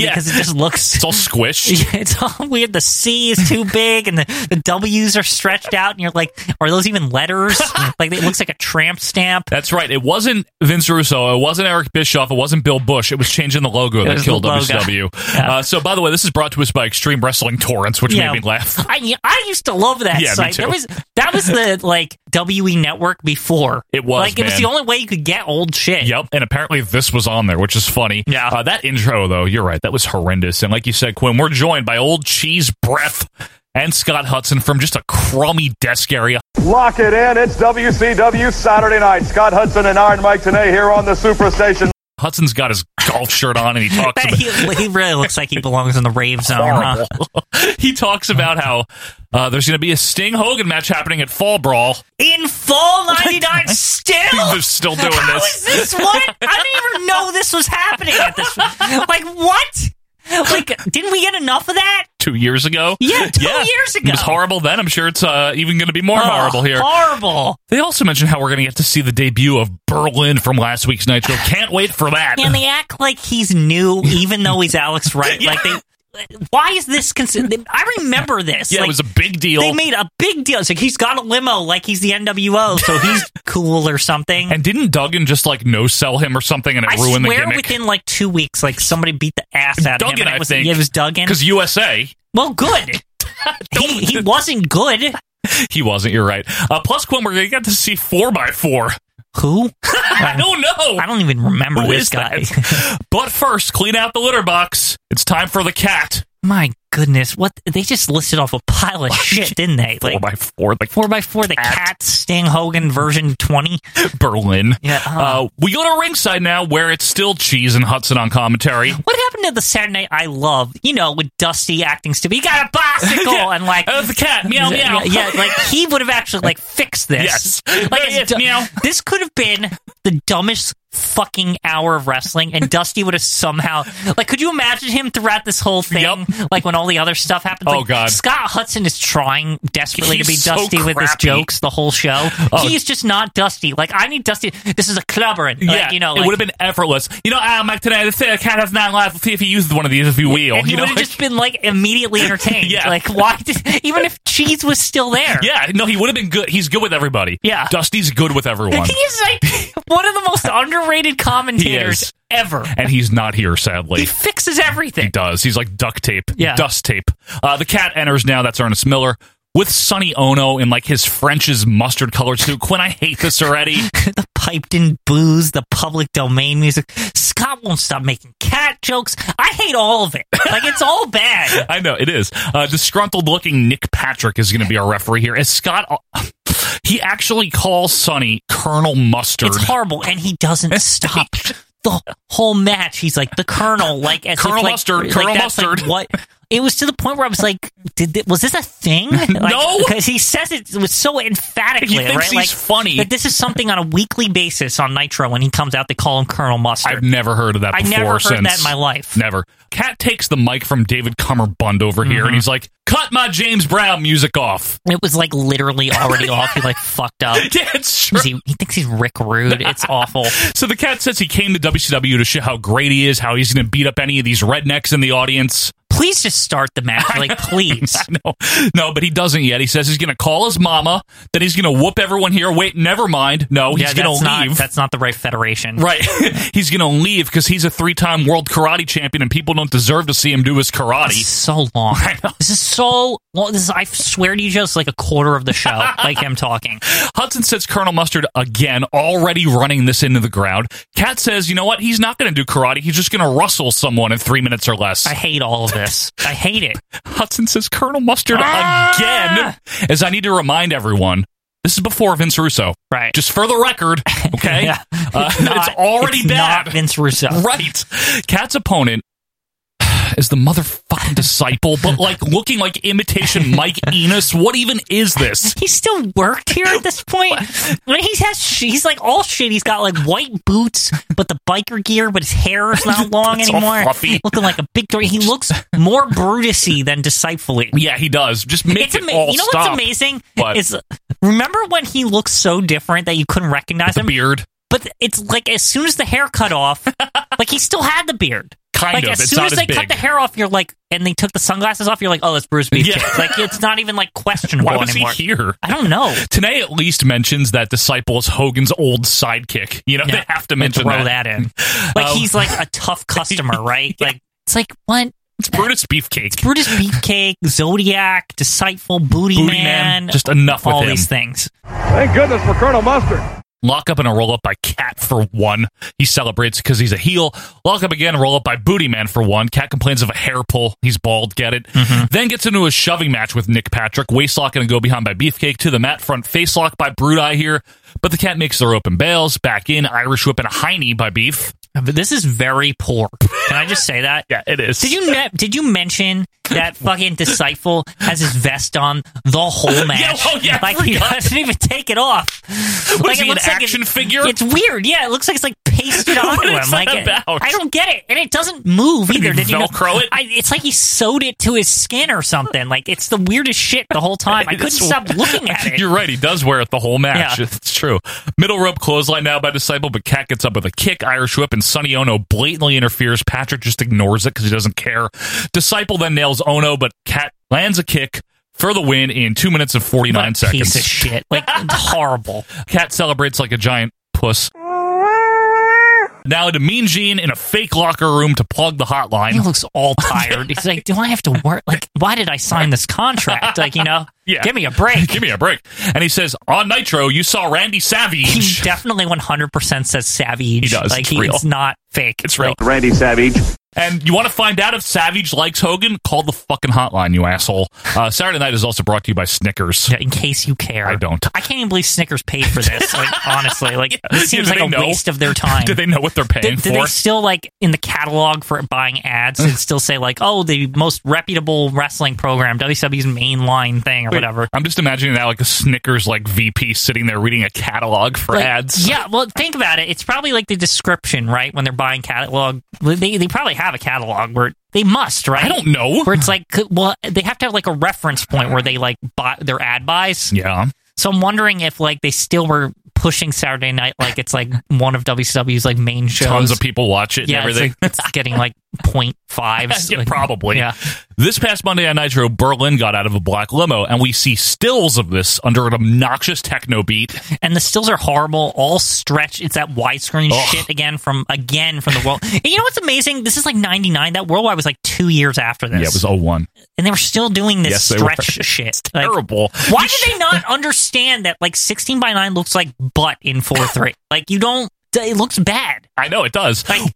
Speaker 1: (laughs) Yeah.
Speaker 2: because it just looks
Speaker 1: It's all squished.
Speaker 2: (laughs) yeah, it's all weird. The C is too big, and the, the W's are stretched out, and you're like, are those
Speaker 1: (laughs)
Speaker 2: even letters? like it looks like a tramp stamp.
Speaker 1: That's right. It wasn't Vince Russo. It wasn't Eric Bischoff. It wasn't Bill Bush. It was changing the logo that
Speaker 2: was
Speaker 1: killed
Speaker 2: the logo.
Speaker 1: WCW. Uh, so, by the way, this is brought to us by Extreme Wrestling Torrents, which
Speaker 2: Yeah.
Speaker 1: made me laugh. (laughs)
Speaker 2: I I used to love that
Speaker 1: Yeah, me
Speaker 2: site. That
Speaker 1: too.
Speaker 2: was that was the like WE network before.
Speaker 1: It was,
Speaker 2: like it was
Speaker 1: man.
Speaker 2: the only way you could get old shit. (laughs)
Speaker 1: Yep, and apparently this was on there, which is funny. Yeah, uh, that intro though, you're right, that was horrendous. And like you said, Quinn, we're joined by Old Cheese Breath and Scott Hudson from just a crummy desk area.
Speaker 5: Lock it in. It's WCW Saturday night. Scott Hudson and Iron Mike Tanay here on the Superstation.
Speaker 1: Hudson's got his golf shirt on, and he
Speaker 2: (laughs)
Speaker 1: talks.
Speaker 2: That-
Speaker 1: about,
Speaker 2: he, he really looks like he belongs in the rave zone. huh?
Speaker 1: (laughs) he talks about how uh, there's going to be a Sting Hogan match happening at Fall
Speaker 2: (laughs)
Speaker 1: Brawl.
Speaker 2: In fall '99, still
Speaker 1: They're still doing
Speaker 2: How
Speaker 1: this.
Speaker 2: is this what? I didn't even know this was happening at this. Like what? Like didn't we get enough of that?
Speaker 1: Two years ago,
Speaker 2: Yeah, two years
Speaker 1: It was
Speaker 2: ago.
Speaker 1: horrible then. I'm sure it's uh, even going to be more
Speaker 2: Oh,
Speaker 1: horrible here.
Speaker 2: Horrible.
Speaker 1: They also mentioned how we're going to get to see the debut of Berlin from last week's Nitro. Can't wait for that.
Speaker 2: And they act like he's new, even though
Speaker 1: (laughs)
Speaker 2: he's Alex Wright. Like they. Why is this considered? I remember this.
Speaker 1: Yeah,
Speaker 2: like,
Speaker 1: it was a big deal.
Speaker 2: They made a big deal. It's like he's got a limo, like he's the
Speaker 1: (laughs)
Speaker 2: NWO, so he's cool or something.
Speaker 1: And didn't Duggan just like no sell him or something, and it
Speaker 2: I
Speaker 1: ruined the
Speaker 2: swear,
Speaker 1: gimmick?
Speaker 2: within like two weeks, like somebody beat the ass out of him.
Speaker 1: Duggan,
Speaker 2: and it
Speaker 1: I
Speaker 2: was,
Speaker 1: think.
Speaker 2: it was Duggan.
Speaker 1: Because USA, (laughs)
Speaker 2: Well, good. he, he wasn't good.
Speaker 1: he wasn't. You're right. Uh, plus, Quinn, we're gonna get to see four by four.
Speaker 2: Who?
Speaker 1: (laughs) I don't know.
Speaker 2: I don't even remember
Speaker 1: Who
Speaker 2: this
Speaker 1: is
Speaker 2: guy. (laughs)
Speaker 1: that? but first, clean out the litter box. It's time for the cat.
Speaker 2: My goodness, what they just listed off a pile of shit, didn't they?
Speaker 1: Four
Speaker 2: Like
Speaker 1: by four, like
Speaker 2: four by four, the cat Sting Hogan version
Speaker 1: (laughs)
Speaker 2: twenty.
Speaker 1: Berlin.
Speaker 2: Yeah. uh,
Speaker 1: Uh, we go to ringside now, where it's still Cheese and Hudson on
Speaker 2: (laughs)
Speaker 1: commentary.
Speaker 2: what happened to the Saturday I love? You know, with Dusty acting stupid. He
Speaker 1: (laughs)
Speaker 2: got a bicycle
Speaker 1: Yeah.
Speaker 2: and like
Speaker 1: Oh, the cat, meow, meow.
Speaker 2: Yeah, yeah, like he would have actually like fixed this.
Speaker 1: Yes.
Speaker 2: (laughs) like,
Speaker 1: Yes,
Speaker 2: it's du-
Speaker 1: meow.
Speaker 2: This could have been the dumbest fucking hour of wrestling, and Dusty would have somehow like. Could you imagine him throughout this whole thing? Like when all the other stuff happens.
Speaker 1: Oh,
Speaker 2: like,
Speaker 1: God.
Speaker 2: Scott Hudson is trying desperately
Speaker 1: He's
Speaker 2: to be
Speaker 1: so
Speaker 2: Dusty with his
Speaker 1: crappy.
Speaker 2: jokes the whole show.
Speaker 1: Oh.
Speaker 2: He's just not Dusty. Like I need Dusty. This is a clubber,
Speaker 1: (laughs)
Speaker 2: and
Speaker 1: yeah,
Speaker 2: like, you know,
Speaker 1: it
Speaker 2: like,
Speaker 1: would have been effortless. You know, uh, Mike, today the cat has nine lives. We'll see if he uses one of these if he will.
Speaker 2: and he
Speaker 1: you know,
Speaker 2: would
Speaker 1: (laughs)
Speaker 2: have just been like immediately entertained.
Speaker 1: Yeah.
Speaker 2: Like why did even if cheese was still there?
Speaker 1: Yeah, no, he would have been good. He's good with everybody.
Speaker 2: Yeah.
Speaker 1: Dusty's good with
Speaker 2: (laughs)
Speaker 1: everyone.
Speaker 2: He is like one of the most underrated commentators
Speaker 1: is.
Speaker 2: ever.
Speaker 1: and he's not here, sadly. (laughs)
Speaker 2: He fixes everything.
Speaker 1: He does. He's like duct tape,
Speaker 2: Yeah.
Speaker 1: dust tape. Uh, the cat enters now. That's Ernest Miller. with Sonny Ono in like his French's mustard colored suit. Quinn, I hate this
Speaker 2: (laughs)
Speaker 1: already.
Speaker 2: the piped in booze, the public domain music. Scott won't stop making cat jokes. I hate all of it. Like it's all bad.
Speaker 1: I know it is. Uh, disgruntled looking Nick Patrick is going to be our referee here. As Scott, (sighs) he actually calls Sonny Colonel Mustard.
Speaker 2: It's horrible, and he
Speaker 1: (laughs)
Speaker 2: doesn't stop. The whole match, he's like the colonel, like as
Speaker 1: Colonel
Speaker 2: if, like,
Speaker 1: Mustard,
Speaker 2: like,
Speaker 1: Colonel
Speaker 2: that's, like,
Speaker 1: Mustard.
Speaker 2: what it was to the point where I was like, did thi- was this
Speaker 1: (laughs)
Speaker 2: a thing? Like,
Speaker 1: No.
Speaker 2: because he says it was so emphatically.
Speaker 1: He thinks
Speaker 2: right?
Speaker 1: he's
Speaker 2: like,
Speaker 1: funny.
Speaker 2: Like this is something on a weekly basis on Nitro when he comes out. They call him Colonel Mustard.
Speaker 1: I've never heard of that
Speaker 2: I
Speaker 1: before
Speaker 2: never heard
Speaker 1: since.
Speaker 2: that in my life.
Speaker 1: Never. Cat takes the mic from David Cummerbund over here
Speaker 2: Mm-hmm.
Speaker 1: and he's like, cut my James Brown music off. (laughs)
Speaker 2: It was like literally already off. He like fucked up.
Speaker 1: Yeah, it's true.
Speaker 2: Was He, he thinks he's Rick
Speaker 1: (laughs)
Speaker 2: Rude. It's awful.
Speaker 1: So the cat says he came to WCW to show how great he is, how he's going to beat up any of these rednecks in the audience. (laughs)
Speaker 2: Please just start the match. Like, please.
Speaker 1: No, no, but he doesn't yet. He says he's going to call his mama, then he's going to whoop everyone here. Wait, never mind. No, he's
Speaker 2: yeah,
Speaker 1: going
Speaker 2: that's
Speaker 1: to
Speaker 2: not,
Speaker 1: leave.
Speaker 2: that's not the right federation.
Speaker 1: Right. (laughs) he's going to leave because he's a three time world karate champion and people don't deserve to see him do his
Speaker 2: This is
Speaker 1: karate.
Speaker 2: so
Speaker 1: (laughs)
Speaker 2: long. This is so long. This is, I swear to you, Joe, it's like a quarter of the show, like him talking.
Speaker 1: Hudson sits Colonel Mustard again, already running this into the ground. Cat says, you know what? He's not going to do karate. He's just going to rustle someone in three minutes or less.
Speaker 2: I hate all of this. I hate it.
Speaker 1: Hudson says Colonel Mustard
Speaker 2: Ah!
Speaker 1: again, as I need to remind everyone. This is before Vince Russo.
Speaker 2: Right.
Speaker 1: Just for the record, okay?
Speaker 2: (laughs) Yeah.
Speaker 1: Uh, (laughs) it's,
Speaker 2: not-
Speaker 1: already
Speaker 2: it's
Speaker 1: bad.
Speaker 2: Not Vince Russo.
Speaker 1: Right. Cat's opponent is the motherfucking disciple, but like looking like imitation
Speaker 2: (laughs)
Speaker 1: Mike Enos. What even is this?
Speaker 2: He still worked here at this point. When he has, sh- he's like all shit. He's got like white boots, but the biker gear, but his hair
Speaker 1: (laughs)
Speaker 2: is not long
Speaker 1: It's all
Speaker 2: anymore.
Speaker 1: fluffy.
Speaker 2: Looking like a big. He looks more Brutusy than Disciply.
Speaker 1: Yeah, he does. Just make
Speaker 2: It's
Speaker 1: it
Speaker 2: ama-
Speaker 1: all
Speaker 2: you know
Speaker 1: stop.
Speaker 2: what's amazing
Speaker 1: What?
Speaker 2: is remember when he looked so different that you couldn't recognize
Speaker 1: The
Speaker 2: him.
Speaker 1: beard.
Speaker 2: But it's like as soon as the hair
Speaker 1: (laughs)
Speaker 2: cut off, like he still had the beard.
Speaker 1: Kind
Speaker 2: like
Speaker 1: of.
Speaker 2: as
Speaker 1: It's
Speaker 2: soon
Speaker 1: not
Speaker 2: as
Speaker 1: as
Speaker 2: they cut
Speaker 1: big.
Speaker 2: the hair off, you're like, and they took the sunglasses off, you're like, oh, that's Bruce Beefcake.
Speaker 1: Yeah.
Speaker 2: Like it's not
Speaker 1: (laughs)
Speaker 2: even like questionable
Speaker 1: Why was
Speaker 2: anymore.
Speaker 1: he here?
Speaker 2: I don't know.
Speaker 1: Today at least mentions that disciple is Hogan's old sidekick. You know,
Speaker 2: Yeah,
Speaker 1: they have to
Speaker 2: they
Speaker 1: mention
Speaker 2: throw that in. Like
Speaker 1: Um,
Speaker 2: he's like a
Speaker 1: (laughs)
Speaker 2: tough customer, right? Like it's like what
Speaker 1: It's Brutus Beefcake.
Speaker 2: Brutus Beefcake, Zodiac, Deceitful, Booty,
Speaker 1: Booty Man, just enough with
Speaker 2: all
Speaker 1: him.
Speaker 2: these things.
Speaker 6: Thank goodness for Colonel Mustard.
Speaker 1: Lock up and a roll up by Cat for one. He celebrates because he's a heel. Lock up again, roll up by Booty Man for one. Cat complains of a hair pull. He's bald, get it.
Speaker 2: Mm-hmm.
Speaker 1: Then gets into a shoving match with Nick Patrick. Waist lock and a go behind by Beefcake to the mat. Front face lock by Brood Eye here. But the cat makes their open bails. Back in, Irish whip and a hiney by Beef.
Speaker 2: But this is very poor. Can I just say that?
Speaker 1: (laughs) Yeah, it is.
Speaker 2: Did you ne- did you mention
Speaker 1: (laughs)
Speaker 2: that fucking disciple has his vest on the whole match?
Speaker 1: oh, (laughs) yeah, I
Speaker 2: like he
Speaker 1: forgot.
Speaker 2: doesn't even take it off.
Speaker 1: What is he, an
Speaker 2: it-
Speaker 1: action figure?
Speaker 2: It's weird. Yeah, it looks like it's like
Speaker 1: (laughs)
Speaker 2: pasted onto
Speaker 1: What is that
Speaker 2: him. Like it-
Speaker 1: about?
Speaker 2: I don't get it, and it doesn't move either.
Speaker 1: you
Speaker 2: Did you
Speaker 1: Velcro
Speaker 2: know?
Speaker 1: it?
Speaker 2: I, it's like he sewed it to his skin or something. Like it's the weirdest shit the whole time.
Speaker 1: (laughs)
Speaker 2: I couldn't
Speaker 1: It's-
Speaker 2: stop looking at it.
Speaker 1: You're right. He does wear it the whole match.
Speaker 2: Yeah.
Speaker 1: It's true. Middle rope clothesline now by Disciple, but Cat gets up with a kick, Irish whip, and Sonny Ono blatantly interferes. Patrick just ignores it because he doesn't care. Disciple then nails Ono, but Cat lands a kick for the win in two minutes and 49
Speaker 2: What a
Speaker 1: seconds.
Speaker 2: Piece of shit. Like
Speaker 1: (laughs)
Speaker 2: it's horrible.
Speaker 1: Cat celebrates like a giant puss. Now to Mean Gene in a fake locker room to plug the
Speaker 2: He
Speaker 1: hotline.
Speaker 2: looks
Speaker 1: (laughs)
Speaker 2: all tired. He's like, "Do I have to work? Like, why did I sign this contract? Like, you know,
Speaker 1: (laughs) Yeah.
Speaker 2: give me a break."
Speaker 1: Give me a break. And he says, On Nitro, you saw Randy Savage.
Speaker 2: He definitely 100% says Savage. He
Speaker 1: does.
Speaker 2: Like,
Speaker 1: It's
Speaker 2: he's
Speaker 1: real.
Speaker 2: not fake.
Speaker 1: It's real.
Speaker 2: Like,
Speaker 6: Randy Savage.
Speaker 1: And you want to find out if Savage likes Hogan? Call the fucking hotline, you asshole. Uh, Saturday Night is also brought to you by Snickers.
Speaker 2: in case you care.
Speaker 1: I don't.
Speaker 2: I can't even believe Snickers paid for
Speaker 1: (laughs)
Speaker 2: this. Like, honestly, like, this
Speaker 1: Yeah,
Speaker 2: seems
Speaker 1: do
Speaker 2: like
Speaker 1: they
Speaker 2: a
Speaker 1: know? (laughs)
Speaker 2: waste of their time.
Speaker 1: (laughs) Do they know what they're paying
Speaker 2: do,
Speaker 1: for?
Speaker 2: do they still like in the catalog for buying ads
Speaker 1: (laughs)
Speaker 2: and still say like oh the most reputable wrestling program WWE's mainline thing or
Speaker 1: Wait,
Speaker 2: whatever
Speaker 1: I'm just imagining that like a Snickers like VP sitting there reading a catalog for
Speaker 2: Like,
Speaker 1: ads.
Speaker 2: Yeah, well, think about it. It's probably like the description, right? When they're buying catalog, they they probably have a catalog where they must, right?
Speaker 1: I don't know.
Speaker 2: Where it's like, could- well, they have to have like a reference point where they like buy their ad
Speaker 1: (laughs)
Speaker 2: buys.
Speaker 1: Yeah.
Speaker 2: So I'm wondering if like they still were pushing Saturday Night like it's like one of WCW's like main shows.
Speaker 1: Tons of people watch it
Speaker 2: yeah,
Speaker 1: and
Speaker 2: it's,
Speaker 1: everything.
Speaker 2: like- it's getting like point
Speaker 1: (laughs)
Speaker 2: fives.
Speaker 1: Yeah, probably.
Speaker 2: Yeah.
Speaker 1: This past Monday on Nitro, Berlin got out of a black limo, and we see stills of this under an obnoxious techno beat.
Speaker 2: And the stills are horrible, all stretched. It's that widescreen
Speaker 1: Ugh.
Speaker 2: shit again from again from the world. and you know what's amazing? This is like ninety nine. That worldwide was like two years after this.
Speaker 1: Yeah, it was 01.
Speaker 2: and they were still doing this
Speaker 1: Yes, they were.
Speaker 2: stretch shit. It's
Speaker 1: terrible.
Speaker 2: (laughs) Why did they not understand that like sixteen by nine looks like butt in four
Speaker 1: (laughs)
Speaker 2: three? like you don't. It looks bad.
Speaker 1: I know it does.
Speaker 2: Like it-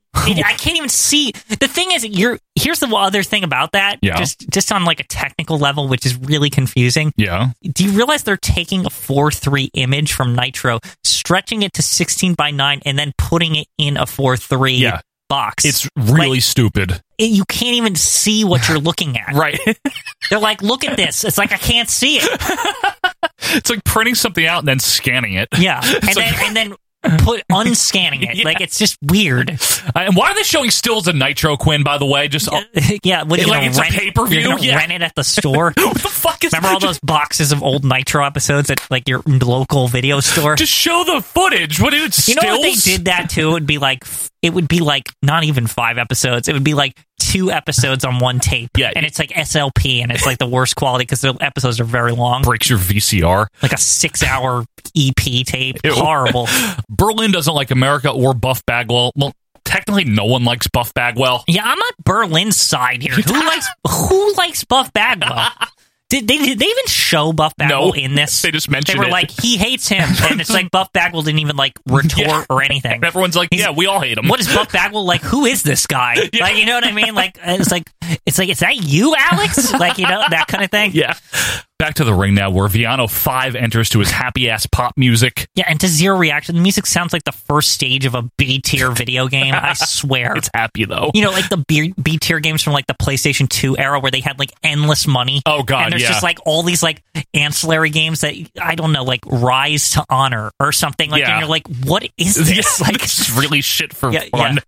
Speaker 2: I can't even see. The thing is, you're here's the other thing about that.
Speaker 1: Yeah.
Speaker 2: Just just on like a technical level, which is really confusing.
Speaker 1: Yeah.
Speaker 2: Do you realize they're taking a four three image from Nitro, stretching it to sixteen by nine, and then putting it in a four three
Speaker 1: Yeah.
Speaker 2: box?
Speaker 1: It's really
Speaker 2: Like,
Speaker 1: stupid.
Speaker 2: it- you can't even see what you're looking
Speaker 1: (laughs)
Speaker 2: at.
Speaker 1: Right.
Speaker 2: They're like, look at this. It's like I can't see it.
Speaker 1: It's like printing something out and then scanning it.
Speaker 2: Yeah.
Speaker 1: (laughs) It's
Speaker 2: And
Speaker 1: like-
Speaker 2: then
Speaker 1: (laughs)
Speaker 2: and then put unscanning it.
Speaker 1: Yeah.
Speaker 2: Like it's just weird.
Speaker 1: Uh, and why are they showing stills of Nitro Quinn? By the way, just uh,
Speaker 2: yeah, what,
Speaker 1: It's
Speaker 2: you're
Speaker 1: like
Speaker 2: gonna
Speaker 1: it's a
Speaker 2: rent-
Speaker 1: pay-per-view?
Speaker 2: You're gonna
Speaker 1: Yeah.
Speaker 2: rent it at the store.
Speaker 1: (laughs) what the fuck is?
Speaker 2: Remember all those boxes of old Nitro episodes at like your local video store?
Speaker 1: Just show the footage. What dude?
Speaker 2: you
Speaker 1: Stills?
Speaker 2: know if they did that too, it would be like it would be like not even five episodes. It would be like two episodes on one tape.
Speaker 1: Yeah.
Speaker 2: and it's like SLP, and it's like the worst quality because the episodes are very long,
Speaker 1: breaks your VCR.
Speaker 2: like a six-hour EP tape.
Speaker 1: Ew. (laughs)
Speaker 2: Horrible.
Speaker 1: Berlin doesn't like America or Buff Bagwell. Well, technically, no one likes Buff Bagwell.
Speaker 2: Yeah, I'm on Berlin's side here. Who likes who likes Buff
Speaker 1: (laughs)
Speaker 2: Bagwell? Did they, did they even show Buff Bagwell
Speaker 1: No.
Speaker 2: in this?
Speaker 1: They just
Speaker 2: They
Speaker 1: mentioned
Speaker 2: were
Speaker 1: it.
Speaker 2: like, he hates him,
Speaker 1: (laughs)
Speaker 2: and it's like Buff Bagwell didn't even like retort
Speaker 1: Yeah.
Speaker 2: or anything.
Speaker 1: And everyone's like, yeah, we all hate him.
Speaker 2: What is Buff Bagwell like? Who is this guy?
Speaker 1: (laughs) Yeah.
Speaker 2: Like, you know what I mean? Like, it's like it's like is that you,
Speaker 1: (laughs)
Speaker 2: Alex? like, you know that kind of thing.
Speaker 1: (laughs) Yeah. Back to the ring now, where Viano Five enters to his happy ass pop music.
Speaker 2: Yeah, and to zero reaction. The music sounds like the first stage of a B tier video game.
Speaker 1: (laughs)
Speaker 2: I swear.
Speaker 1: It's happy though.
Speaker 2: you know, like the B B tier games from like the PlayStation 2 era where they had like endless money.
Speaker 1: Oh, God,
Speaker 2: And there's
Speaker 1: yeah.
Speaker 2: just like all these like ancillary games that I don't know, like Rise to Honor or something like.
Speaker 1: Yeah.
Speaker 2: And you're like, what
Speaker 1: (laughs)
Speaker 2: is
Speaker 1: (laughs)
Speaker 2: this?
Speaker 1: yeah,
Speaker 2: Like
Speaker 1: it's (laughs) really shit for
Speaker 2: Yeah,
Speaker 1: fun.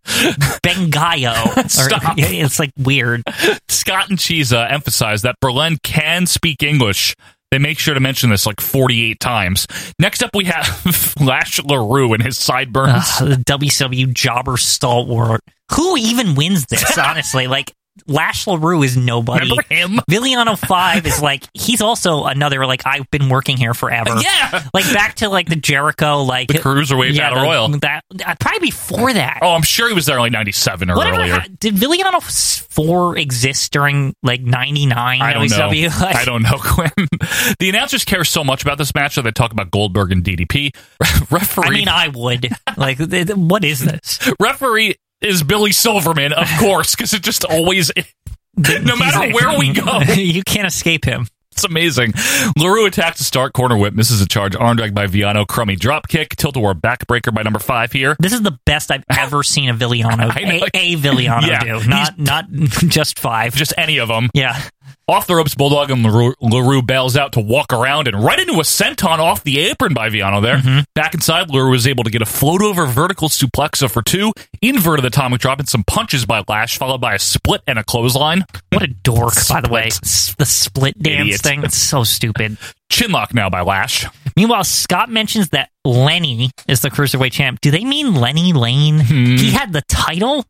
Speaker 2: Bengayo. Or- (laughs)
Speaker 1: Stop.
Speaker 2: yeah, it's like weird.
Speaker 1: Scott and Chiza emphasize that Berlin can speak English. They make sure to mention this like 48 times. Next up, we have (laughs) Lash LaRue and his sideburns.
Speaker 2: Ugh, the WCW jobber stalwart. Who even
Speaker 1: (laughs)
Speaker 2: wins this? Honestly, like. Lash LaRue is nobody.
Speaker 1: Remember him?
Speaker 2: Villiano 5 is like, he's also another, like, I've been working here forever.
Speaker 1: (laughs) yeah.
Speaker 2: like back to like the Jericho, like
Speaker 1: The Cruiserweight Battle
Speaker 2: the-
Speaker 1: Royal.
Speaker 2: That uh, probably before that.
Speaker 1: Oh, I'm sure he was there in like 97 or
Speaker 2: Whatever
Speaker 1: earlier.
Speaker 2: ha- did Villiano four exist during like '99
Speaker 1: I don't know.
Speaker 2: (laughs) WCW? Like,
Speaker 1: I don't know, (laughs) Quinn. The announcers care so much about this match that they talk about Goldberg and DDP. (laughs) Referee,
Speaker 2: I mean, I would. like, th- th- what is this?
Speaker 1: referee is Billy Silverman,
Speaker 2: (laughs)
Speaker 1: of course, because it just always. (laughs) no matter
Speaker 2: He's-
Speaker 1: where we go,
Speaker 2: (laughs) you can't escape him.
Speaker 1: It's amazing. LaRue attacks a start corner whip, misses a charge, arm drag by Viano, crummy drop kick, tilt-a-war backbreaker by number five here.
Speaker 2: This is the best I've ever seen a Villiano,
Speaker 1: (laughs) I know.
Speaker 2: a, a Villiano
Speaker 1: Yeah.
Speaker 2: do. Not not (laughs) just five.
Speaker 1: Just any of them.
Speaker 2: yeah.
Speaker 1: Off the ropes, Bulldog and LaRue, LaRue bails out to walk around and right into a senton off the apron by Viano there.
Speaker 2: Mm-hmm.
Speaker 1: Back inside, LaRue was able to get a float over vertical suplexa for two, inverted atomic drop, and some punches by Lash, followed by a split and a clothesline.
Speaker 2: What a dork, by the way. S- The split dance
Speaker 1: Idiot.
Speaker 2: thing. It's so stupid.
Speaker 1: Chinlock now by Lash.
Speaker 2: Meanwhile, Scott mentions that Lenny is the cruiserweight champ. Do they mean Lenny Lane? He had the title?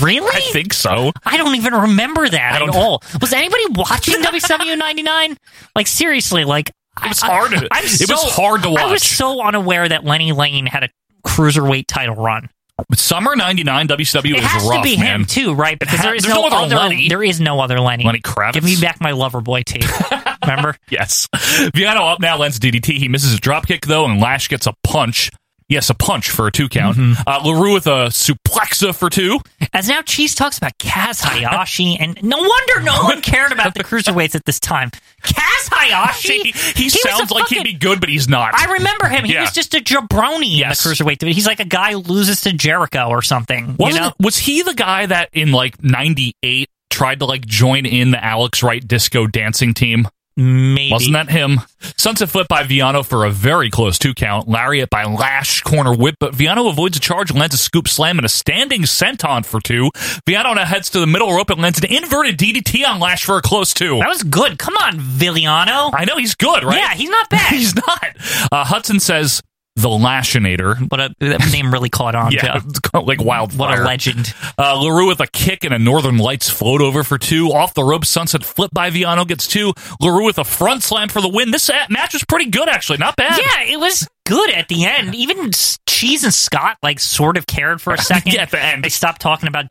Speaker 2: really?
Speaker 1: Hmm. (laughs) I think so.
Speaker 2: I don't even remember that
Speaker 1: I
Speaker 2: at
Speaker 1: don't-
Speaker 2: all. Was anybody watching WCW 99? (laughs) Like, seriously, like.
Speaker 1: It was hard.
Speaker 2: I, I'm
Speaker 1: it
Speaker 2: so,
Speaker 1: was hard to watch.
Speaker 2: I was so unaware that Lenny Lane had a cruiserweight title run.
Speaker 1: Summer '99 WCW
Speaker 2: It
Speaker 1: was
Speaker 2: has
Speaker 1: rough,
Speaker 2: to be
Speaker 1: man.
Speaker 2: him too, right? Because
Speaker 1: ha-
Speaker 2: there is
Speaker 1: there's
Speaker 2: no,
Speaker 1: no other
Speaker 2: other.
Speaker 1: Lenny.
Speaker 2: There is no other Lenny.
Speaker 1: Lenny Kravitz.
Speaker 2: Give me back my lover boy tape.
Speaker 1: (laughs)
Speaker 2: Remember?
Speaker 1: Yes. (laughs) Viano up now lands DDT. He misses a dropkick, though, and Lash gets a punch. Yes, a punch for a two count. Uh, LaRue with a suplexa for
Speaker 2: (laughs)
Speaker 1: two.
Speaker 2: As now Cheese talks about Kaz Hayashi, and no wonder no one cared
Speaker 1: (laughs)
Speaker 2: about the cruiserweights at this time. Kaz
Speaker 1: He,
Speaker 2: Hayashi?
Speaker 1: he
Speaker 2: was
Speaker 1: sounds
Speaker 2: a
Speaker 1: like
Speaker 2: fucking-
Speaker 1: he'd be good, but he's not.
Speaker 2: I remember him. He
Speaker 1: Yeah.
Speaker 2: was just a jabroni
Speaker 1: Yes.
Speaker 2: in the cruiserweight division. He's like a guy who loses to Jericho or something.
Speaker 1: Wasn't,
Speaker 2: you know?
Speaker 1: Was he the guy that in like 98 tried to like join in the Alex Wright disco dancing team?
Speaker 2: Maybe.
Speaker 1: Wasn't that him? Sunset flip by Viano for a very close two count. Lariat by Lash, corner whip, but Viano avoids a charge, lands a scoop slam, and a standing senton for two. Viano now heads to the middle rope and lands an inverted DDT on Lash for a close two.
Speaker 2: That was good. Come on, Villiano.
Speaker 1: I know (laughs) he's good, right?
Speaker 2: Yeah, he's not bad.
Speaker 1: he's not. Uh, Hudson says the Lashinator.
Speaker 2: What a that name really caught
Speaker 1: (laughs)
Speaker 2: on.
Speaker 1: Yeah,
Speaker 2: Yeah.
Speaker 1: it's called, like wildfire.
Speaker 2: What a legend.
Speaker 1: Uh, LaRue with a kick and a Northern Lights float over for two. Off the rope sunset flip by Viano gets two. LaRue with a front slam for the win. This a- match was pretty good, actually. Not bad.
Speaker 2: Yeah, it was good at the end. Even S- Cheese and Scott like sort of cared for a
Speaker 1: (laughs)
Speaker 2: second.
Speaker 1: Yeah, at the end.
Speaker 2: They stopped talking about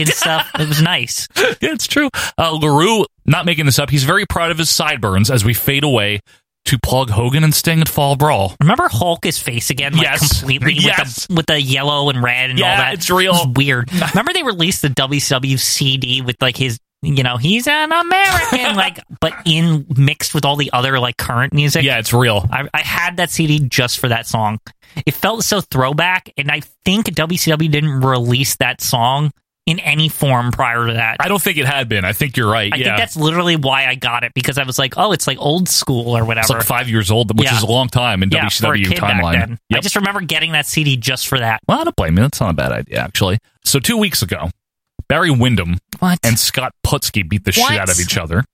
Speaker 1: (laughs)
Speaker 2: and stuff. It was nice.
Speaker 1: (laughs) yeah, it's true. Uh, LaRue, not making this up, he's very proud of his sideburns as we fade away to plug Hogan and Sting at Fall Brawl.
Speaker 2: Remember Hulk his face again, like
Speaker 1: Yes.
Speaker 2: completely
Speaker 1: Yes.
Speaker 2: with the with the yellow and red and
Speaker 1: Yeah,
Speaker 2: all that.
Speaker 1: it's real.
Speaker 2: It was
Speaker 1: (laughs)
Speaker 2: weird. Remember they released the WCW CD with like his, you know, he's an
Speaker 1: (laughs)
Speaker 2: American, like, but in mixed with all the other like current music.
Speaker 1: Yeah, it's real.
Speaker 2: I, I had that CD just for that song. It felt so throwback, and I think WCW didn't release that song in any form prior to that.
Speaker 1: I don't think it had been. I think you're right.
Speaker 2: I
Speaker 1: yeah.
Speaker 2: think that's literally why I got it because I was like, oh, it's like old school or
Speaker 1: it's
Speaker 2: whatever.
Speaker 1: like five years old, which
Speaker 2: Yeah.
Speaker 1: is a long time in
Speaker 2: yeah, for a
Speaker 1: WCW
Speaker 2: kid back
Speaker 1: timeline.
Speaker 2: then. I
Speaker 1: Yep.
Speaker 2: just remember getting that CD just for that.
Speaker 1: Well, I don't blame you. That's not a bad idea, actually. So two weeks ago, Barry Windham
Speaker 2: What?
Speaker 1: and Scott Putski beat the
Speaker 2: What?
Speaker 1: shit out of each other.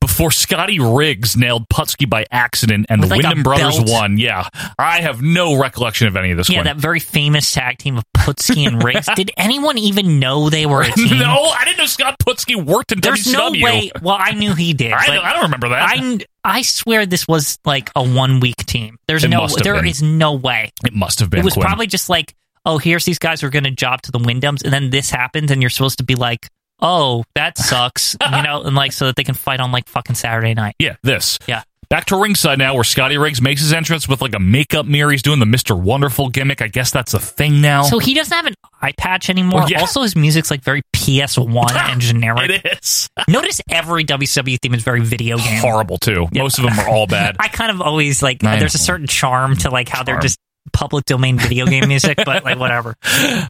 Speaker 1: Before Scotty Riggs nailed Putski by accident and
Speaker 2: With
Speaker 1: the
Speaker 2: like a
Speaker 1: Wyndham brothers
Speaker 2: belt.
Speaker 1: won. Yeah. I have no recollection of any of this
Speaker 2: yeah,
Speaker 1: one. (laughs)
Speaker 2: that very famous tag team of Putski and Riggs. Did anyone even know they were
Speaker 1: (laughs)
Speaker 2: a team?
Speaker 1: no, I didn't know Scott Putski worked in
Speaker 2: There's
Speaker 1: WCW.
Speaker 2: no way. Well, I knew he
Speaker 1: (laughs)
Speaker 2: did.
Speaker 1: I,
Speaker 2: but
Speaker 1: don't, I don't remember that.
Speaker 2: I, kn- I swear this was like a one week team. There's
Speaker 1: It
Speaker 2: no
Speaker 1: must have
Speaker 2: there
Speaker 1: been.
Speaker 2: is no way.
Speaker 1: it must have been.
Speaker 2: It was
Speaker 1: Quinn.
Speaker 2: probably just like, oh, here's these guys who are going to job to the Wyndhams, and then this happens, and you're supposed to be like, oh, that sucks,
Speaker 1: (laughs)
Speaker 2: you know, and like so that they can fight on like fucking Saturday night.
Speaker 1: yeah this.
Speaker 2: Yeah.
Speaker 1: Back to ringside now, where Scotty Riggs makes his entrance with like a makeup mirror. He's doing the Mister Wonderful gimmick. I guess that's a thing now.
Speaker 2: So he doesn't have an eye patch anymore.
Speaker 1: Well, yeah.
Speaker 2: Also, his music's like very
Speaker 1: (laughs)
Speaker 2: PS1 and generic.
Speaker 1: it is (laughs)
Speaker 2: Notice every WCW theme is very video game.
Speaker 1: horrible too. Most of them are all bad.
Speaker 2: I kind of always like
Speaker 1: I
Speaker 2: there's a
Speaker 1: know.
Speaker 2: certain charm to like how they're
Speaker 1: Charm.
Speaker 2: just public domain video game music, but
Speaker 1: (laughs)
Speaker 2: like whatever.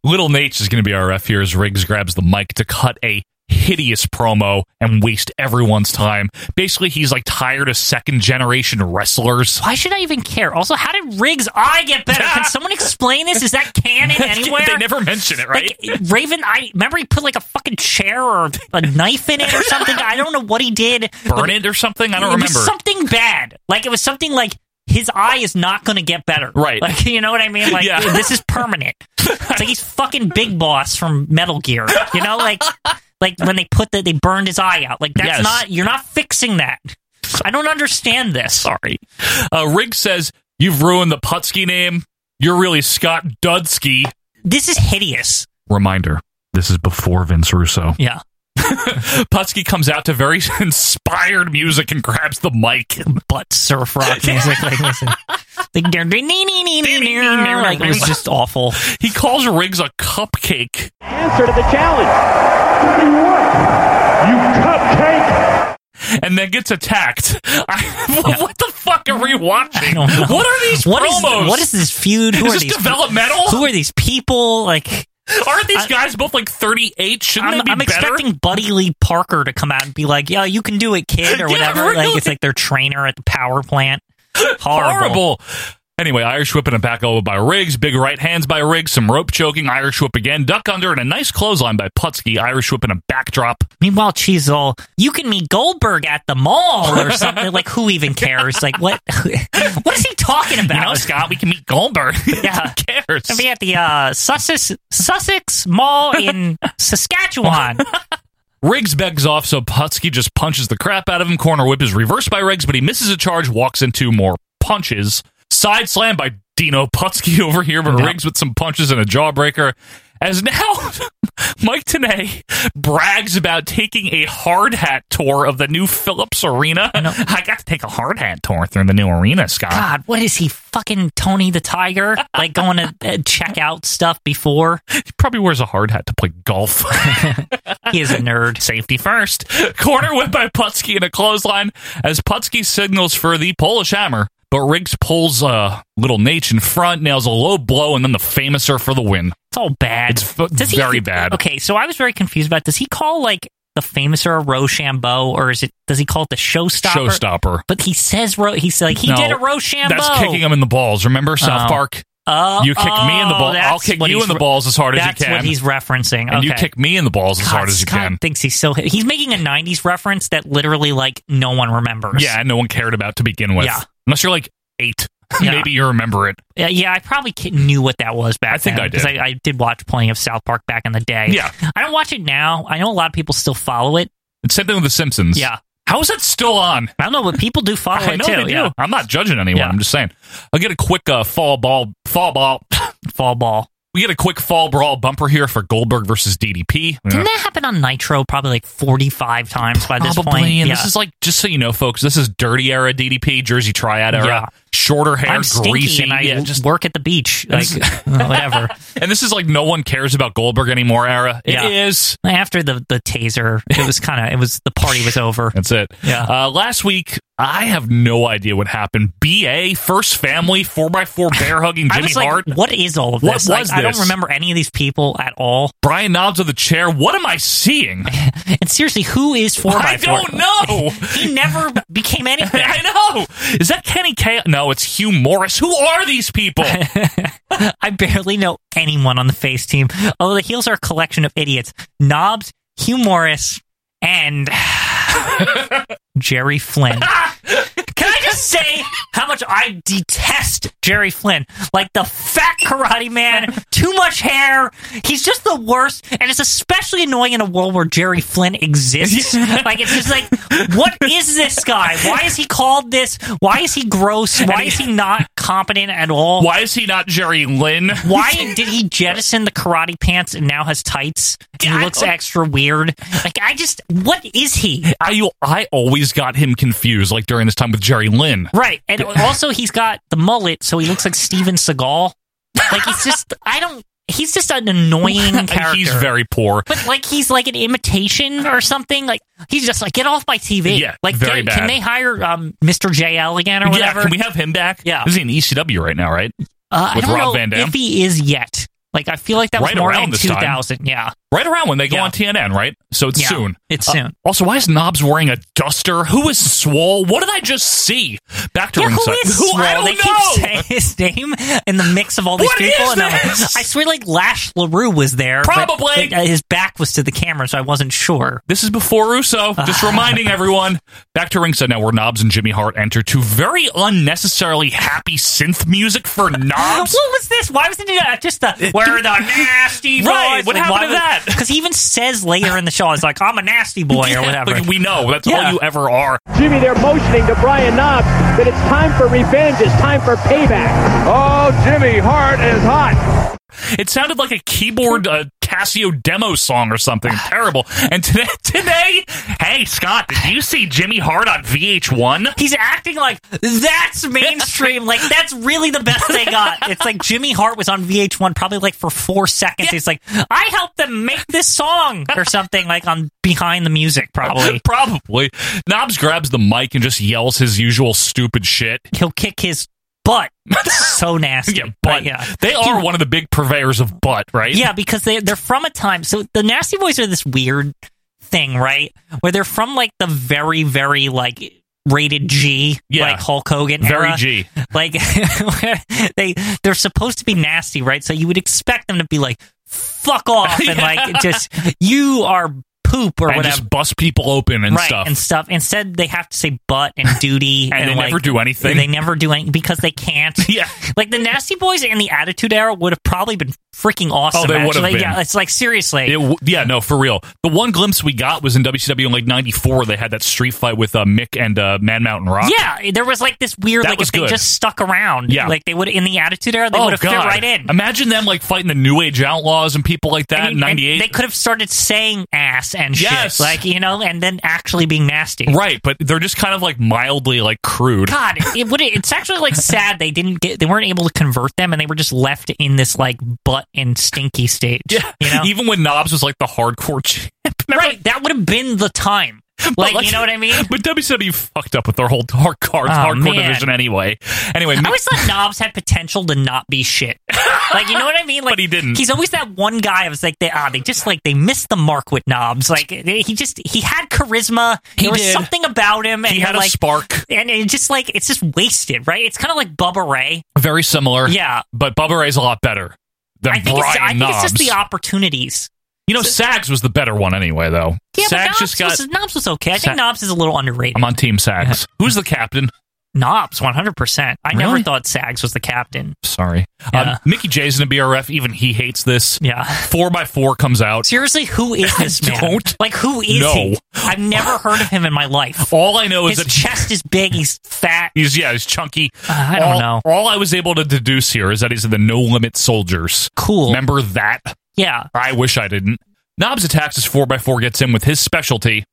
Speaker 1: Little Nate is going to be our ref here as Riggs grabs the mic to cut a hideous promo and waste everyone's time. Basically, he's like tired of second generation wrestlers.
Speaker 2: Why should I even care? Also, how did Riggs' eye get better?
Speaker 1: (laughs)
Speaker 2: Can someone explain this? Is that canon anywhere?
Speaker 1: they never mention it, right?
Speaker 2: Like Raven, I remember he put like a fucking chair or a knife in it or something. I don't know what he did.
Speaker 1: Burn it or something? I don't
Speaker 2: it
Speaker 1: remember.
Speaker 2: was something bad. Like it was something like his eye is not going to get better.
Speaker 1: Right.
Speaker 2: Like you know what I mean? Like
Speaker 1: Yeah.
Speaker 2: this is permanent. It's like he's fucking Big Boss from Metal Gear. You know, like like when they put the they burned his eye out. Like that's
Speaker 1: Yes.
Speaker 2: not you're not fixing that. I don't understand this.
Speaker 1: Sorry. Uh, Riggs says, You've ruined the Putski name. You're really Scott Dudsky.
Speaker 2: This is hideous.
Speaker 1: Reminder this is before Vince Russo.
Speaker 2: Yeah.
Speaker 1: Putski comes out to very (laughs) inspired music and grabs the mic.
Speaker 2: Butt surf (laughs) rock music. Like listen. Like, they're- like it was just awful.
Speaker 1: (laughs) He calls Riggs a cupcake.
Speaker 7: answer to the challenge. What do you want? You cupcake!
Speaker 1: and then gets attacked. (laughs) I, what,
Speaker 2: Yeah.
Speaker 1: what the fuck are we watching?
Speaker 2: I don't know.
Speaker 1: What are these
Speaker 2: What is-
Speaker 1: promos?
Speaker 2: what is this feud? Who
Speaker 1: Is
Speaker 2: are
Speaker 1: this
Speaker 2: these
Speaker 1: developmental?
Speaker 2: Who are these people? Like
Speaker 1: Aren't these
Speaker 2: I-
Speaker 1: guys both like 38? Shouldn't
Speaker 2: I'm,
Speaker 1: they be
Speaker 2: I'm
Speaker 1: better?
Speaker 2: expecting Buddy Lee Parker to come out and be like, "Yeah, you can do it, kid,"
Speaker 1: (laughs)
Speaker 2: or
Speaker 1: Yeah,
Speaker 2: whatever.
Speaker 1: really.
Speaker 2: Like it's like their trainer at the power plant. Horrible.
Speaker 1: Horrible. Anyway, Irish whip and a back elbow by Riggs, big right hands by Riggs, some rope choking, Irish whip again, duck under, and a nice clothesline by Putski, Irish whip and a backdrop.
Speaker 2: Meanwhile, she's all, "You can meet Goldberg at the mall or something." like who even cares? Like what? (laughs) what is he talking about?
Speaker 1: You know, Scott, we can meet Goldberg. (laughs)
Speaker 2: Yeah.
Speaker 1: Who cares?
Speaker 2: Gonna be at the uh, Sussex Sussex Mall
Speaker 1: (laughs)
Speaker 2: in Saskatchewan.
Speaker 1: Riggs begs off, so Putski just punches the crap out of him. Corner whip is reversed by Riggs, but he misses a charge, walks into more punches. Side slam by Dino Putski (laughs) over here, but
Speaker 2: Yeah.
Speaker 1: Riggs with some punches and a jawbreaker. As now, (laughs) Mike Tanay brags about taking a hard hat tour of the new Phillips Arena. (laughs) I, got to take a hard hat tour through the new arena, Scott.
Speaker 2: God, what is he fucking Tony the Tiger? Like going to uh, check out stuff before
Speaker 1: He probably wears a hard hat to play
Speaker 2: (laughs)
Speaker 1: golf.
Speaker 2: he is a nerd.
Speaker 1: Safety first. (laughs) Corner whip by Putski in a clothesline as Putski signals for the Polish hammer, but Riggs pulls uh, little Nate in front, nails a low blow, and then the famouser for the win.
Speaker 2: It's all bad.
Speaker 1: It's f- very bad.
Speaker 2: Okay, so I was very confused about does he call like the famous or Rochambeau or is it does he call it the showstopper?
Speaker 1: Showstopper.
Speaker 2: But he says ro- he's like he
Speaker 1: No,
Speaker 2: did a Rochambeau.
Speaker 1: That's kicking him in the balls. Remember South
Speaker 2: Oh.
Speaker 1: Park?
Speaker 2: Oh,
Speaker 1: You kick me in the
Speaker 2: oh,
Speaker 1: ball- I'll
Speaker 2: that's
Speaker 1: kick
Speaker 2: what
Speaker 1: you
Speaker 2: he's
Speaker 1: in the
Speaker 2: re-
Speaker 1: balls as hard as you
Speaker 2: that's
Speaker 1: can.
Speaker 2: what he's referencing.
Speaker 1: And you
Speaker 2: Okay.
Speaker 1: kick me in the balls as
Speaker 2: God,
Speaker 1: hard as you
Speaker 2: Scott
Speaker 1: can.
Speaker 2: thinks he's so he's making a '90s reference that literally like no one remembers.
Speaker 1: Yeah, no one cared about to begin with.
Speaker 2: Yeah.
Speaker 1: Unless you're like eight. (laughs) Maybe you remember it.
Speaker 2: Yeah, Uh, yeah, I probably ki- knew what that was back. I
Speaker 1: think I did.
Speaker 2: I, I did watch playing of South Park back in the day.
Speaker 1: Yeah.
Speaker 2: I don't watch it now. I know a lot of people still follow it.
Speaker 1: It's same thing with The Simpsons.
Speaker 2: Yeah,
Speaker 1: How is that still on?
Speaker 2: I don't know, but people do
Speaker 1: (laughs)
Speaker 2: follow
Speaker 1: I
Speaker 2: it
Speaker 1: know
Speaker 2: too.
Speaker 1: they do.
Speaker 2: Yeah.
Speaker 1: I'm not judging anyone.
Speaker 2: Yeah.
Speaker 1: I'm just saying. I'll get a quick uh, fall ball, fall ball. (laughs)
Speaker 2: Fall ball.
Speaker 1: we get a quick fall brawl bumper here for Goldberg versus DDP.
Speaker 2: Didn't that happen on Nitro probably like 45 times by this
Speaker 1: Probably,
Speaker 2: point?
Speaker 1: and
Speaker 2: yeah.
Speaker 1: this is like just so you know, folks. This is dirty era DDP, Jersey Triad era,
Speaker 2: Yeah.
Speaker 1: shorter hair,
Speaker 2: I'm stinky
Speaker 1: greasy,
Speaker 2: and I
Speaker 1: yeah,
Speaker 2: (laughs)
Speaker 1: just
Speaker 2: work at the beach. Like,
Speaker 1: This
Speaker 2: (laughs)
Speaker 1: (laughs)
Speaker 2: whatever.
Speaker 1: And this is like no one cares about Goldberg anymore era. It is.
Speaker 2: Yeah. After the, the taser, it was kind of, it was, the party was over.
Speaker 1: That's it.
Speaker 2: Yeah.
Speaker 1: Uh, last week, I have no idea what happened. BA, first family, 4x4 bear hugging
Speaker 2: (laughs)
Speaker 1: (laughs)
Speaker 2: I
Speaker 1: Jimmy
Speaker 2: was like,
Speaker 1: Hart.
Speaker 2: what is all of
Speaker 1: What
Speaker 2: this?
Speaker 1: was
Speaker 2: like, I don't
Speaker 1: this?
Speaker 2: remember any of these people at all.
Speaker 1: Brian Knobs of the chair. What am I
Speaker 2: (laughs)
Speaker 1: seeing?
Speaker 2: And seriously, who is 4
Speaker 1: I
Speaker 2: by 4
Speaker 1: don't know.
Speaker 2: (laughs) He never became anything.
Speaker 1: (laughs) I know. Is that Kenny K? No, it's Hugh Morris. Who are these people?
Speaker 2: (laughs) I barely know anyone on the face team. Although the heels are a collection of idiots. Knobs, Hugh Morris, and Jerry Flynn. Can I just say how much I detest Jerry Flynn? Like the fat karate man, too much hair. He's just the worst, and it's especially annoying in a world where Jerry Flynn exists. like it's just like, what is this guy? Why is he called this? Why is he gross? Why is he not competent at all?
Speaker 1: Why is he not Jerry Lynn?
Speaker 2: Why did he jettison the karate pants and now has tights? He
Speaker 1: I
Speaker 2: looks
Speaker 1: don't-
Speaker 2: extra weird. Like I just, what is he?
Speaker 1: I, I always got him confused, like during this time with Jerry Lynn.
Speaker 2: Right, and also he's got the mullet, so he looks like Steven Seagal. Like he's just, I don't. He's just
Speaker 1: (laughs)
Speaker 2: an annoying character.
Speaker 1: He's very poor.
Speaker 2: But like he's like an imitation or something. Like he's just like get off my TV.
Speaker 1: Yeah,
Speaker 2: like
Speaker 1: very
Speaker 2: can, can
Speaker 1: bad.
Speaker 2: they hire um, Mr. JL again or whatever?
Speaker 1: Yeah, can we have him back?
Speaker 2: Yeah.
Speaker 1: Is he in ECW right now, right?
Speaker 2: uh,
Speaker 1: with
Speaker 2: I don't
Speaker 1: Rob
Speaker 2: know
Speaker 1: Van Dam?
Speaker 2: if he is yet. Like I feel like that
Speaker 1: Right
Speaker 2: was more
Speaker 1: around
Speaker 2: in
Speaker 1: this time.
Speaker 2: 2000. Yeah,
Speaker 1: Right around when they go
Speaker 2: Yeah.
Speaker 1: on TNN, right? So it's
Speaker 2: Yeah,
Speaker 1: soon.
Speaker 2: it's
Speaker 1: Uh,
Speaker 2: soon.
Speaker 1: also, why is Knobs wearing a duster? Who is Swole? What did I just see? Back to
Speaker 2: Yeah, who
Speaker 1: ringside. (laughs)
Speaker 2: is
Speaker 1: who? I
Speaker 2: Swole?
Speaker 1: don't
Speaker 2: They
Speaker 1: know.
Speaker 2: keep saying his name in the mix of all these
Speaker 1: What
Speaker 2: people.
Speaker 1: is
Speaker 2: and I'm like,
Speaker 1: this?
Speaker 2: I swear, like Lash Larue was there. but-
Speaker 1: Probably.
Speaker 2: but, uh, his back was to the camera, so I wasn't sure.
Speaker 1: This is before Russo.
Speaker 2: (laughs)
Speaker 1: Just reminding everyone. Back to ringside now, where Knobs and Jimmy Hart enter to very unnecessarily happy synth music for Knobs.
Speaker 2: What was this? Why wasn't it uh, just the we're
Speaker 1: (laughs)
Speaker 2: the nasty boys?
Speaker 1: Right, what happened to that?
Speaker 2: (laughs) Because he even says later in the show, it's like I'm a nasty boy
Speaker 1: Yeah,
Speaker 2: or whatever. (laughs)
Speaker 1: like, we know that's
Speaker 2: Yeah.
Speaker 1: all you ever are.
Speaker 8: Jimmy, they're motioning to Brian Knobs that it's time for revenge. It's time for payback.
Speaker 5: Oh, Jimmy Hart is hot.
Speaker 1: It sounded like a keyboard uh, Casio demo song or
Speaker 2: (sighs)
Speaker 1: something. Terrible. And today, (laughs) today, hey Scott, did you see Jimmy Hart on VH1?
Speaker 2: He's acting like that's mainstream. like that's really the best
Speaker 1: (laughs)
Speaker 2: they got. It's like Jimmy Hart was on VH1 probably like for four seconds. He's like, I helped them make this song or something like on behind the music probably.
Speaker 1: (laughs) Probably. Knobs grabs the mic and just yells his usual stupid shit.
Speaker 2: He'll kick his butt.
Speaker 1: (laughs)
Speaker 2: so nasty.
Speaker 1: Yeah, butt.
Speaker 2: yeah.
Speaker 1: They are one of the big purveyors of butt, right?
Speaker 2: Yeah, because they they're from a time. So the Nasty Boys are this weird thing, right? Where they're from like the very very like rated G,
Speaker 1: Yeah.
Speaker 2: like Hulk Hogan,
Speaker 1: Very
Speaker 2: era.
Speaker 1: G.
Speaker 2: Like (laughs) where they they're supposed to be nasty, right? So you would expect them to be like
Speaker 1: (laughs)
Speaker 2: fuck off and like just you are poop or
Speaker 1: and
Speaker 2: whatever.
Speaker 1: just bust people open and
Speaker 2: right
Speaker 1: stuff.
Speaker 2: and stuff. Instead, they have to say butt
Speaker 1: (laughs)
Speaker 2: and duty,
Speaker 1: And they
Speaker 2: like,
Speaker 1: never do anything.
Speaker 2: They never do anything because they can't.
Speaker 1: (laughs) Yeah.
Speaker 2: like the Nasty Boys and the Attitude Era would have probably been freaking awesome.
Speaker 1: Oh, they would have
Speaker 2: actually.
Speaker 1: been.
Speaker 2: Yeah, it's like seriously.
Speaker 1: It w- yeah, no, for real. The one glimpse we got was in WCW in like '94. They had that street fight with uh, Mick and uh, Man Mountain Rock.
Speaker 2: yeah, there was like this weird
Speaker 1: That
Speaker 2: like
Speaker 1: was
Speaker 2: if they
Speaker 1: good.
Speaker 2: just stuck around,
Speaker 1: Yeah.
Speaker 2: like they would in the Attitude Era they
Speaker 1: oh,
Speaker 2: would have fit
Speaker 1: God.
Speaker 2: right in.
Speaker 1: Imagine them like fighting the New Age Outlaws and people like that
Speaker 2: I
Speaker 1: in
Speaker 2: mean, and
Speaker 1: '98.
Speaker 2: they could have started saying ass and
Speaker 1: Yes.
Speaker 2: shit, like you know, and then actually being nasty.
Speaker 1: Right, but they're just kind of like mildly like crude.
Speaker 2: God, it would. It's actually like sad they didn't get. They weren't able to convert them, and they were just left in this like butt and stinky stage.
Speaker 1: Yeah,
Speaker 2: you
Speaker 1: (laughs)
Speaker 2: know,
Speaker 1: even when Knobs was like the hardcore (laughs) champ.
Speaker 2: right? That would have been the time.
Speaker 1: (laughs)
Speaker 2: Like, you know what I mean?
Speaker 1: But WCW fucked up with their whole hard card,
Speaker 2: Oh,
Speaker 1: hardcore
Speaker 2: man.
Speaker 1: division anyway. Anyway,
Speaker 2: I always thought Knobs had potential to not be shit. Like you know what I mean?
Speaker 1: (laughs)
Speaker 2: Like
Speaker 1: But he didn't.
Speaker 2: He's always that one guy. I was like, they ah, they just like they missed the mark with Knobs. Like they- he just he had charisma.
Speaker 1: He
Speaker 2: there was
Speaker 1: did.
Speaker 2: something about him, and
Speaker 1: he had
Speaker 2: you're
Speaker 1: a
Speaker 2: like,
Speaker 1: spark,
Speaker 2: and it just like it's just wasted, right? It's kind of like Bubba Ray.
Speaker 1: very similar.
Speaker 2: Yeah.
Speaker 1: but Bubba Ray's a lot better than
Speaker 2: I think
Speaker 1: Brian
Speaker 2: it's, I think
Speaker 1: Knobs.
Speaker 2: it's just the opportunities.
Speaker 1: you know, Sags was the better one anyway, though.
Speaker 2: Yeah,
Speaker 1: Sags
Speaker 2: but Knobs
Speaker 1: just got.
Speaker 2: was, Knobs was okay. I
Speaker 1: Sa-
Speaker 2: think Knobs is a little underrated. (laughs)
Speaker 1: I'm on Team Sags. Who's the captain?
Speaker 2: Knobs, 100%. I never thought Sags was the captain.
Speaker 1: Sorry. Um,
Speaker 2: Yeah.
Speaker 1: Mickey J's in the BRF. Even he hates this.
Speaker 2: Yeah. (laughs)
Speaker 1: Four by four comes out.
Speaker 2: Seriously, who
Speaker 1: (laughs)
Speaker 2: is this man?
Speaker 1: Don't
Speaker 2: like who is
Speaker 1: know.
Speaker 2: he?
Speaker 1: (laughs)
Speaker 2: I've never heard of him in my life.
Speaker 1: All I know
Speaker 2: His
Speaker 1: is that
Speaker 2: chest is big. He's fat. Uh,
Speaker 1: he's yeah he's chunky.
Speaker 2: I don't
Speaker 1: all,
Speaker 2: know.
Speaker 1: All I was able to deduce here is that he's in the No Limit Soldiers.
Speaker 2: Cool.
Speaker 1: Remember that?
Speaker 2: Yeah.
Speaker 1: I wish I didn't. Knobs attacks his 4x4, gets in with his specialty.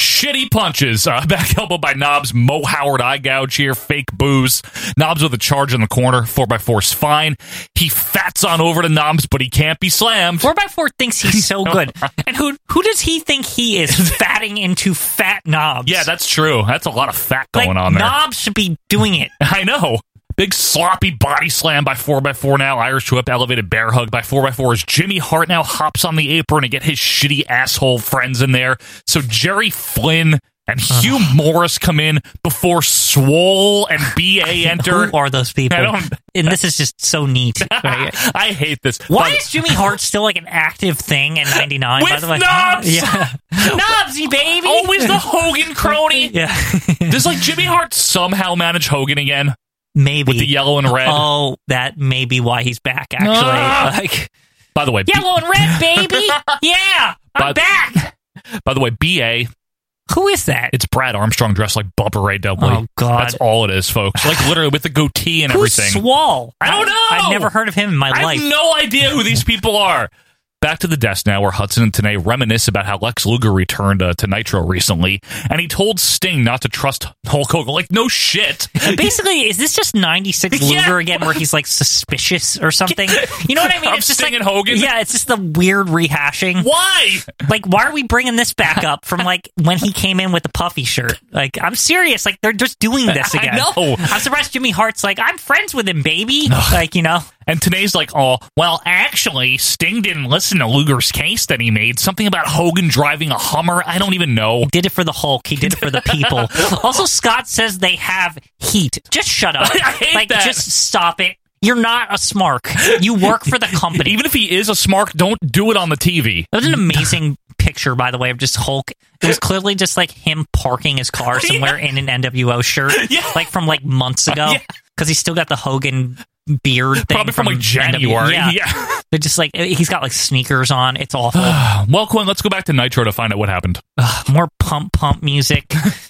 Speaker 1: Shitty punches. Uh, (laughs) back elbow by Knobs. Mo Howard eye gouge here. Fake booze. Knobs with a charge in the corner. 4x4's fine. He fats on over to Knobs, but he can't be slammed.
Speaker 2: Four by four thinks
Speaker 1: (laughs)
Speaker 2: he's so good, and who who does he think he is? Fatting into fat knobs.
Speaker 1: Yeah, that's true. That's a lot of fat
Speaker 2: Like,
Speaker 1: going on there.
Speaker 2: Knobs should be doing it.
Speaker 1: I know. Big sloppy body slam by 4x4 now. Irish whip, elevated bear hug by 4x4 as Jimmy Hart now hops on the apron to get his shitty asshole friends in there. So Jerry Flynn and Hugh Morris come in before Swole (laughs) and
Speaker 2: (laughs)
Speaker 1: BA enter.
Speaker 2: Who are those people?
Speaker 1: I don't-
Speaker 2: and this is just
Speaker 1: (laughs)
Speaker 2: so neat. right?
Speaker 1: I hate this.
Speaker 2: Why
Speaker 1: But-
Speaker 2: is Jimmy Hart still like an active
Speaker 1: (laughs)
Speaker 2: thing in '99? by
Speaker 1: With
Speaker 2: the way,
Speaker 1: knobs!
Speaker 2: (laughs) Yeah, Oh, knobsy baby.
Speaker 1: always oh, the Hogan crony?
Speaker 2: (laughs) yeah,
Speaker 1: Does like Jimmy Hart somehow manage Hogan again?
Speaker 2: maybe
Speaker 1: With the yellow and red.
Speaker 2: Oh, that may be why he's back. Actually, (laughs)
Speaker 1: Ah! (laughs)
Speaker 2: like
Speaker 1: By the way, B-
Speaker 2: yellow and red, (laughs) baby. yeah,
Speaker 1: But-
Speaker 2: I'm back.
Speaker 1: by the way, BA
Speaker 2: Who is that?
Speaker 1: It's Brad Armstrong dressed like Bubba Ray Dudley.
Speaker 2: Oh, God.
Speaker 1: that's all it is, folks. Like literally with the goatee and
Speaker 2: Who's
Speaker 1: everything.
Speaker 2: Swall?
Speaker 1: I don't know.
Speaker 2: I've never heard of him in my
Speaker 1: I
Speaker 2: life.
Speaker 1: have no idea who these people are. Back to the desk now, where Hudson and Tanay reminisce about how Lex Luger returned uh, to Nitro recently, and he told Sting not to trust Hulk Hogan. Like, no
Speaker 2: (laughs)
Speaker 1: shit.
Speaker 2: Basically, is this just '96 Luger
Speaker 1: (laughs) Yeah.
Speaker 2: again, where he's like suspicious or something? You know what
Speaker 1: (laughs)
Speaker 2: I mean?
Speaker 1: Of
Speaker 2: It's just
Speaker 1: Sting
Speaker 2: like
Speaker 1: and Hogan?
Speaker 2: Yeah, it's just the weird rehashing.
Speaker 1: Why?
Speaker 2: Like, why are we bringing this back up from like when he came in with the puffy shirt? Like, I'm serious. Like, they're just doing this
Speaker 1: I
Speaker 2: again.
Speaker 1: know.
Speaker 2: I'm surprised Jimmy Hart's like, I'm friends with him, baby. Like, you know,
Speaker 1: And Tanay's like, oh, well, actually, Sting didn't listen to Luger's case that he made. Something about Hogan driving a Hummer. I don't even know.
Speaker 2: did it for the Hulk. He did it for
Speaker 1: (laughs)
Speaker 2: the people. also, Scott says they have heat. Just shut up.
Speaker 1: (laughs) I hate
Speaker 2: like,
Speaker 1: that.
Speaker 2: just stop it. You're not a smark. You work for the
Speaker 1: (laughs)
Speaker 2: company.
Speaker 1: Even if he is a smart, don't do it on the TV.
Speaker 2: That
Speaker 1: (laughs)
Speaker 2: was an amazing picture, by the way, of just Hulk. It was clearly just like him parking
Speaker 1: (laughs)
Speaker 2: his car somewhere in an NWO shirt,
Speaker 1: Yeah.
Speaker 2: like from like months ago,
Speaker 1: Yeah.
Speaker 2: because he's still got the Hogan beard thing
Speaker 1: Probably from, like January.
Speaker 2: NWO. Yeah,
Speaker 1: (laughs) yeah.
Speaker 2: They're just like eh, he's got like sneakers on. It's awful.
Speaker 1: (sighs) Well, Quinn, let's go back to Nitro to find out what happened.
Speaker 2: Ugh, more pump
Speaker 1: (laughs)
Speaker 2: pump music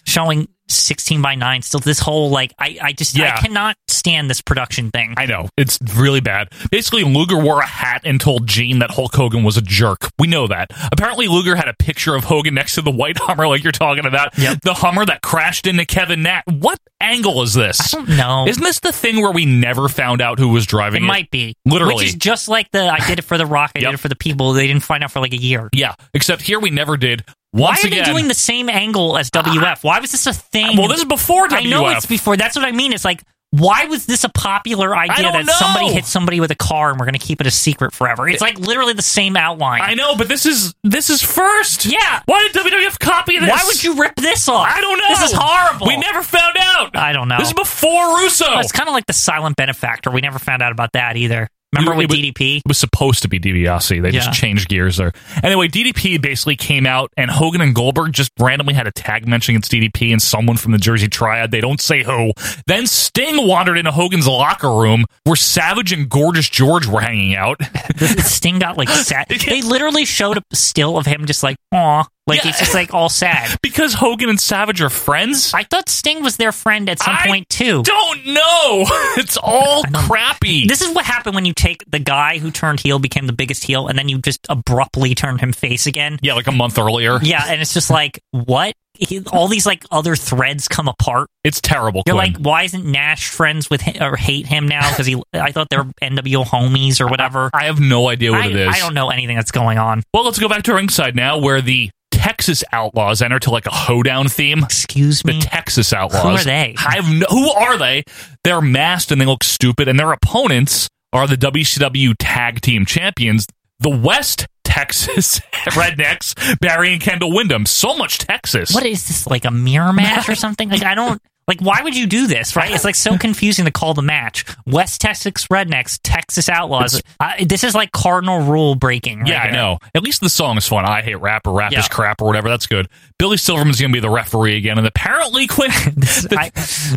Speaker 2: showing sixteen by nine. Still, this whole like I I just
Speaker 1: Yeah.
Speaker 2: I cannot stand this production thing.
Speaker 1: I know it's really bad. Basically, Luger wore a hat and told Gene that Hulk Hogan was a jerk. We know that. Apparently, Luger had a picture of Hogan next to the white Hummer, like you're talking about.
Speaker 2: Yep.
Speaker 1: The Hummer that crashed into Kevin Nat. What angle is this?
Speaker 2: I don't know.
Speaker 1: Isn't this the thing where we never found out who was
Speaker 2: it
Speaker 1: driving it?
Speaker 2: might be
Speaker 1: Literally.
Speaker 2: which is just like the I did it for the Rock. I
Speaker 1: Yep.
Speaker 2: did it for the people. They didn't find out for like a year.
Speaker 1: Yeah, except here we never did.
Speaker 2: Why
Speaker 1: Once
Speaker 2: are
Speaker 1: again, Ah,
Speaker 2: they doing the same angle as WF? Why was this a thing?
Speaker 1: Well, this is before
Speaker 2: I know
Speaker 1: WF.
Speaker 2: it's before. That's what I mean. It's like, why was this a popular idea
Speaker 1: don't
Speaker 2: that
Speaker 1: know.
Speaker 2: somebody hit somebody with a car and we're going to keep it a secret forever? It's like literally the same outline.
Speaker 1: I know, but this is this is first.
Speaker 2: Yeah.
Speaker 1: Why did WWF copy this?
Speaker 2: Why would you rip this off?
Speaker 1: I don't know.
Speaker 2: This is horrible.
Speaker 1: We never found out.
Speaker 2: I don't know.
Speaker 1: This is before Russo.
Speaker 2: It's kind of like the silent benefactor. We never found out about that either. Remember
Speaker 1: It
Speaker 2: with
Speaker 1: was-
Speaker 2: DDP?
Speaker 1: It was supposed to be DiBiase. They
Speaker 2: Yeah.
Speaker 1: just changed gears there. Anyway, DDP basically came out, and Hogan and Goldberg just randomly had a tag match against DDP and someone from the Jersey Triad. They don't say who. Then Sting wandered into Hogan's locker room where Savage and Gorgeous George were hanging
Speaker 2: (laughs)
Speaker 1: out.
Speaker 2: Sting
Speaker 1: (laughs)
Speaker 2: got like sad. They literally showed a still of him just like, aw. Like
Speaker 1: Yeah.
Speaker 2: he's just like
Speaker 1: (laughs)
Speaker 2: all sad.
Speaker 1: because Hogan and Savage are friends?
Speaker 2: I thought Sting was their friend at some
Speaker 1: I
Speaker 2: point too.
Speaker 1: don't know. (laughs) It's all crappy.
Speaker 2: This is what happened when you take the guy who turned heel became the biggest heel, and then you just abruptly turn him face again.
Speaker 1: yeah, like a month earlier.
Speaker 2: Yeah, and it's just like what? He, all these like other threads come apart.
Speaker 1: It's terrible.
Speaker 2: You're
Speaker 1: Quinn.
Speaker 2: like, why isn't Nash friends with him or hate him now? Because he, I thought they were NWO homies or whatever.
Speaker 1: I have no idea what
Speaker 2: I,
Speaker 1: it is.
Speaker 2: I don't know anything that's going on.
Speaker 1: Well, let's go back to ringside now, where the Texas Outlaws enter to like a hoedown theme.
Speaker 2: Excuse
Speaker 1: The
Speaker 2: me.
Speaker 1: Texas Outlaws.
Speaker 2: Who are they?
Speaker 1: I have no, who are they? They're masked and they look stupid, and their opponents are the WCW Tag Team Champions, the West Texas (laughs) Rednecks, Barry and Kendall Windham. So much Texas. (laughs)
Speaker 2: What is this like a mirror match or something? Like I don't Like, why would you do this, right? It's like so confusing to call the match. West Texas Rednecks, Texas Outlaws. Uh, this is like cardinal rule breaking. Right
Speaker 1: yeah, I
Speaker 2: here.
Speaker 1: know. At least the song is fun. I hate rap or rap
Speaker 2: Yeah.
Speaker 1: is crap or whatever. That's good. Billy Silverman's going to be the referee again, and apparently, quick,
Speaker 2: (laughs) This, I,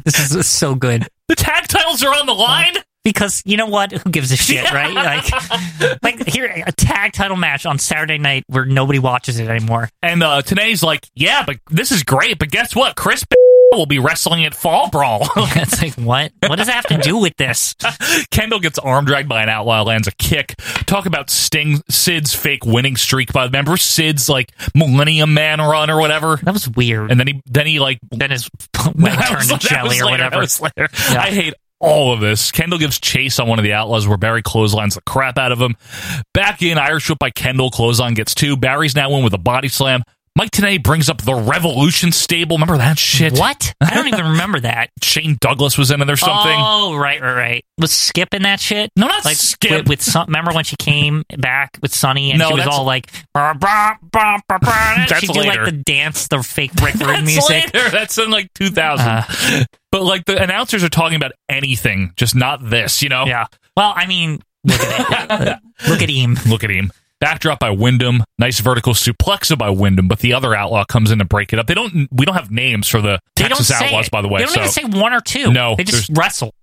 Speaker 2: this is so good.
Speaker 1: the tag titles are on the line.
Speaker 2: Because you know what? Who gives a shit,
Speaker 1: (laughs)
Speaker 2: right? Like, like here a tag title match on Saturday night where nobody watches it anymore. (laughs)
Speaker 1: And uh, today's like, yeah, but this is great. But guess what? Chris (laughs) will be wrestling at Fall Brawl. (laughs)
Speaker 2: it's like what? What does that have to do with this?
Speaker 1: Kendall gets arm dragged by an outlaw, lands a kick. Talk about Sting Sid's fake winning streak. By remember Sid's like Millennium Man run or whatever.
Speaker 2: That was weird.
Speaker 1: And then he then he like
Speaker 2: Then (laughs) his wing
Speaker 1: (laughs) That
Speaker 2: turned
Speaker 1: was-
Speaker 2: to
Speaker 1: that
Speaker 2: jelly
Speaker 1: was
Speaker 2: or
Speaker 1: later,
Speaker 2: whatever.
Speaker 1: that was
Speaker 2: (laughs)
Speaker 1: later. I hate all of this. Kendall gives chase on one of the outlaws where Barry clotheslines the crap out of him. Back in, Irish whip by Kendall. Clothesline gets two. Barry's now in with a body slam. Mike Tenay brings up the Revolution stable. Remember that shit?
Speaker 2: What? I don't even remember that.
Speaker 1: Shane Douglas was in it or (laughs) something.
Speaker 2: Oh, right, right, right. Was Skip in that shit?
Speaker 1: No, not Skip.
Speaker 2: With, with Sun- remember when she came back with Sunny and
Speaker 1: No,
Speaker 2: she was
Speaker 1: that's-
Speaker 2: all like, "Bah, bah, bah, bah, bah,"
Speaker 1: (laughs)
Speaker 2: and
Speaker 1: That's
Speaker 2: she did
Speaker 1: later.
Speaker 2: like the dance, the fake Rick Rude
Speaker 1: That's
Speaker 2: music. Uh-huh.
Speaker 1: later. (laughs) That's in like 2000. but like the announcers are talking about anything, just not this, you know?
Speaker 2: Yeah. Well, I mean, look
Speaker 1: (laughs)
Speaker 2: at it. look at him.
Speaker 1: Look at him. Backdrop by Wyndham. Nice vertical suplexa by Wyndham, but the other outlaw comes in to break it up. They don't. We don't have names for the
Speaker 2: They
Speaker 1: Texas
Speaker 2: don't say
Speaker 1: outlaws,
Speaker 2: it.
Speaker 1: by the way.
Speaker 2: They don't
Speaker 1: so
Speaker 2: even
Speaker 1: (laughs)
Speaker 2: say one or two.
Speaker 1: No,
Speaker 2: they just
Speaker 1: there's-
Speaker 2: wrestle.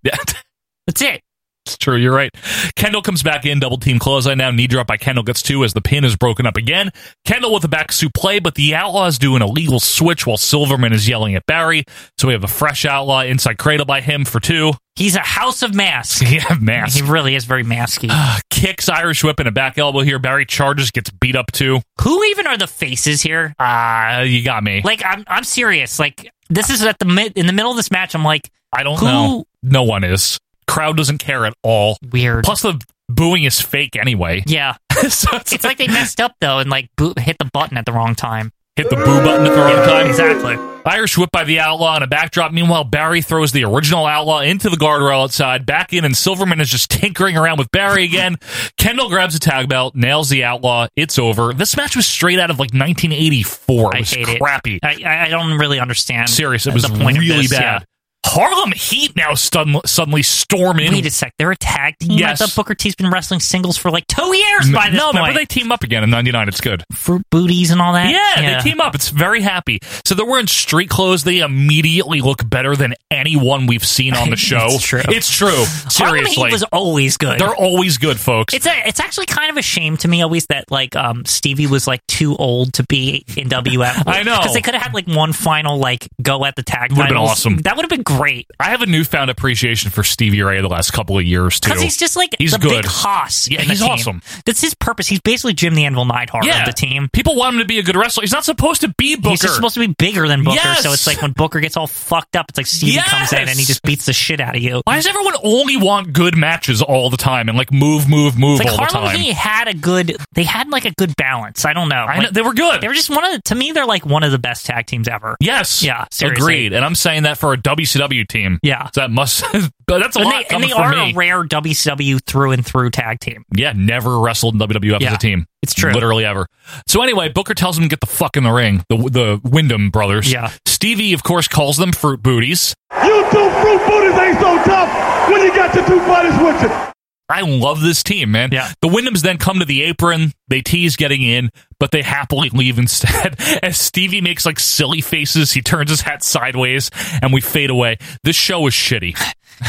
Speaker 2: That's it.
Speaker 1: it's true. You're right. Kendall comes back in. Double team clothesline now. Knee drop by Kendall gets two as the pin is broken up again. Kendall with a back suplex, but the outlaws do an illegal switch while Silverman is yelling at Barry. So we have a fresh outlaw inside cradle by him for two.
Speaker 2: He's a house of masks.
Speaker 1: (laughs) Yeah, mask.
Speaker 2: He really is
Speaker 1: (sighs)
Speaker 2: very masky.
Speaker 1: kicks Irish whip and a back elbow here. Barry charges, gets beat up too.
Speaker 2: Who even are the faces here?
Speaker 1: Ah, you got me.
Speaker 2: Like, I'm I'm serious. Like, this is at the mid in the middle of this match. I'm like,
Speaker 1: I don't
Speaker 2: who-
Speaker 1: know. No one is. Crowd doesn't care at all.
Speaker 2: Weird.
Speaker 1: Plus, the booing is fake anyway.
Speaker 2: yeah.
Speaker 1: (laughs) so it's,
Speaker 2: It's like they messed up though and like bo- hit the button at the wrong time.
Speaker 1: hit the boo button at the wrong time.
Speaker 2: Exactly.
Speaker 1: Irish whip by the outlaw and a backdrop. Meanwhile, Barry throws the original outlaw into the guardrail outside, back in, and Silverman is just tinkering around with Barry
Speaker 2: (laughs)
Speaker 1: again. Kendall grabs a tag belt, nails the outlaw. It's over. This match was straight out of like 1984. It
Speaker 2: I
Speaker 1: was
Speaker 2: hate
Speaker 1: crappy.
Speaker 2: it. I- I I don't really understand.
Speaker 1: Serious. It was
Speaker 2: the point of
Speaker 1: really
Speaker 2: this,
Speaker 1: bad. Harlem Heat now stun- suddenly storm
Speaker 2: yeah.
Speaker 1: in.
Speaker 2: Wait a sec. They're a tag team.
Speaker 1: Yes.
Speaker 2: I thought Booker T's been wrestling singles for like two years by this
Speaker 1: no,
Speaker 2: point.
Speaker 1: remember they team up again in '99. It's good.
Speaker 2: Fruit booties and all that.
Speaker 1: Yeah, they team up. It's very happy. So they're wearing street clothes. They immediately look better than anyone we've seen
Speaker 2: (laughs)
Speaker 1: on the show.
Speaker 2: It's true.
Speaker 1: It's true.
Speaker 2: (laughs) Harlem Heat
Speaker 1: Seriously,
Speaker 2: was always good.
Speaker 1: they're always good, folks.
Speaker 2: It's a, it's actually kind of a shame to me always that like um Stevie was like too old to be in WF.
Speaker 1: (laughs) I know.
Speaker 2: because they could have had like one final like go at the tag.
Speaker 1: Would've been
Speaker 2: finals.
Speaker 1: awesome.
Speaker 2: That would have been great
Speaker 1: I have a newfound appreciation for Stevie Ray the last couple of years too.
Speaker 2: because he's just like
Speaker 1: He's
Speaker 2: the
Speaker 1: good.
Speaker 2: big hoss.
Speaker 1: Yeah,
Speaker 2: in the
Speaker 1: he's
Speaker 2: team.
Speaker 1: awesome.
Speaker 2: That's his purpose. He's basically Jim the Anvil Neidhart
Speaker 1: yeah,
Speaker 2: of the team.
Speaker 1: People want him to be a good wrestler. He's not supposed to be Booker.
Speaker 2: He's just supposed to be bigger than Booker,
Speaker 1: Yes!
Speaker 2: so it's like when Booker gets all fucked up, it's like Stevie comes in
Speaker 1: Yes!
Speaker 2: and he just beats the shit out of you.
Speaker 1: Why does everyone only want good matches all the time and like move, move, move
Speaker 2: It's like
Speaker 1: all the
Speaker 2: Harlem
Speaker 1: time?
Speaker 2: Heat had a good, they had like a good balance. I don't know.
Speaker 1: I
Speaker 2: Like,
Speaker 1: know, they were good.
Speaker 2: they were just one of, the, to me, they're like one of the best tag teams ever.
Speaker 1: Yes.
Speaker 2: Yeah, seriously.
Speaker 1: Agreed. And I'm saying that for a WCW team.
Speaker 2: Yeah.
Speaker 1: So that must. (laughs) but that's a
Speaker 2: and
Speaker 1: lot
Speaker 2: they, and
Speaker 1: coming
Speaker 2: they
Speaker 1: from
Speaker 2: are
Speaker 1: me.
Speaker 2: a rare WCW through and through tag team.
Speaker 1: (laughs) yeah, never wrestled in WWF as
Speaker 2: Yeah,
Speaker 1: a team.
Speaker 2: it's true.
Speaker 1: Literally ever. So anyway, Booker tells them to get the fuck in the ring. The the Wyndham brothers.
Speaker 2: Yeah.
Speaker 1: Stevie, of course, calls them fruit booties.
Speaker 7: You two fruit booties ain't so tough when you got your two buddies with you.
Speaker 1: I love this team, man.
Speaker 2: Yeah.
Speaker 1: The Wyndhams then come to the apron. They tease getting in, but they happily (laughs) leave instead. As Stevie makes like silly faces, he turns his hat sideways, and we fade away. This show is shitty.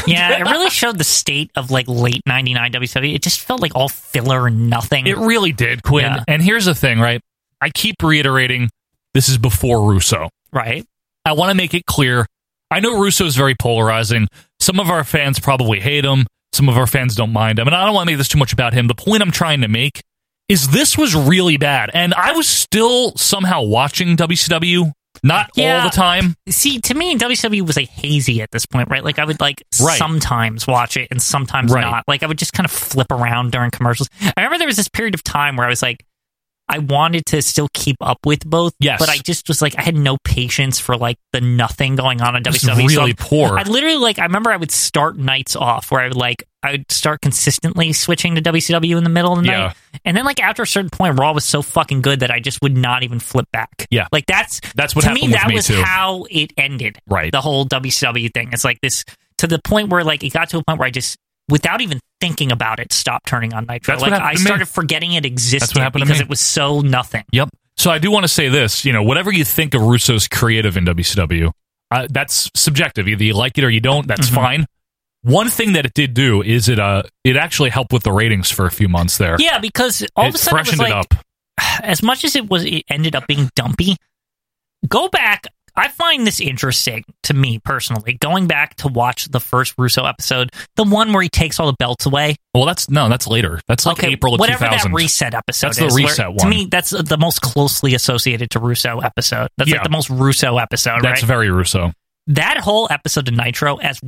Speaker 2: Yeah, it really showed the state of like late '99 WCW. It just felt like all filler and nothing.
Speaker 1: It really did, Quinn.
Speaker 2: Yeah.
Speaker 1: And here's the thing, right? I keep reiterating this is before Russo.
Speaker 2: right?
Speaker 1: I want to make it clear. I know Russo is very polarizing. Some of our fans probably hate him. Some of our fans don't mind him. And I don't want to make this too much about him. The point I'm trying to make is this was really bad. And I was still somehow watching WCW, not
Speaker 2: Yeah.
Speaker 1: all the time.
Speaker 2: See, to me, WCW was like hazy at this point, right? Like I would like
Speaker 1: Right.
Speaker 2: sometimes watch it and sometimes
Speaker 1: Right.
Speaker 2: not. Like I would just kind of flip around during commercials. I remember there was this period of time where I was like, I wanted to still keep up with both.
Speaker 1: Yes.
Speaker 2: But I just was like, I had no patience for like the nothing going on on
Speaker 1: It was
Speaker 2: WWE. So
Speaker 1: really
Speaker 2: I'm-
Speaker 1: poor.
Speaker 2: I literally like, I remember I would start nights off where I would like, I would start consistently switching to WCW in the middle of the
Speaker 1: Yeah.
Speaker 2: night. And then like after a certain point, Raw was so fucking good that I just would not even flip back.
Speaker 1: Yeah.
Speaker 2: Like that's,
Speaker 1: That's what
Speaker 2: to
Speaker 1: happened
Speaker 2: me,
Speaker 1: with
Speaker 2: that
Speaker 1: me,
Speaker 2: was
Speaker 1: too.
Speaker 2: how it ended.
Speaker 1: Right.
Speaker 2: The whole WCW thing. It's like this, to the point where like, it got to a point where I just, without even thinking about it, stopped turning on Nitro.
Speaker 1: That's what
Speaker 2: like I
Speaker 1: happened to me.
Speaker 2: started forgetting it existed
Speaker 1: That's what happened to
Speaker 2: because
Speaker 1: me.
Speaker 2: it was so nothing.
Speaker 1: Yep. So I do want to say this. You know, whatever you think of Russo's creative in WCW, uh, that's subjective. Either you like it or you don't. That's fine. One thing that it did do is it uh it actually helped with the ratings for a few months there.
Speaker 2: Yeah, because all
Speaker 1: it
Speaker 2: of a sudden it was
Speaker 1: freshened
Speaker 2: like,
Speaker 1: it up.
Speaker 2: as much as it was, it ended up being dumpy. Go back. I find this interesting to me personally. Going back to watch the first Russo episode, the one where he takes all the belts away.
Speaker 1: Well, that's no, that's later. That's like
Speaker 2: okay,
Speaker 1: April of
Speaker 2: whatever
Speaker 1: 2000.
Speaker 2: that reset episode.
Speaker 1: That's the
Speaker 2: is, where-
Speaker 1: reset
Speaker 2: To
Speaker 1: one.
Speaker 2: me, that's the most closely associated to Russo episode. That's
Speaker 1: Yeah.
Speaker 2: like the most Russo episode.
Speaker 1: that's
Speaker 2: right?
Speaker 1: very Russo.
Speaker 2: that whole episode of Nitro, as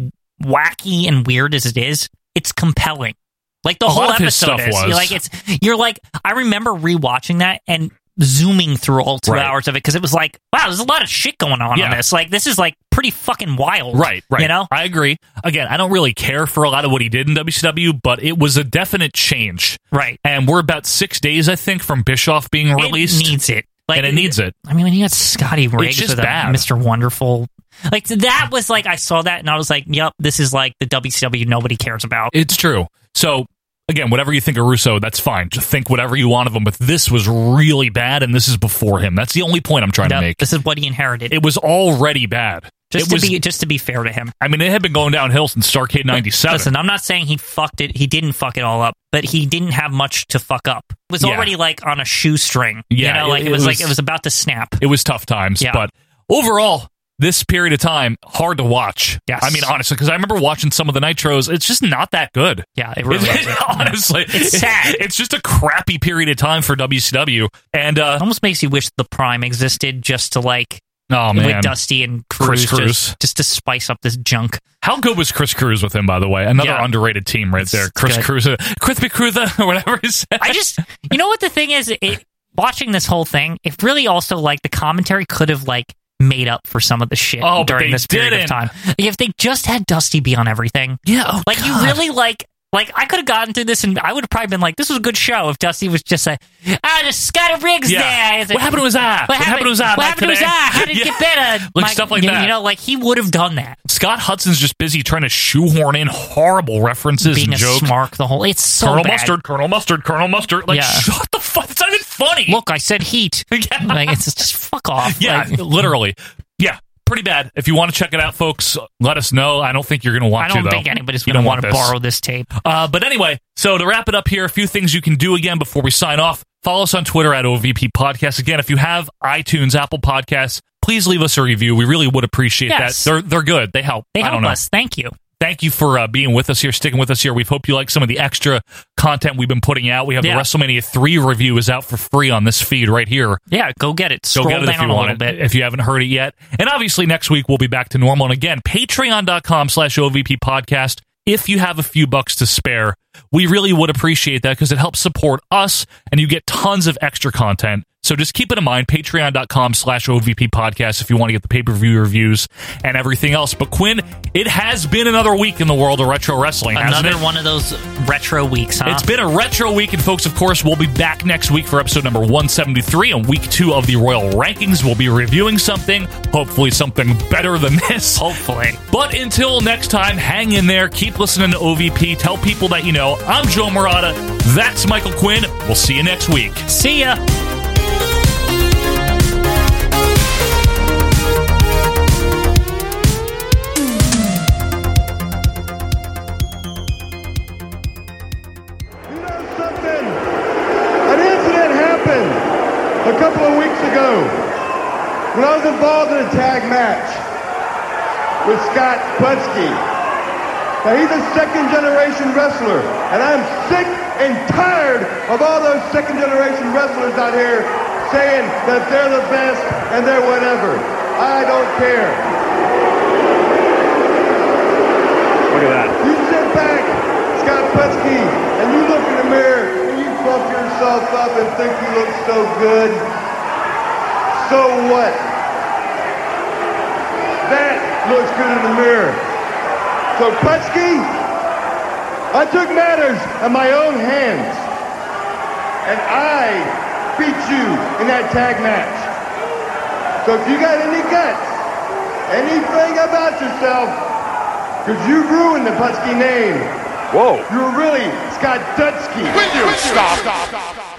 Speaker 2: wacky and weird as it is, it's compelling. Like the
Speaker 1: A lot
Speaker 2: whole
Speaker 1: of his
Speaker 2: episode
Speaker 1: stuff
Speaker 2: is.
Speaker 1: was.
Speaker 2: You're like it's. You're like I remember rewatching that and zooming through all two
Speaker 1: Right.
Speaker 2: hours of it because it was like, wow, there's a lot of shit going on
Speaker 1: Yeah.
Speaker 2: on this. Like this is like pretty fucking wild.
Speaker 1: Right, right.
Speaker 2: You know.
Speaker 1: I agree. Again, I don't really care for a lot of what he did in WCW, but it was a definite change.
Speaker 2: Right.
Speaker 1: And we're about six days, I think, from Bischoff being released.
Speaker 2: It needs it. Like
Speaker 1: and it needs it.
Speaker 2: I mean, when you got Scotty Riggs
Speaker 1: just
Speaker 2: with a
Speaker 1: bad.
Speaker 2: Mr. Wonderful, like that was like I saw that and I was like, yep, this is like the WCW nobody cares about.
Speaker 1: It's true. So again, whatever you think of Russo, that's fine. Just think whatever you want of him. But this was really bad, and this is before him. That's the only point I'm trying to
Speaker 2: Yep,
Speaker 1: make.
Speaker 2: This is what he inherited.
Speaker 1: It was already bad.
Speaker 2: just
Speaker 1: it
Speaker 2: to
Speaker 1: was,
Speaker 2: be just to be fair to him.
Speaker 1: I mean, it had been going downhill since Starcade '97.
Speaker 2: Listen, I'm not saying he fucked it. He didn't fuck it all up, but he didn't have much to fuck up. It was
Speaker 1: Yeah.
Speaker 2: already like on a shoestring.
Speaker 1: Yeah,
Speaker 2: you know, like
Speaker 1: it-
Speaker 2: it,
Speaker 1: it was-
Speaker 2: was, like it was about to snap.
Speaker 1: it was tough times,
Speaker 2: Yeah.
Speaker 1: but overall, this period of time hard to watch.
Speaker 2: Yes.
Speaker 1: I mean honestly, because I remember watching some of the nitros. It's just not that good.
Speaker 2: Yeah, it
Speaker 1: (laughs)
Speaker 2: really was.
Speaker 1: honestly,
Speaker 2: It's sad.
Speaker 1: (laughs) It's just a crappy period of time for WCW, and uh,
Speaker 2: It almost makes you wish the prime existed just to like
Speaker 1: oh man,
Speaker 2: with Dusty and
Speaker 1: Chris
Speaker 2: Cruz,
Speaker 1: Cruz.
Speaker 2: Just, just to spice up this junk.
Speaker 1: How good was Chris Cruz with him, by the way? Another
Speaker 2: Yeah.
Speaker 1: underrated team right there. Chris
Speaker 2: good.
Speaker 1: Cruz, Chris Cruz, uh, (laughs) or whatever he said.
Speaker 2: I just, you know what the thing is? It, watching this whole thing, it really also like the commentary could have like made up for some of the shit
Speaker 1: Oh, but
Speaker 2: during
Speaker 1: they
Speaker 2: this period
Speaker 1: didn't.
Speaker 2: of time. If they just had Dusty be on everything,
Speaker 1: (laughs) yeah, oh,
Speaker 2: like you
Speaker 1: God.
Speaker 2: really like. Like I could have gotten through this, and I would have probably been like, "This was a good show." If Dusty was just like, "Ah, the Scott Riggs
Speaker 1: Yeah.
Speaker 2: there. Is it-
Speaker 1: What happened to his eye?
Speaker 2: What happened to his eye? What
Speaker 1: back
Speaker 2: happened to his eye?
Speaker 1: today?"
Speaker 2: How did
Speaker 1: (laughs)
Speaker 2: it
Speaker 1: Yeah.
Speaker 2: get better?"
Speaker 1: Like, stuff like
Speaker 2: you,
Speaker 1: that.
Speaker 2: You know, like he would have done that.
Speaker 1: Scott Hudson's just busy trying to shoehorn in horrible references
Speaker 2: Being
Speaker 1: and
Speaker 2: a
Speaker 1: jokes.
Speaker 2: smark the whole. It's so
Speaker 1: Colonel
Speaker 2: bad.
Speaker 1: Mustard, Colonel Mustard, Colonel Mustard. Like,
Speaker 2: Yeah.
Speaker 1: shut the fuck. It's not even funny.
Speaker 2: Look, I
Speaker 1: (laughs)
Speaker 2: said heat. Like it's just fuck off.
Speaker 1: yeah, (laughs)
Speaker 2: Like,
Speaker 1: literally. Yeah, pretty bad. If you want to check it out, folks, let us know. I don't think you're going to want
Speaker 2: I
Speaker 1: to,
Speaker 2: don't
Speaker 1: though.
Speaker 2: think anybody's
Speaker 1: You don't
Speaker 2: going to want to
Speaker 1: this.
Speaker 2: borrow this tape.
Speaker 1: Uh, but anyway, so to wrap it up here, a few things you can do again before we sign off. Follow us on Twitter at OVP Podcast. Again, if you have iTunes, Apple Podcasts, please leave us a review. We really would appreciate
Speaker 2: Yes.
Speaker 1: that. They're they're good. They help.
Speaker 2: They
Speaker 1: I don't
Speaker 2: help
Speaker 1: know.
Speaker 2: us. Thank you.
Speaker 1: Thank you for uh, being with us here, sticking with us here. We hope you like some of the extra content we've been putting out. We have
Speaker 2: Yeah.
Speaker 1: the WrestleMania three review is out for free on this feed right here.
Speaker 2: Yeah, go get it. Scroll
Speaker 1: Go get it
Speaker 2: down
Speaker 1: if you
Speaker 2: a
Speaker 1: want
Speaker 2: little
Speaker 1: it,
Speaker 2: bit.
Speaker 1: if you haven't heard it yet. And obviously, next week we'll be back to normal. And again, patreon.com slash OVP podcast. If you have a few bucks to spare, we really would appreciate that because it helps support us and you get tons of extra content. So just keep it in mind, patreon.com slash OVP podcast if you want to get the pay per view reviews and everything else. But Quinn, it has been another week in the world of retro wrestling. hasn't
Speaker 2: Another
Speaker 1: it?
Speaker 2: one of those retro weeks, huh?
Speaker 1: It's been a retro week, and folks, of course, we'll be back next week for episode number 173 and week two of the Royal Rankings. We'll be reviewing something, hopefully, something better than this.
Speaker 2: hopefully.
Speaker 1: But until next time, hang in there, keep listening to OVP, tell people that you know. I'm Joe Murata, that's Michael Quinn. We'll see you next week.
Speaker 2: See ya.
Speaker 7: You know something? An incident happened a couple of weeks ago when I was involved in a tag match with Scott Butsky. Now he's a second generation wrestler, and I'm sick and tired of all those second generation wrestlers out here saying that they're the best and they're whatever. I don't care. Look at that. You sit back, Scott Butsky, and you look in the mirror and you puff yourself up and think you look so good, so what? That looks good in the mirror. So Kutsky, I took matters in my own hands. And I beat you in that tag match. So if you got any guts, anything about yourself, because you ruined the Butsky name.
Speaker 21: Whoa.
Speaker 7: You're really Scott Dutsky.
Speaker 21: Will you stop? stop.